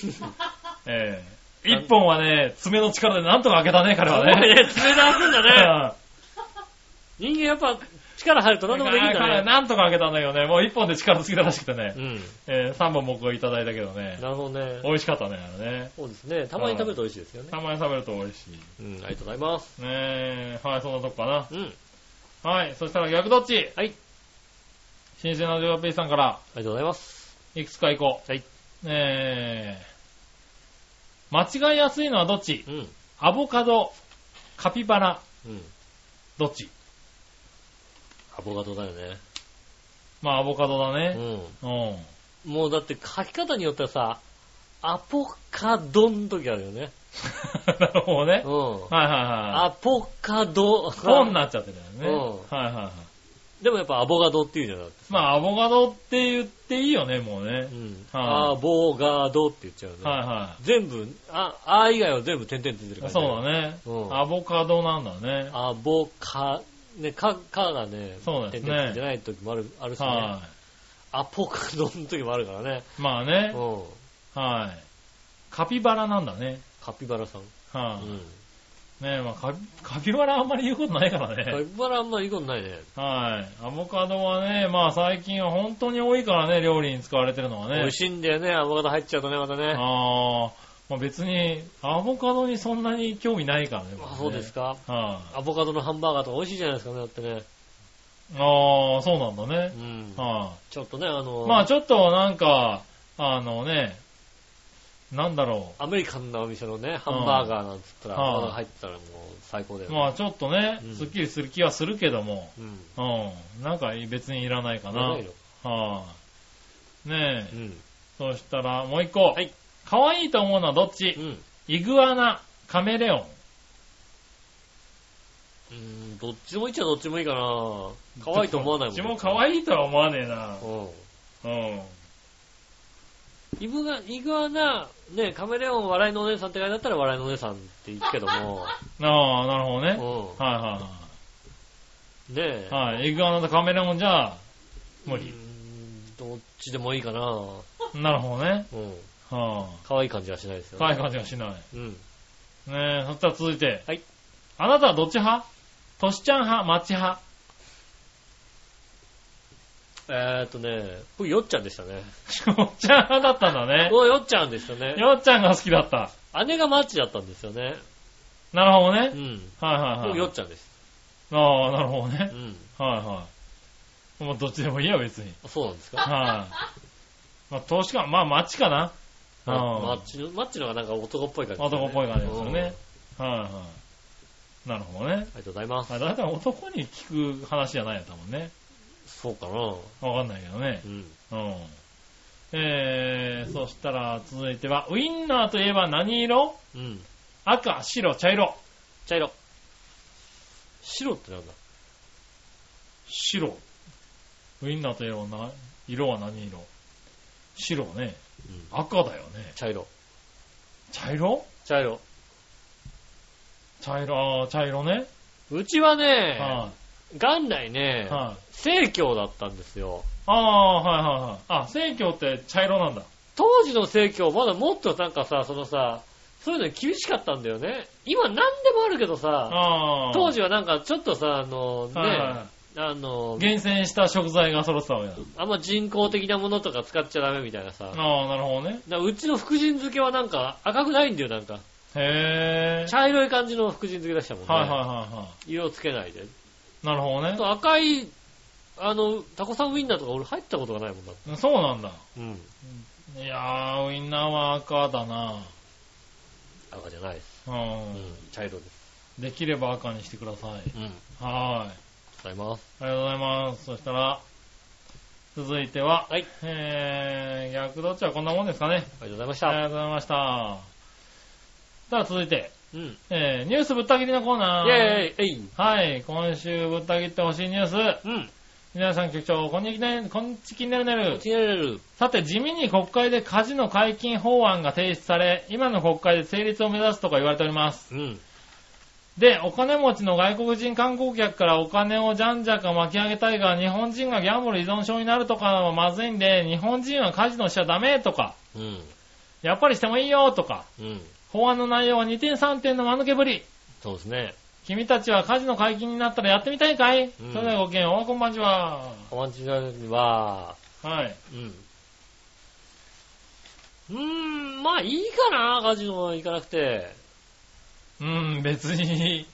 Speaker 3: えー、1本はね、爪の力でなんとか開けたね、彼
Speaker 2: すご
Speaker 3: はいね。
Speaker 2: ね、爪で開くんだね。
Speaker 3: うん
Speaker 2: 人間やっぱ力入ると何でもできるん
Speaker 3: あー彼は
Speaker 2: だね。
Speaker 3: なんとか開けたんだけどね、もう1本で力尽きたらしくてね
Speaker 2: う。ん。
Speaker 3: えー、3本僕がいただいたけどね、
Speaker 2: なるほどね。
Speaker 3: 美味しかったね、あれね。
Speaker 2: そうですね。たまに食べると美味しいですよね。
Speaker 3: たまに食べると美味しい。
Speaker 2: うん、ありがとうございます。
Speaker 3: ねえ、はい、そんなとこかな。
Speaker 2: うん。
Speaker 3: はい、そしたら逆どっち
Speaker 2: はい。
Speaker 3: 新鮮なジョーペイさんから、
Speaker 2: ありがとうございます。
Speaker 3: いくつか行こう。
Speaker 2: はい。
Speaker 3: ねえ、間違いやすいのはどっち
Speaker 2: うん。
Speaker 3: アボカド、カピバラ、
Speaker 2: うん。
Speaker 3: どっち
Speaker 2: アボカドだよね。
Speaker 3: まあ、アボカドだね。
Speaker 2: う
Speaker 3: うん。
Speaker 2: ん。もうだって書き方によってはさ、アポカドン時あるよね。
Speaker 3: なるほどね
Speaker 2: う。ん。
Speaker 3: はいはいはい。
Speaker 2: アポカド。
Speaker 3: こになっちゃってるよね。
Speaker 2: う
Speaker 3: はいはいはい。
Speaker 2: でもやっぱアボカドっていうじゃなくて。
Speaker 3: まあ、アボカドって言っていいよね、もうね
Speaker 2: う。ん。
Speaker 3: はい
Speaker 2: アボガドって言っちゃうね。
Speaker 3: はいはい。
Speaker 2: 全部、あ、あ以外は全部点々ついてるから
Speaker 3: そうだね。
Speaker 2: うん
Speaker 3: アボカドなんだね。
Speaker 2: アボカ、ね、か、かがね、
Speaker 3: そうですね
Speaker 2: 点々ついてない時もある、あるしね
Speaker 3: は。
Speaker 2: アポカドの時もあるからね。
Speaker 3: い。まあ
Speaker 2: う
Speaker 3: ね。
Speaker 2: ん。
Speaker 3: はい。カピバラなんだね。
Speaker 2: カピバラさん。
Speaker 3: は
Speaker 2: う
Speaker 3: い。
Speaker 2: ん。
Speaker 3: ねえ、まあカピ、カピバラあんまり言うことないから
Speaker 2: カピ
Speaker 3: ね。
Speaker 2: バラあんまりいいことないね。
Speaker 3: はい。アボカドはね、まあ最近は本当に多いからね、料理に使われてるのはね。
Speaker 2: 美味しいんだよね、アボカド入っちゃうとね、またね。
Speaker 3: ああ、まあ別に、アボカドにそんなに興味ないからね。僕
Speaker 2: あ
Speaker 3: ね
Speaker 2: そうですか。
Speaker 3: はい。
Speaker 2: アボカドのハンバーガーとか美味しいじゃないですかね、だってね。
Speaker 3: ああ、そうなんだね
Speaker 2: う。ん。
Speaker 3: はい。
Speaker 2: ちょっとね、あの、
Speaker 3: まあちょっとなんか、あのね、なんだろ
Speaker 2: アメリカンなお店のね、ハンバーガーなんつったら、
Speaker 3: うん
Speaker 2: アボカドが入ってたらもう最高だよ
Speaker 3: う。
Speaker 2: ね。
Speaker 3: まあちょっとね
Speaker 2: うん、
Speaker 3: すっきりする気はするけども、
Speaker 2: うん。
Speaker 3: うん。なんか別にいらないかな。
Speaker 2: な
Speaker 3: はい
Speaker 2: い、の
Speaker 3: ね
Speaker 2: う
Speaker 3: え、
Speaker 2: ん。
Speaker 3: そしたらもう一個。
Speaker 2: はい。
Speaker 3: 可愛いと思うのはどっ
Speaker 2: う
Speaker 3: ち
Speaker 2: ん。
Speaker 3: イグアナ、カメレオン。
Speaker 2: うん、どっちでもいいっちゃどっちもいいかな可愛いと思わないもん。
Speaker 3: どっちも可愛いとは思わねえな。
Speaker 2: うん。
Speaker 3: うん。
Speaker 2: イブが、イグアナ、ね、カメレオン笑いのお姉さんって書いてあったら笑いのお姉さんって言うけども、
Speaker 3: ああ、なるほどね。
Speaker 2: う
Speaker 3: はいは
Speaker 2: ん。ねえ
Speaker 3: い。はい。はい。イグアナとカメレオンじゃ、無
Speaker 2: う
Speaker 3: 理。
Speaker 2: んどっちでもいいかな
Speaker 3: なるほどね。
Speaker 2: うん。
Speaker 3: は
Speaker 2: 可愛い感じはしないです
Speaker 3: あ。
Speaker 2: よ
Speaker 3: 可
Speaker 2: ね。
Speaker 3: 愛い感じがしない。
Speaker 2: うん。
Speaker 3: ねえ、そしたら続いて。
Speaker 2: はい。
Speaker 3: あなたはどっち派トシちゃん派、マッチ派。
Speaker 2: えーっとね、僕、よっちゃんでしたね。
Speaker 3: よっちゃん派だったんだね。
Speaker 2: 僕、よっちゃんでしたね。
Speaker 3: よっちゃんが好きだった。
Speaker 2: 姉がマッチだったんですよね。
Speaker 3: なるほどね
Speaker 2: う。ん。
Speaker 3: はいはい
Speaker 2: 僕、
Speaker 3: は
Speaker 2: よ
Speaker 3: い
Speaker 2: っ。ちゃんです。
Speaker 3: ああ、なるほど
Speaker 2: う
Speaker 3: ね。
Speaker 2: ん。
Speaker 3: はいはい。もうどっちでもいいよ、別に。
Speaker 2: あそうなんですか
Speaker 3: はい。まあ、投資か、まあ、マッチかな。う
Speaker 2: マ
Speaker 3: ん
Speaker 2: マッチの、マッチのがなんか男っぽい感じですよね、
Speaker 3: 男っぽい感じですよ
Speaker 2: うんあ
Speaker 3: ね。はいはい。なるほどね。
Speaker 2: りがとうございます。
Speaker 3: あ、だいたい男に聞く話じゃないよ、多分ね。
Speaker 2: そうかな
Speaker 3: わかんないけどね
Speaker 2: う。ん。
Speaker 3: うん。えー、そしたら続いては、ウインナーといえば何色
Speaker 2: うん。
Speaker 3: 赤、白、茶色。
Speaker 2: 茶色。白ってなんだ
Speaker 3: 白。ウインナーといえばな、色は何色白ね。
Speaker 2: うん。
Speaker 3: 赤だよね。
Speaker 2: 茶色。
Speaker 3: 茶色
Speaker 2: 茶色。
Speaker 3: 茶色、あー茶色ね。
Speaker 2: うちはね、
Speaker 3: は
Speaker 2: 元来
Speaker 3: い。
Speaker 2: ね、
Speaker 3: はい。
Speaker 2: 正教だったんですよ。
Speaker 3: あー、はいはいはい。あ、生協って茶色なんだ。
Speaker 2: 当時の正教、まだもっとなんかさ、そのさ、そういうの厳しかったんだよね。今何でもあるけどさ、
Speaker 3: あー。
Speaker 2: 当時はなんかちょっとさ、あの、ね、
Speaker 3: はいは
Speaker 2: あの
Speaker 3: い。、厳選した食材が揃ってたわけだ。
Speaker 2: あんま人工的なものとか使っちゃダメみたいなさ。だか
Speaker 3: あー、なるほどね。
Speaker 2: らうちの福神漬けはなんか赤くないんだよ、なんか。
Speaker 3: へー。
Speaker 2: 茶色い感じの福神漬けでしたもんね。
Speaker 3: はいはいはいは
Speaker 2: 色つけないで。
Speaker 3: い。なるほどね
Speaker 2: あ。と赤いあの、タコさんウインナーとか俺入ったことがないもんだって。
Speaker 3: そうなんだ。
Speaker 2: うん。
Speaker 3: いやー、ウインナーは赤だな
Speaker 2: 赤じゃないです。
Speaker 3: う
Speaker 2: うん
Speaker 3: ん。。
Speaker 2: 茶色です。
Speaker 3: できれば赤にしてください。
Speaker 2: うん。ありが
Speaker 3: はーい。
Speaker 2: とうございます。
Speaker 3: ありがとうございます。そしたら、続いては、
Speaker 2: はい。
Speaker 3: えー、逆どっちはこんなもんですかね。
Speaker 2: ありがとうございまし
Speaker 3: ありが
Speaker 2: た。
Speaker 3: とうございました。さあ、続いて、
Speaker 2: うん。イ
Speaker 3: えー、ニュースぶった切りのコーナー。
Speaker 2: ェーイえい
Speaker 3: はい、今週ぶった切ってほしいニュース。
Speaker 2: うん。
Speaker 3: 皆さん局長、こんにちは、こんちきねるねる。
Speaker 2: 気になれる。
Speaker 3: さて、地味に国会でカジノ解禁法案が提出され、今の国会で成立を目指すとか言われております。
Speaker 2: うん。
Speaker 3: で、お金持ちの外国人観光客からお金をじゃんじゃか巻き上げたいが、日本人がギャンブル依存症になるとかはまずいんで、日本人はカジノしちゃダメとか、
Speaker 2: うん。
Speaker 3: やっぱりしてもいいよとか、
Speaker 2: うん。
Speaker 3: 法案の内容は2点3点の間抜けぶり。
Speaker 2: そうですね。
Speaker 3: 君たちはカジノ解禁になったらやってみたいかい、
Speaker 2: うん
Speaker 3: それではごきげんよう、こんばんちは。
Speaker 2: お待ちになるには、
Speaker 3: はい。
Speaker 2: うん。うーん、まあいいかな、カジノは行かなくて。
Speaker 3: うん、別に、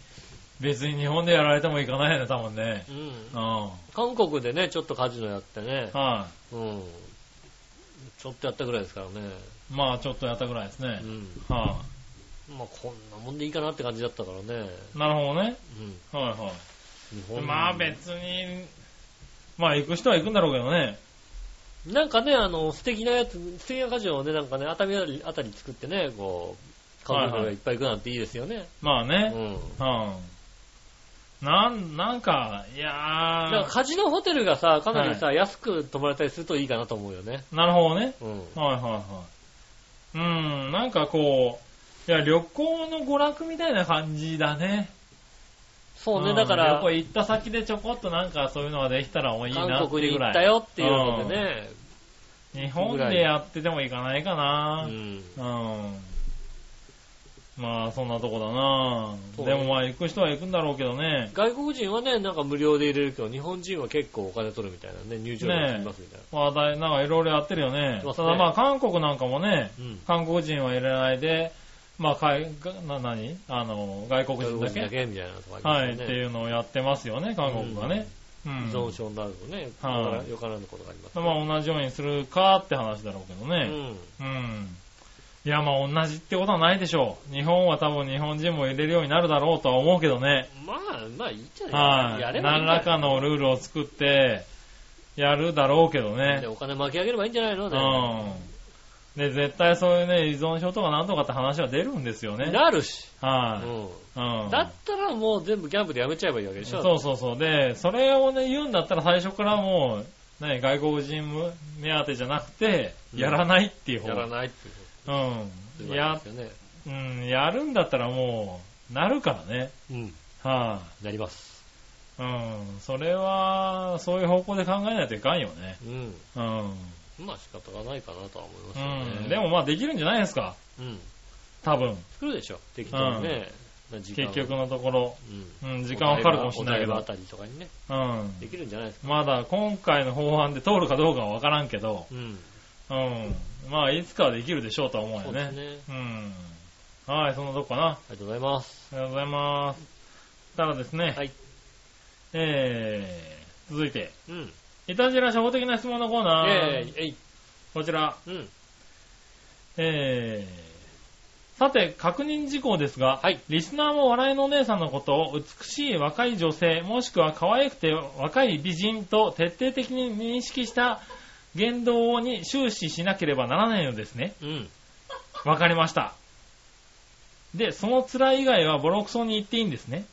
Speaker 3: 別に日本でやられてもいかないよね、多分ね。
Speaker 2: うん。
Speaker 3: うん。は
Speaker 2: 韓国でね、ちょっとカジノやって
Speaker 3: い
Speaker 2: ね。。うん。ちょっとやったぐらいですからね。
Speaker 3: まあ、ちょっとやったぐらいですね
Speaker 2: う。ん。
Speaker 3: は
Speaker 2: まあこんなもんでいいかなって感じだったからね。
Speaker 3: い。なるほどね。
Speaker 2: うん。
Speaker 3: はいは
Speaker 2: 日
Speaker 3: い。
Speaker 2: 本
Speaker 3: まあ別に、まあ行く人は行くんだろうけどね。
Speaker 2: なんかね、あの、素敵なやつ、素敵なカジノをね、なんかね、熱海あたりあたり作ってね、こう、カジノがいっぱい行くなんていいですよね。
Speaker 3: まあね。
Speaker 2: うん。
Speaker 3: うん。なん、なんか、いや
Speaker 2: なんかカジノホテルがさ、かなりさ、安く泊まれたりするといいかなと思うよね。
Speaker 3: ー、なるほどね。
Speaker 2: うん。
Speaker 3: はいはいはい。うん、なんかこう、いや、旅行の娯楽みたいな感じだね。
Speaker 2: そうね、
Speaker 3: ん
Speaker 2: だから、
Speaker 3: 旅行行った先でちょこっとなんかそういうのができたらもういいな
Speaker 2: 韓
Speaker 3: って
Speaker 2: 国
Speaker 3: いう
Speaker 2: に
Speaker 3: ぐら
Speaker 2: 行
Speaker 3: い。
Speaker 2: ったよっていうのでね。
Speaker 3: 日本でやってても行かないか
Speaker 2: う
Speaker 3: な。
Speaker 2: ん。
Speaker 3: うん。まあ、そんなとこだな。
Speaker 2: そう
Speaker 3: でもまあ、行く人は行くんだろうけどね。
Speaker 2: 外国人はね、なんか無料で入れるけど、日本人は結構お金取るみたいなね、入場料
Speaker 3: ねえ
Speaker 2: しますみたい
Speaker 3: 話題、なんかいろいろやってるよね。
Speaker 2: そうです
Speaker 3: た
Speaker 2: ね
Speaker 3: だまあ、韓国なんかもね、
Speaker 2: な。うん。
Speaker 3: 韓国人は入れないで、まあ、かいな、なにあの、外国人
Speaker 2: 外国
Speaker 3: だ
Speaker 2: 人だ
Speaker 3: け
Speaker 2: けみたいなのとかあ
Speaker 3: は
Speaker 2: り
Speaker 3: い、
Speaker 2: ます
Speaker 3: って
Speaker 2: よね。
Speaker 3: いうのをやってますよね、韓国がね。うん。
Speaker 2: 依存症になるとね、よ
Speaker 3: はい
Speaker 2: からぬことがあります。
Speaker 3: まあ、同じようにするかって話だろうけどね。
Speaker 2: うん。
Speaker 3: うん。いや、まあ同じってことはないでしょう。日本は多分日本人も入れるようになるだろうとは思うけどね。
Speaker 2: まあ、まあいいんじゃな
Speaker 3: はいい。
Speaker 2: やればいいんじ
Speaker 3: 何
Speaker 2: ゃない
Speaker 3: らかのルールを作って、やるだろうけど
Speaker 2: で
Speaker 3: ね。
Speaker 2: お金巻き上げればいいんじゃないの
Speaker 3: う
Speaker 2: ね。
Speaker 3: ん。で、絶対そういうね、依存症とかなんとかって話は出るんですよね。
Speaker 2: なるし。
Speaker 3: は
Speaker 2: う。
Speaker 3: い。うんん。
Speaker 2: だったらもう全部ギャンブルやめちゃえばいいわけでしょ。
Speaker 3: そうそうそう。で、それをね、言うんだったら最初からもう、ね、外国人目当てじゃなくて、やらないっていう方
Speaker 2: やら
Speaker 3: が。
Speaker 2: ないっていう
Speaker 3: う
Speaker 2: こ
Speaker 3: ん。
Speaker 2: と
Speaker 3: や
Speaker 2: ですよね。
Speaker 3: うん、やるんだったらもう、なるからね。
Speaker 2: うん。
Speaker 3: は
Speaker 2: なります。
Speaker 3: い、うん、それは、そういう方向で考えないといかんよね。
Speaker 2: うん。
Speaker 3: うん。
Speaker 2: まあ仕方がないかなとは思います
Speaker 3: う
Speaker 2: よね。
Speaker 3: ん。でも、まあできるんじゃないですか。
Speaker 2: うん。
Speaker 3: 多分。
Speaker 2: 作るでしょ。適当にね。時間を
Speaker 3: 結局、のところ。
Speaker 2: うん。
Speaker 3: うん、時間はかかるかもしれないけ
Speaker 2: お台場あ
Speaker 3: ど。
Speaker 2: たりとかにね、
Speaker 3: うん。
Speaker 2: できるんじゃないですか。
Speaker 3: まだ今回の法案で通るかどうかはわからんけど、
Speaker 2: うん。
Speaker 3: うん。まあいつかはできるでしょうとは思う
Speaker 2: そ
Speaker 3: よ
Speaker 2: うで
Speaker 3: ね。
Speaker 2: すね。あり
Speaker 3: うん。はい、そんなとこかな。
Speaker 2: がとうございます。
Speaker 3: ありがとうございます。ただですね。
Speaker 2: はい。
Speaker 3: えー、続いて。
Speaker 2: うん。
Speaker 3: いたじら初歩的な質問のコーナー。
Speaker 2: えいえい。
Speaker 3: こちら。
Speaker 2: うん。
Speaker 3: えー、さて、確認事項ですが、
Speaker 2: はい
Speaker 3: リスナーも笑いのお姉さんのことを美しい若い女性、もしくは可愛くて若い美人と徹底的に認識した言動に終始しなければならないのですね。
Speaker 2: うん。
Speaker 3: わかりました。で、その辛い以外はボロクソに言っていいんですね。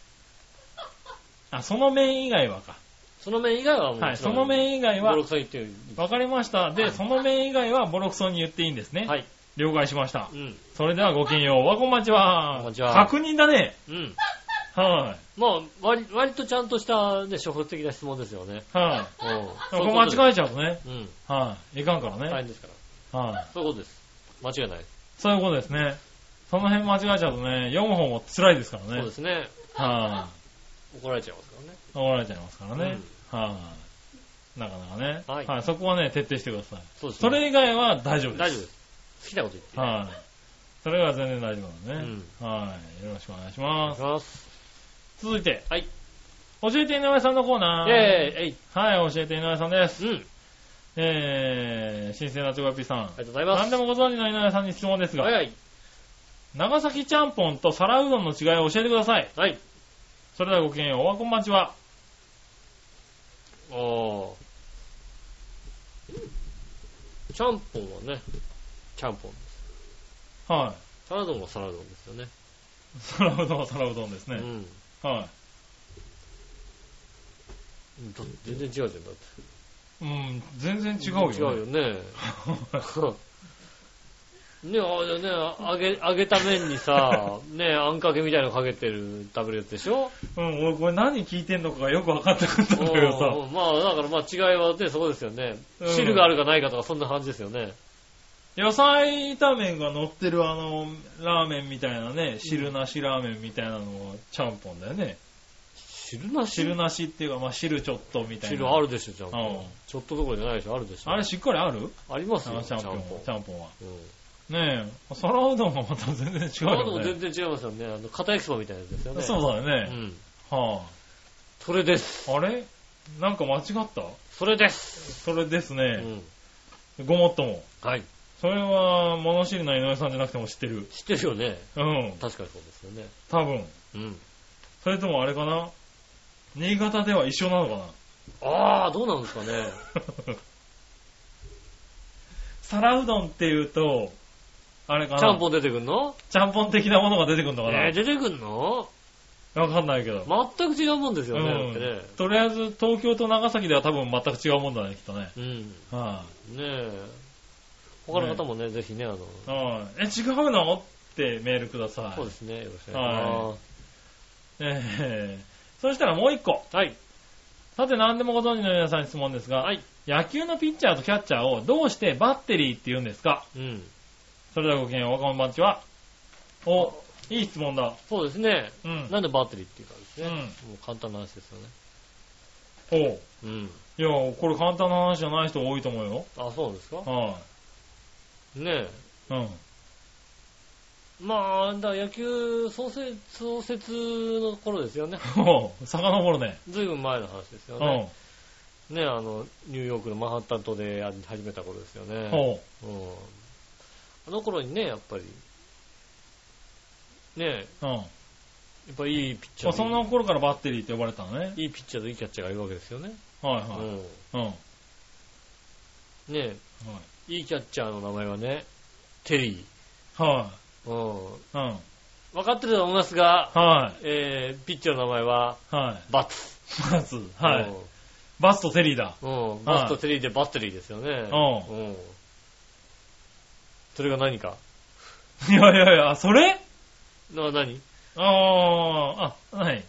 Speaker 3: あ、その面以外はか。
Speaker 2: その面以外はもう、
Speaker 3: はい、その面以外は
Speaker 2: ボロ、クソ言ってる。
Speaker 3: わかりました。で、その面以外はボロクソに言っていいんですね。
Speaker 2: はい。
Speaker 3: 了解しました
Speaker 2: う。ん。
Speaker 3: それではごきげんよう。わこんばんちは。
Speaker 2: こんばんちは
Speaker 3: 確認だね。
Speaker 2: うん。
Speaker 3: は
Speaker 2: まあ、割割とちゃんとしたね、初歩的な質問ですよね。
Speaker 3: い。はい。
Speaker 2: うん。
Speaker 3: ここ間違えちゃうとね。
Speaker 2: えうん。
Speaker 3: はい。いかんから
Speaker 2: 大
Speaker 3: ね。
Speaker 2: 変ですから。
Speaker 3: はい。
Speaker 2: そういうことです。間違いない。
Speaker 3: そういうことですね。その辺間違えちゃうとね、読む方も辛いですから
Speaker 2: そう
Speaker 3: ね
Speaker 2: で。すね。
Speaker 3: は
Speaker 2: 怒られちゃいますからね。
Speaker 3: い。怒られちゃいますからね。はい。なかなかね。
Speaker 2: はい
Speaker 3: はい。そこはね、徹底してください。
Speaker 2: そうです
Speaker 3: そ
Speaker 2: ね。
Speaker 3: れ以外は大丈夫です。
Speaker 2: 大丈夫です。好きなこと言ってね。
Speaker 3: はい。それは全然大丈夫なのね。
Speaker 2: うん
Speaker 3: はい。よろしくお願いし
Speaker 2: お願
Speaker 3: ま
Speaker 2: い
Speaker 3: す
Speaker 2: し。ます。
Speaker 3: 続いて。
Speaker 2: はい。
Speaker 3: 教えて井上さんのコーナー。
Speaker 2: えええい。
Speaker 3: はい、教えて井上さんです。
Speaker 2: うん。あり
Speaker 3: えー、新鮮なチョコヨッピーさん。
Speaker 2: がとうございます。
Speaker 3: 何でもご存知の井上さんに質問です
Speaker 2: はい
Speaker 3: が、
Speaker 2: はい。
Speaker 3: 長崎ちゃんぽんと皿うどんの違いを教えてください。
Speaker 2: はい。
Speaker 3: それではごきげんよう、おわこんばんちは。
Speaker 2: おー。ちゃんぽんはね、ちゃんぽん。
Speaker 3: は
Speaker 2: サラドンはサラドンですよね。
Speaker 3: い。 皿うどんは皿うどんです
Speaker 2: う
Speaker 3: ね。
Speaker 2: ん。
Speaker 3: は
Speaker 2: だ全然違うじゃん、だって。
Speaker 3: い。うん、全然違うよね。
Speaker 2: 違うよね。ねあれね、揚げ、揚げた麺に さ、ねあんかけみたいのかけてる、食べるやつでしょ
Speaker 3: うん、俺これ何聞いてんのかがよく分かってくったんだけど
Speaker 2: う
Speaker 3: さ。
Speaker 2: んまあ、だからまあ違いはね、そこですよね。
Speaker 3: うん
Speaker 2: 汁があるかないかとかそんな感じですよね。
Speaker 3: 野菜炒めが乗ってるあの、ラーメンみたいなね、汁なしラーメンみたいなのはちゃんぽんだよね。
Speaker 2: 汁なし
Speaker 3: 汁なしっていうか、まあ汁ちょっとみたいな。
Speaker 2: 汁あるでしょ、ちゃんぽ
Speaker 3: うん
Speaker 2: ん。ちょっとどころじゃないでしょ、あるでしょ。
Speaker 3: あれしっかりある
Speaker 2: あります
Speaker 3: ち
Speaker 2: よ、ちゃ
Speaker 3: ゃ
Speaker 2: ん
Speaker 3: んぽ
Speaker 2: ぽん。
Speaker 3: ん。ちゃんぽんは。
Speaker 2: うん
Speaker 3: ねえ、皿うどんはまた全然違う
Speaker 2: あでも
Speaker 3: よね
Speaker 2: 全。然違いますよね。あの、片焼きそばみたいなやつですよね。
Speaker 3: そうだよ
Speaker 2: う
Speaker 3: ね。
Speaker 2: ん。
Speaker 3: は
Speaker 2: それです。
Speaker 3: あ、あれなんか間違った
Speaker 2: それです。
Speaker 3: それです
Speaker 2: う
Speaker 3: ね。
Speaker 2: ん。
Speaker 3: ごもっとも。
Speaker 2: はい。
Speaker 3: それは、物知りな井上さんじゃなくても知ってる。
Speaker 2: 知ってるよね。
Speaker 3: うん。
Speaker 2: 確かにそうですよね。
Speaker 3: 多分。
Speaker 2: うん。
Speaker 3: それともあれかな新潟では一緒なのかな
Speaker 2: ああ、どうなんですかね。
Speaker 3: 皿うどんって言うと、あれかな
Speaker 2: ちゃんぽ
Speaker 3: ん。
Speaker 2: ん出てくんの
Speaker 3: ちゃんぽん的なものが出てくるのかな
Speaker 2: えー、出てくんの
Speaker 3: わ、かんないけど。
Speaker 2: 全く違うもんですよね、だってね
Speaker 3: うん。とりあえず、東京と長崎では多分全く違うもんだね、きっとね。
Speaker 2: うん。
Speaker 3: は
Speaker 2: ねえ。他の方もね、ぜひね、あの、
Speaker 3: い、はいえ、違うのってメールください。
Speaker 2: そうですね、よろしくお願いしま
Speaker 3: えーそしたらもう一個。
Speaker 2: す。はい。
Speaker 3: さて、何でもご存知の皆さんに質問ですが、
Speaker 2: はい。
Speaker 3: 野球のピッチャーとキャッチャーをどうしてバッテリーって言うんですか
Speaker 2: うん。
Speaker 3: それではごきげんよう、若者番地は。お、いい質問だ。
Speaker 2: そうですね。
Speaker 3: うん。
Speaker 2: なんでバッテリーっていうかですね。
Speaker 3: うん
Speaker 2: もう簡単な話ですよね。う
Speaker 3: おう
Speaker 2: ん。
Speaker 3: いや、これ簡単な話じゃない人多いと思うよ。
Speaker 2: あ、そうですか
Speaker 3: は
Speaker 2: ねえ。
Speaker 3: い。うん。
Speaker 2: まあ、だから野球創設、創設の頃です よね。
Speaker 3: おう遡るね。
Speaker 2: ずいぶん前の話ですよ
Speaker 3: う
Speaker 2: ね。
Speaker 3: ん。
Speaker 2: ねえ、あの、ニューヨークのマンハッタン島でやり始めた頃ですよね。
Speaker 3: おう
Speaker 2: うんあの頃にね、やっぱり、ねえ、
Speaker 3: うん。ま
Speaker 2: やっぱいいピッチャー
Speaker 3: あ、
Speaker 2: で
Speaker 3: その頃からバッテリーって呼ばれたのね。
Speaker 2: いいピッチャーといいキャッチャーがいるわけですよね。
Speaker 3: はいうは
Speaker 2: ん
Speaker 3: い。うん。
Speaker 2: ねえ、いいキャッチャーの名前はね、テリー。
Speaker 3: は
Speaker 2: うん
Speaker 3: い。うん。
Speaker 2: 分かってると思いますが、
Speaker 3: は
Speaker 2: えー、ピッチャーの名前は、
Speaker 3: い。はい。
Speaker 2: バツ。
Speaker 3: バツ。はい。バスとテリーだ。
Speaker 2: うん。うん。バツとテリーでバッテリーですよね。
Speaker 3: う
Speaker 2: うん。それが何か
Speaker 3: ん。いやいやいや、それ
Speaker 2: な、何
Speaker 3: あー、あ、はい。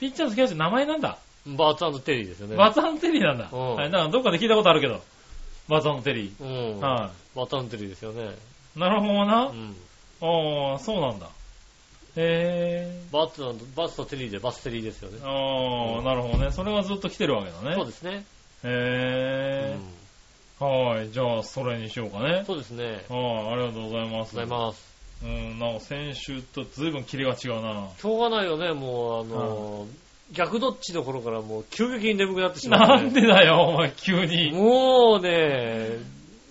Speaker 3: ピッチャーとキャッチャー名前なんだ。
Speaker 2: バツテリーですよね。
Speaker 3: バツテリーなんだ。
Speaker 2: うん
Speaker 3: はい。なんかどっかで聞いたことあるけど。バツテリ
Speaker 2: うん。
Speaker 3: ー。は
Speaker 2: バツテリーですよね。
Speaker 3: い。なるほど
Speaker 2: う
Speaker 3: な。
Speaker 2: ん。
Speaker 3: ああ、そうなんだ。へえ。
Speaker 2: バツの、バツとテリーでバステリーですよね。
Speaker 3: ああ、なるほどね。それはずっと来てるわけだね。
Speaker 2: そうですね。う
Speaker 3: へえ。はーい。じゃあ、それにしようかね
Speaker 2: ん。そうですね。
Speaker 3: はーい。ありがとうございます。
Speaker 2: ございます。
Speaker 3: うん、なんか先週と随分キレが違うな。
Speaker 2: しょうがないよね、もう、あのー、逆どっちの頃からもう急激に眠くなってしま
Speaker 3: な
Speaker 2: うんね。
Speaker 3: でだよ、お前、急に。
Speaker 2: もうね、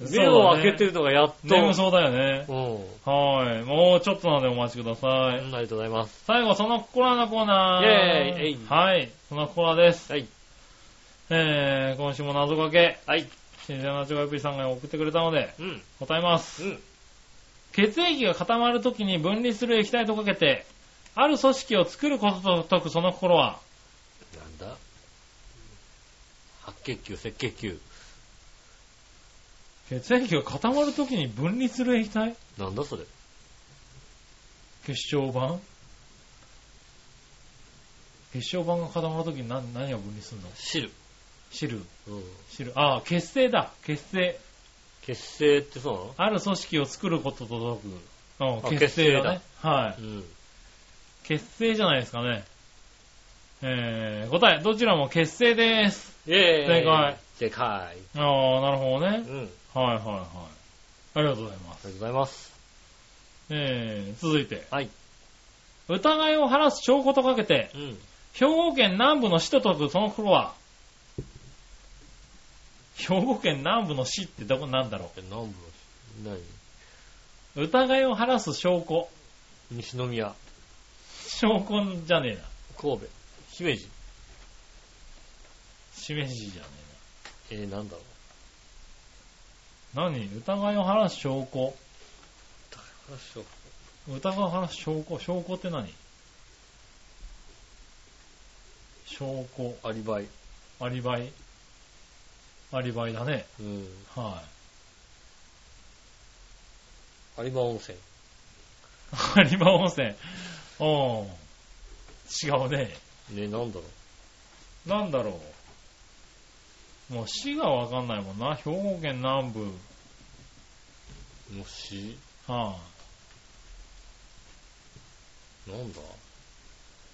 Speaker 2: 目を開けて
Speaker 3: る。
Speaker 2: るのがやっと。
Speaker 3: 眠そうだよね。
Speaker 2: うん。
Speaker 3: はーい。もうちょっとなんでお待ちくだ
Speaker 2: う
Speaker 3: さい。
Speaker 2: んありがとうございます。
Speaker 3: 最後、その心のコーナー。
Speaker 2: イェーイえい
Speaker 3: はい。そのコーナーです。
Speaker 2: はい。
Speaker 3: えー、今週も謎かけ、
Speaker 2: はい。
Speaker 3: 新鮮なチョコヨッピーさんが送ってくれたので、
Speaker 2: うん。
Speaker 3: 答えます。
Speaker 2: うん。
Speaker 3: 血液が固まるときに分離する液体とかけて、ある組織を作ることと解くその心は、
Speaker 2: なんだ白血球、赤血球。
Speaker 3: 血液が固まるときに分離する液体
Speaker 2: なんだそれ。
Speaker 3: 結晶板結晶板が固まるときに何何を分離するの
Speaker 2: 汁。
Speaker 3: 汁、
Speaker 2: うん。
Speaker 3: 汁。ああ、血清だ。血清。
Speaker 2: 血清ってそうなの
Speaker 3: ある組織を作ることと解く。う
Speaker 2: あ
Speaker 3: ん、血清だね
Speaker 2: 血。
Speaker 3: はい。
Speaker 2: うん。
Speaker 3: 血清じゃないですかね。えー、答え、どちらも血清です。
Speaker 2: イェーイ。
Speaker 3: 正解。
Speaker 2: 正解。
Speaker 3: ああ、なるほどね
Speaker 2: う。ん。あり
Speaker 3: はいはいはい。ありがとうございます。
Speaker 2: がとうございます。
Speaker 3: えー、続いて。
Speaker 2: はい。
Speaker 3: 疑いを晴らす証拠とかけて、
Speaker 2: うん。
Speaker 3: 兵庫県南部の市と解くその頃は、兵庫県南部の市ってどこなんだろ
Speaker 2: 南部の、
Speaker 3: う。疑いを晴らす証拠。
Speaker 2: 何西宮、
Speaker 3: 証拠じゃねえな。
Speaker 2: 神戸、姫路、
Speaker 3: 示しじゃね
Speaker 2: えー、なんだろう。
Speaker 3: えな。何疑いを晴らす証拠。
Speaker 2: 話しよう
Speaker 3: 疑いを晴らす証拠。証拠って何証拠。
Speaker 2: アリバイ。
Speaker 3: アリバイ。アリバイだね。
Speaker 2: うん。
Speaker 3: は
Speaker 2: 有馬温泉。
Speaker 3: い。アリバ温泉。おん。違うね。
Speaker 2: ね、なんだろ
Speaker 3: なんだろう。もう市がわかんないもんな。兵庫県南部。
Speaker 2: う。もし、
Speaker 3: はあ、
Speaker 2: なんだ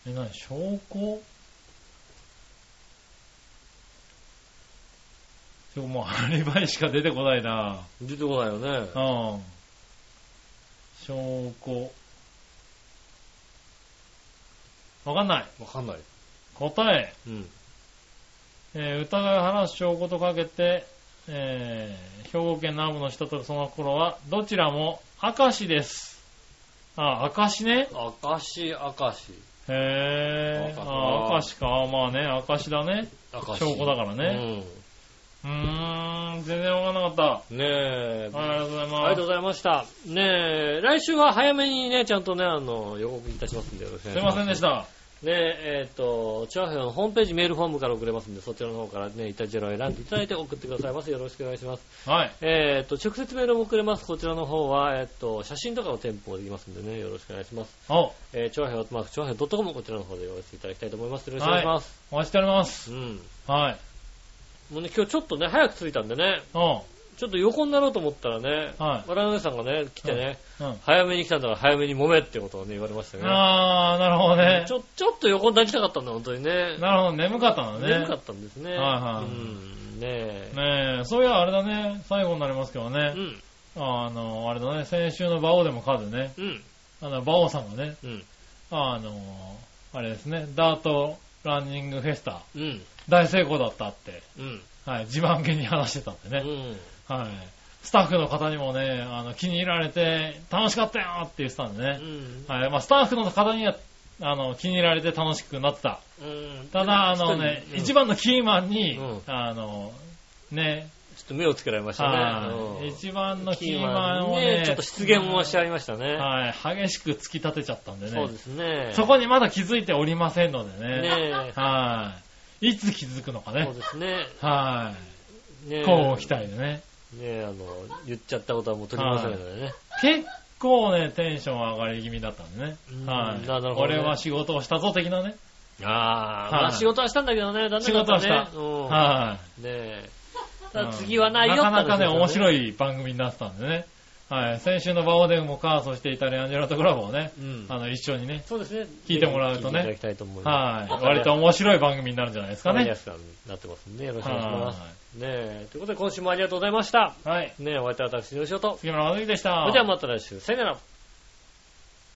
Speaker 3: え、なに、証拠でももうアリバイしか出てこないな。
Speaker 2: 出てこないよね。
Speaker 3: うん。証拠。わかんない。
Speaker 2: わかんない。
Speaker 3: 答え。
Speaker 2: うん。
Speaker 3: えー疑いを晴らす証拠とかけて、えー兵庫県南部の人とその頃は、どちらも明石です。あ、明石ね。
Speaker 2: 明石、明石。
Speaker 3: へ
Speaker 2: 明石
Speaker 3: ぇー。あ、明石か。あまあね、明石だね。
Speaker 2: 明石。
Speaker 3: 証拠だからね。
Speaker 2: ね。
Speaker 3: うーん、全然わかんなかっ
Speaker 2: うん。ねえ。
Speaker 3: た。はい、ありがとうございます。
Speaker 2: ありがとうございました。ねえ、来週は早めにね、ちゃんとね、あの、予告いたしますんでよろしくお
Speaker 3: すい
Speaker 2: 願いしま
Speaker 3: ま
Speaker 2: す。
Speaker 3: せんでした。
Speaker 2: ねえ、えっ、と、チワヘのホームページメールフォームから送れますんで、そちらの方からね、イタジェラを選んでいただいて送ってくださいます。よろしくお願いします。
Speaker 3: はい。
Speaker 2: えっ、と、直接メールも送れます。こちらの方は、えっ、と、写真とかの添付もできますんでね、よろしくお願いします。
Speaker 3: お、
Speaker 2: えー、チョアヘマーク、チョアヘドットコムこちらの方でお寄せいただきたいと思います。よろしくお願いします。
Speaker 3: お待ちしております。
Speaker 2: うん。
Speaker 3: はい。
Speaker 2: もうね、今日ちょっとね、早く着いたんでね、
Speaker 3: お
Speaker 2: ちょっと横になろうと思ったらね、
Speaker 3: は
Speaker 2: 笑
Speaker 3: い
Speaker 2: いのお姉さんがね、来てね、
Speaker 3: うん。うん。
Speaker 2: 早めに来たんだから早めに揉めってことをね、言われましたね。
Speaker 3: あー、なるほどね
Speaker 2: ち。ょ、ちょっと横になりたかったんだ、本当にね。
Speaker 3: なるほど、眠かったんだね。
Speaker 2: 眠かったんですね。
Speaker 3: はいはい
Speaker 2: うん、ねえ。
Speaker 3: ねえ、そういやあれだね、最後になりますけどね
Speaker 2: う。ん、
Speaker 3: あの、あれだね、先週の馬王でもカズね、
Speaker 2: うん、
Speaker 3: あの、馬王さんがね、
Speaker 2: うん、
Speaker 3: あの、あれですね、ダートランニングフェスタ、
Speaker 2: うん、
Speaker 3: 大成功だったって、
Speaker 2: うん、
Speaker 3: はい、自慢げに話してたんで
Speaker 2: う
Speaker 3: ね、
Speaker 2: ん。
Speaker 3: はい。スタッフの方にもね、あの、気に入られて、楽しかったよって言ってたんで
Speaker 2: う
Speaker 3: ね、
Speaker 2: ん
Speaker 3: はい、まあ、スタッフの方には、あの、気に入られて楽しくなってた。
Speaker 2: うん
Speaker 3: ただ、あのね、
Speaker 2: うん
Speaker 3: 一番のキーマンに
Speaker 2: うん、
Speaker 3: あの、ね、
Speaker 2: ちょっと目をつけられました
Speaker 3: は
Speaker 2: ね。
Speaker 3: い。
Speaker 2: うん
Speaker 3: 一番のキ
Speaker 2: キー
Speaker 3: ー
Speaker 2: マ
Speaker 3: マ
Speaker 2: ン
Speaker 3: ン
Speaker 2: に
Speaker 3: を
Speaker 2: ね
Speaker 3: ね、
Speaker 2: ちょっと失言もしちゃいましたね。
Speaker 3: はい。激しく突き立てちゃったんでね。
Speaker 2: そうですね。
Speaker 3: そこにまだ気づいておりませんのでね。
Speaker 2: ね
Speaker 3: はい。いつ気づくのか
Speaker 2: え。そう
Speaker 3: ね。
Speaker 2: ですね。
Speaker 3: は
Speaker 2: ね
Speaker 3: い。
Speaker 2: え。
Speaker 3: こう期待でね。
Speaker 2: ねえ、あの、言っちゃったことはもう取りませんのでね。
Speaker 3: 結構ね、テンション上がり気味だったんでね
Speaker 2: うん。な
Speaker 3: は
Speaker 2: る
Speaker 3: い。
Speaker 2: ほどね
Speaker 3: 俺は仕事をしたぞ的なね。
Speaker 2: ああ、
Speaker 3: はい
Speaker 2: まあ仕事はしたんだけどね、だんだん
Speaker 3: 仕事はした。
Speaker 2: うん
Speaker 3: は
Speaker 2: ねえ。
Speaker 3: い。
Speaker 2: ただ
Speaker 3: うん
Speaker 2: 次はないよ
Speaker 3: なかなかね、面
Speaker 2: い。
Speaker 3: 白い番組になってたんでね。はい。先週のバオデンもカー、そしてイタリアンジェラートクラブをね、
Speaker 2: うん。
Speaker 3: あの、一緒にね、
Speaker 2: そうですね。
Speaker 3: 聞いてもらうとね
Speaker 2: 聞いていただきたいと思いま
Speaker 3: は
Speaker 2: す。
Speaker 3: い。割と面白い番組になるんじゃないですか
Speaker 2: わかりや
Speaker 3: ね。
Speaker 2: すくなってますんで、よろしくお願いします。
Speaker 3: は
Speaker 2: ねえ、ということで今週もありがとうございました。
Speaker 3: い。はい。
Speaker 2: ねえ、お会いいたい私、吉尾と。
Speaker 3: 杉村和之でした。
Speaker 2: それではまた来週、さよなら。